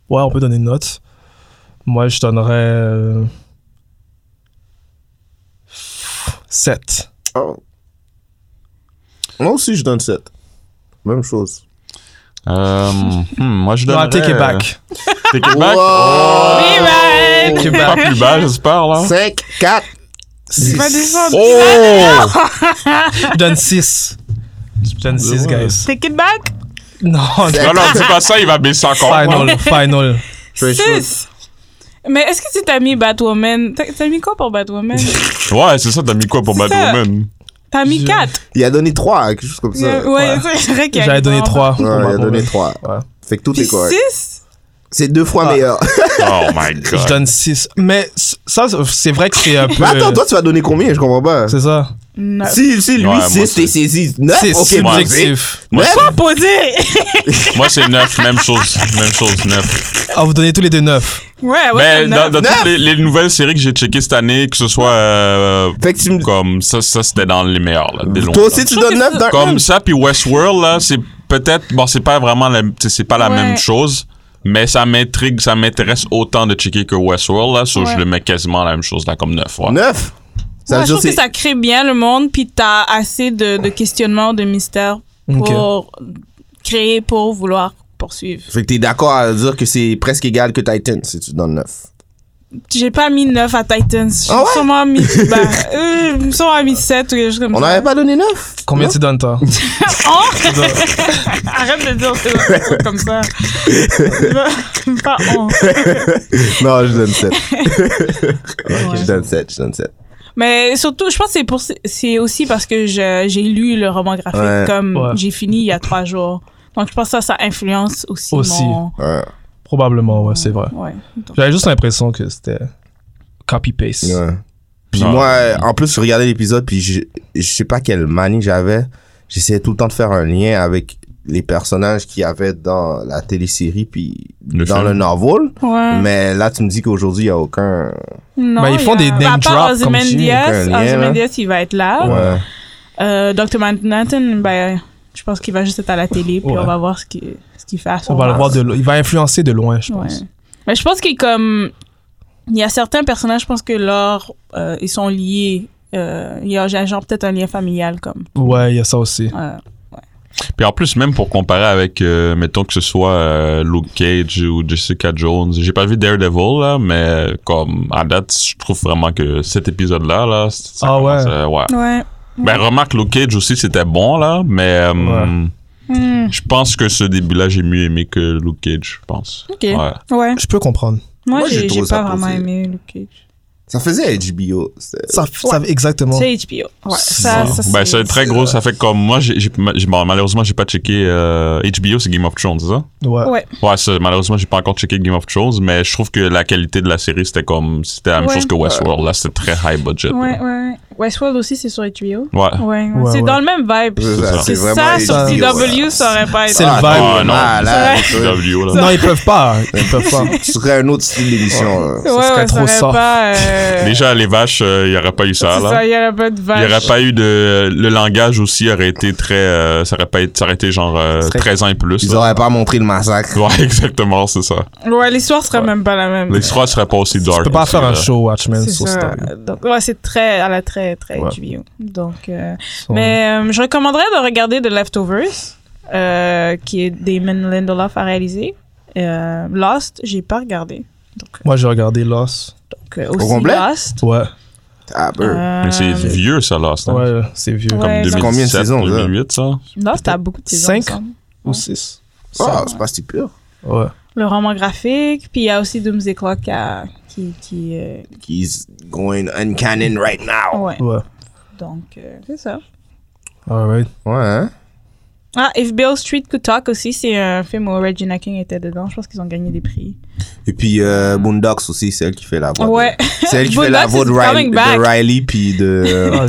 Speaker 6: Ouais, on peut donner une note. Moi, je donnerais. euh, 7.
Speaker 5: Oh. Moi aussi, je donne 7. Même chose.
Speaker 7: Euh, hmm, moi, je
Speaker 6: Non,
Speaker 7: donnerais... euh,
Speaker 6: take it back.
Speaker 7: T'es Québec
Speaker 5: Wow.
Speaker 4: Be right!
Speaker 7: Pas plus bas, j'espère, là.
Speaker 5: 5, 4.
Speaker 4: Pas descendre.
Speaker 7: Oh
Speaker 6: Je donne 6.
Speaker 5: Ben
Speaker 6: Gen 6, guys.
Speaker 4: Take it back.
Speaker 6: Non,
Speaker 7: Non, non, dis pas ça, il va baisser encore.
Speaker 6: final, final.
Speaker 4: Six. Mais est-ce que tu t'as mis Batwoman? T'as t'as mis quoi pour Batwoman?
Speaker 7: Ouais, c'est ça, t'as mis quoi pour
Speaker 4: C'est ça.
Speaker 7: Batwoman?
Speaker 4: T'as mis
Speaker 6: Je-
Speaker 4: 4.
Speaker 5: Il a donné 3, quelque chose comme ça.
Speaker 4: Ouais,
Speaker 6: ouais.
Speaker 4: c'est vrai qu'il y a
Speaker 6: J'avais donné
Speaker 4: vraiment-
Speaker 6: 3.
Speaker 5: Ouais, il a donné 3.
Speaker 6: Ouais.
Speaker 5: Fait que tout
Speaker 4: Puis
Speaker 5: est correct.
Speaker 4: 6?
Speaker 5: C'est deux fois
Speaker 6: Ah.
Speaker 5: meilleur.
Speaker 7: Oh my
Speaker 6: Je
Speaker 7: god.
Speaker 6: donne 6. Mais c- ça, c'est vrai que c'est un peu.
Speaker 5: Mais attends, toi, tu vas donner combien Je comprends pas.
Speaker 6: C'est ça.
Speaker 4: Non.
Speaker 5: Si, si lui,
Speaker 7: Ouais, moi,
Speaker 5: 6, t'es
Speaker 7: c'est-
Speaker 5: 6. 9,
Speaker 6: C'est
Speaker 5: Ah, ok, vas-y.
Speaker 6: subjectif.
Speaker 7: Moi,
Speaker 5: Neuf?
Speaker 7: c'est-
Speaker 4: Pour dire.
Speaker 7: Moi, c'est 9, même chose. Même chose, 9.
Speaker 6: Ah, vous donnez tous les deux 9.
Speaker 4: Ouais, ouais.
Speaker 7: Mais Ben, dans,
Speaker 4: neuf.
Speaker 7: dans toutes les, les nouvelles séries que j'ai checkées cette année, que ce soit euh,
Speaker 5: Fait que tu me-
Speaker 7: comme ça, ça c'était dans les meilleurs, là, des
Speaker 5: Toi
Speaker 7: longues.
Speaker 5: aussi, tu donnes 9
Speaker 7: Comme ça, puis Westworld, là, c'est peut-être, bon, c'est pas vraiment la, tu sais, c'est pas la
Speaker 4: Ouais.
Speaker 7: même chose, mais ça m'intrigue, ça m'intéresse autant de checker que Westworld, là, so
Speaker 4: Ouais.
Speaker 7: je le mets quasiment la même chose, là, comme 9. Ouais.
Speaker 5: 9 Ça
Speaker 4: Ouais,
Speaker 5: veut
Speaker 4: je
Speaker 5: dire
Speaker 4: trouve
Speaker 5: c'est.
Speaker 4: que ça crée bien le monde, puis t'as assez de, de questionnements, de mystères
Speaker 6: Ok.
Speaker 4: pour créer, pour vouloir poursuivre.
Speaker 5: Fait que t'es d'accord à dire que c'est presque égal que Titan si tu donnes 9.
Speaker 4: J'ai pas mis 9 à Titans. J'ai
Speaker 5: Ah ouais?
Speaker 4: sûrement mis, bah, euh, j'ai sûrement mis 7 ou quelque chose comme
Speaker 5: On
Speaker 4: ça.
Speaker 5: n'avait pas donné 9
Speaker 6: Combien tu donnes, toi
Speaker 4: Oh! Arrête de dire ces trucs comme ça. pas on.
Speaker 5: Non, je donne 7. Je donne 7, je donne 7.
Speaker 4: Mais surtout, je pense que c'est pour c'est aussi parce que je- j'ai lu le roman graphique
Speaker 5: Ouais.
Speaker 4: comme
Speaker 6: Ouais.
Speaker 4: j'ai fini il y a trois jours. Donc je pense que ça, ça influence aussi,
Speaker 6: Aussi.
Speaker 4: mon...
Speaker 5: Ouais.
Speaker 6: Probablement, ouais, c'est vrai.
Speaker 4: Ouais. Donc,
Speaker 6: J'avais juste l'impression que c'était copy-paste.
Speaker 5: Ouais. Puis
Speaker 7: Non.
Speaker 5: moi, en plus, je regardais l'épisode, puis je, je sais pas quelle manie j'avais. J'essayais tout le temps de faire un lien avec les personnages qu'il y avait dans la télésérie, puis
Speaker 7: Le
Speaker 5: dans
Speaker 7: film.
Speaker 5: le novel.
Speaker 4: ouais.
Speaker 5: Mais là, tu me dis qu'aujourd'hui, il y a aucun.
Speaker 4: Non,
Speaker 6: Mais ils font
Speaker 4: il y a- Bah,
Speaker 6: des name
Speaker 4: à part
Speaker 6: drops comme si-
Speaker 4: Ozymandias,
Speaker 5: aucun lien, là.
Speaker 4: Ozymandias, il va être là.
Speaker 5: Ouais.
Speaker 4: Euh, Dr. Manhattan, ben, je pense qu'il va juste être à la télé, puis
Speaker 6: Ouais.
Speaker 4: on va voir ce qu'il ce qu'il fait à son
Speaker 6: On va le
Speaker 4: âge.
Speaker 6: voir de lo- Il va influencer de loin, je pense.
Speaker 4: Ouais. Mais je pense que comme il y a certains personnages, je pense que leur euh, ils sont liés. Euh, il y a genre genre, peut-être un lien familial comme.
Speaker 6: Ouais, il y a ça aussi.
Speaker 4: euh,
Speaker 7: Puis en plus, même pour comparer avec, euh, mettons que ce soit euh, Luke Cage ou Jessica Jones, j'ai pas vu Daredevil, là, mais comme à date, je trouve vraiment que cet épisode-là, là, ça
Speaker 6: Ah
Speaker 7: commence,
Speaker 6: ouais.
Speaker 7: euh, ouais.
Speaker 4: ouais.
Speaker 7: Ben remarque, Luke Cage aussi, c'était bon, là, mais euh,
Speaker 6: Ouais.
Speaker 4: Hmm,
Speaker 7: je pense que ce début-là, j'ai mieux aimé que Luke Cage, je pense.
Speaker 4: ok.
Speaker 7: Ouais.
Speaker 4: Ouais.
Speaker 6: Je peux comprendre.
Speaker 4: Moi,
Speaker 5: Moi, j'ai
Speaker 4: j'ai j'ai
Speaker 5: trouvé
Speaker 4: pas
Speaker 5: ça
Speaker 4: vraiment
Speaker 5: posé.
Speaker 4: aimé Luke Cage.
Speaker 5: Ça faisait HBO. c'était-
Speaker 6: Ça, ça- exactement.
Speaker 4: C'est HBO. Ouais. Ça,
Speaker 6: Bon.
Speaker 4: ça,
Speaker 7: Ben, c'est très gros, ça fait comme moi, j'ai, j'ai- j'ai- bon, malheureusement, j'ai pas checké euh, HBO, c'est Game of Thrones, c'est ça?
Speaker 6: Ouais.
Speaker 4: Ouais.
Speaker 7: Ouais, ça, malheureusement, j'ai pas encore checké Game of Thrones, mais je trouve que la qualité de la série, c'était comme. C'était la même
Speaker 4: Ouais.
Speaker 7: chose que Westworld. Là, c'était très high budget.
Speaker 4: Ouais, ouais, ouais. Westworld aussi, c'est sur HBO.
Speaker 7: Ouais.
Speaker 4: Ouais, ouais.
Speaker 6: Ouais,
Speaker 4: c'est
Speaker 6: ouais.
Speaker 4: dans le même vibe.
Speaker 5: C'est ça,
Speaker 4: C'est
Speaker 5: c'est vraiment
Speaker 4: ça,
Speaker 5: HBO,
Speaker 4: sur CW,
Speaker 5: ouais.
Speaker 4: ça aurait pas été.
Speaker 6: C'est le vibe.
Speaker 7: Ah, non.
Speaker 5: Ah, là,
Speaker 7: C'est W, là.
Speaker 6: Non, ils peuvent pas. Ils peuvent pas.
Speaker 5: Ce serait un autre style d'émission. hein.
Speaker 4: ouais,
Speaker 5: là.
Speaker 4: ouais,
Speaker 6: serait
Speaker 4: ça
Speaker 6: trop
Speaker 4: aurait
Speaker 6: soft.
Speaker 4: pas. euh,
Speaker 7: Déjà, les vaches, il y aurait pas eu ça,
Speaker 4: c'est
Speaker 7: là.
Speaker 4: ça, il y aurait pas de
Speaker 7: Il
Speaker 4: vache.
Speaker 7: y aurait pas eu de. Le langage aussi aurait été très. euh, ça, aurait pas été, ça aurait été genre euh,
Speaker 5: Très-
Speaker 7: 13 ans et plus.
Speaker 5: Ils
Speaker 7: là.
Speaker 5: auraient pas montré le massacre.
Speaker 7: Ouais, exactement, c'est ça.
Speaker 4: Ouais, l'histoire serait même pas la même.
Speaker 7: L'histoire serait pas aussi dark.
Speaker 6: Tu peux pas
Speaker 7: aussi,
Speaker 6: faire un
Speaker 7: là.
Speaker 6: show Watchmen
Speaker 4: C'est
Speaker 6: sur
Speaker 4: ça.
Speaker 6: Star.
Speaker 4: Donc, ouais, c'est très, à la très, très
Speaker 6: Ouais.
Speaker 4: HBO. Donc, euh, mais euh, je recommanderais de regarder The Leftovers, euh, qui est Damon Lindelof a réalisé. Euh, Lost, j'ai pas regardé. Donc,
Speaker 6: Moi, j'ai regardé Lost.
Speaker 4: donc, euh, aussi
Speaker 5: complet?
Speaker 4: Lost.
Speaker 6: Ouais.
Speaker 5: Ah, peu.
Speaker 4: Euh,
Speaker 7: Mais c'est vieux, ça, là. c'est-
Speaker 6: Ouais, c'est vieux.
Speaker 7: Comme
Speaker 4: Ouais,
Speaker 7: 2007,
Speaker 5: combien de saisons, là?
Speaker 7: 2008, ça.
Speaker 4: Lost a beaucoup de saisons.
Speaker 6: Cinq?
Speaker 4: il me semble.
Speaker 6: Ou 6.
Speaker 5: Ah, c'est pas si pire.
Speaker 6: Ouais.
Speaker 4: Le roman graphique, puis il y a aussi Doomsday Clock à- qui. qui euh,
Speaker 5: He's going uncannon right now.
Speaker 4: ouais,
Speaker 6: Ouais.
Speaker 4: donc euh, c'est ça.
Speaker 6: Alright.
Speaker 5: Ouais, hein?
Speaker 4: Ah, If Bill Street Could Talk aussi, c'est un film où Regina King était dedans. Je pense qu'ils ont gagné des prix.
Speaker 5: Et puis euh, Boondocks aussi, c'est elle qui fait la voix. de-
Speaker 4: Ouais.
Speaker 5: C'est elle qui fait la voix
Speaker 4: Boondocks
Speaker 5: de
Speaker 4: is
Speaker 5: Riley,
Speaker 4: coming back.
Speaker 5: de Riley puis
Speaker 7: Ah,
Speaker 5: de.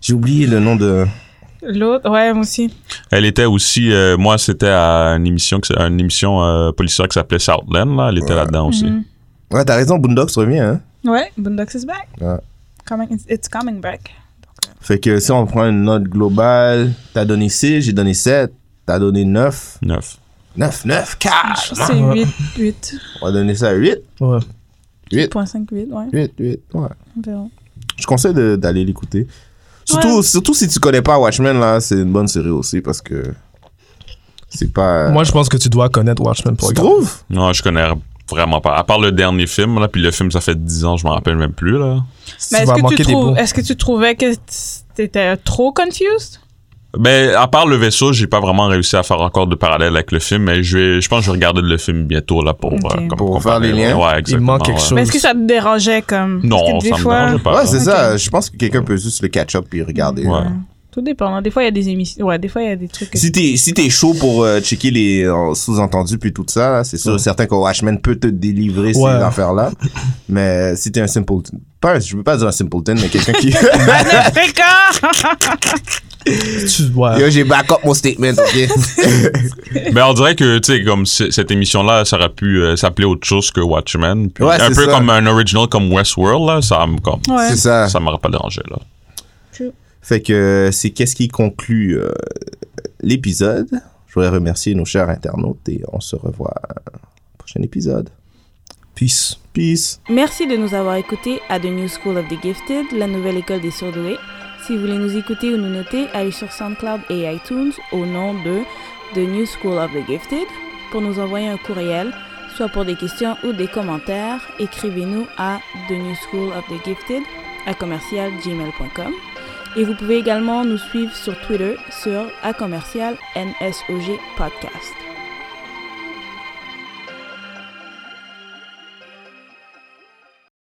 Speaker 5: J'ai oublié le nom de.
Speaker 4: L'autre, ouais, moi aussi.
Speaker 7: Elle était aussi, euh, moi, c'était à une émission, que- une émission euh, policière qui s'appelait Southland. Là. Elle était là-dedans aussi.
Speaker 4: Mhm.
Speaker 5: Ouais, t'as raison, Boondocks revient. Hein?
Speaker 4: Ouais, Boondocks is back.
Speaker 5: Ouais.
Speaker 4: Coming, it's, it's coming back.
Speaker 5: Fait que si on prend une note globale, t'as donné 6, j'ai donné 7, t'as donné 9.
Speaker 7: Neuf.
Speaker 5: 9, 9,
Speaker 7: Ah,
Speaker 4: Je
Speaker 5: cash!
Speaker 4: pense que c'est 8, 8,
Speaker 5: On va donner ça à 8.
Speaker 6: Ouais.
Speaker 4: 8.5, 8, ouais.
Speaker 5: 8, 8, ouais.
Speaker 4: environ.
Speaker 5: Je conseille de- d'aller l'écouter. Surtout,
Speaker 4: Ouais.
Speaker 5: surtout si tu connais pas Watchmen, là, c'est une bonne série aussi parce que c'est pas.
Speaker 6: Moi, je pense que tu dois connaître Watchmen pour
Speaker 5: tu
Speaker 6: regarder.
Speaker 5: trouves?
Speaker 7: Non, je connais vraiment pas. À part le dernier film, là, puis le film, ça fait 10 ans, je m'en rappelle même plus, là.
Speaker 4: Mais
Speaker 6: tu
Speaker 4: est-ce
Speaker 6: vas
Speaker 4: que, tu
Speaker 6: manquer des
Speaker 4: trouves-
Speaker 6: bouts.
Speaker 4: est-ce que tu trouvais que t- t'étais trop confused?
Speaker 7: Ben, à part le vaisseau, j'ai pas vraiment réussi à faire encore de parallèle avec le film, mais je, vais, je pense que je vais regarder le film bientôt là, pour,
Speaker 4: Ok.
Speaker 7: euh, comme
Speaker 5: Pour faire
Speaker 7: comparer,
Speaker 5: les
Speaker 7: ouais.
Speaker 5: liens.
Speaker 7: Ouais, exactement,
Speaker 6: manque quelque
Speaker 7: ouais.
Speaker 6: chose.
Speaker 4: Mais est-ce que ça te dérangeait comme parce
Speaker 7: Non,
Speaker 4: que des
Speaker 7: ça me
Speaker 4: fois,
Speaker 7: dérange pas. hein.
Speaker 5: Ouais, c'est ça. Je pense que quelqu'un peut juste le catch-up puis regarder.
Speaker 7: Ouais.
Speaker 4: Tout dépend. hein. Des fois, il y a des émissions. Ouais, des fois, il y a des trucs. que-
Speaker 5: Si t'es si t'es chaud pour euh, checker les euh, sous-entendus puis tout ça, là, c'est sûr, certain que Watchmen peut te délivrer ces
Speaker 6: Ouais.
Speaker 5: affaires-là. Mais si t'es un simpleton, pas, un- je veux pas dire un simpleton, mais quelqu'un qui.
Speaker 4: Fréquent!
Speaker 6: Tu- ouais.
Speaker 5: Yo, j'ai back up mon statement, ok?
Speaker 7: Ben, on dirait que, tu sais, comme c- cette émission-là, ça aurait pu euh, s'appeler autre chose que Watchmen. Puis
Speaker 5: Ouais,
Speaker 7: un
Speaker 5: c'est
Speaker 7: peu
Speaker 5: ça.
Speaker 7: comme un original comme Westworld, là, ça me comme,
Speaker 4: Ouais.
Speaker 5: c'est ça.
Speaker 7: ça m'aurait pas dérangé, là.
Speaker 5: Fait que euh, c'est qu'est-ce qui conclut euh, l'épisode. Je voudrais remercier nos chers internautes et on se revoit euh, au prochain épisode.
Speaker 6: Peace.
Speaker 5: Peace.
Speaker 8: Merci de nous avoir écoutés à The New School of the Gifted, la nouvelle école des surdoués. Si vous voulez nous écouter ou nous noter, allez sur SoundCloud et iTunes au nom de The New School of the Gifted. Pour nous envoyer un courriel, soit pour des questions ou des commentaires, écrivez-nous à The New School of the Gifted à commercialgmail.com. Et vous pouvez également nous suivre sur Twitter sur à commercial NSOG Podcast.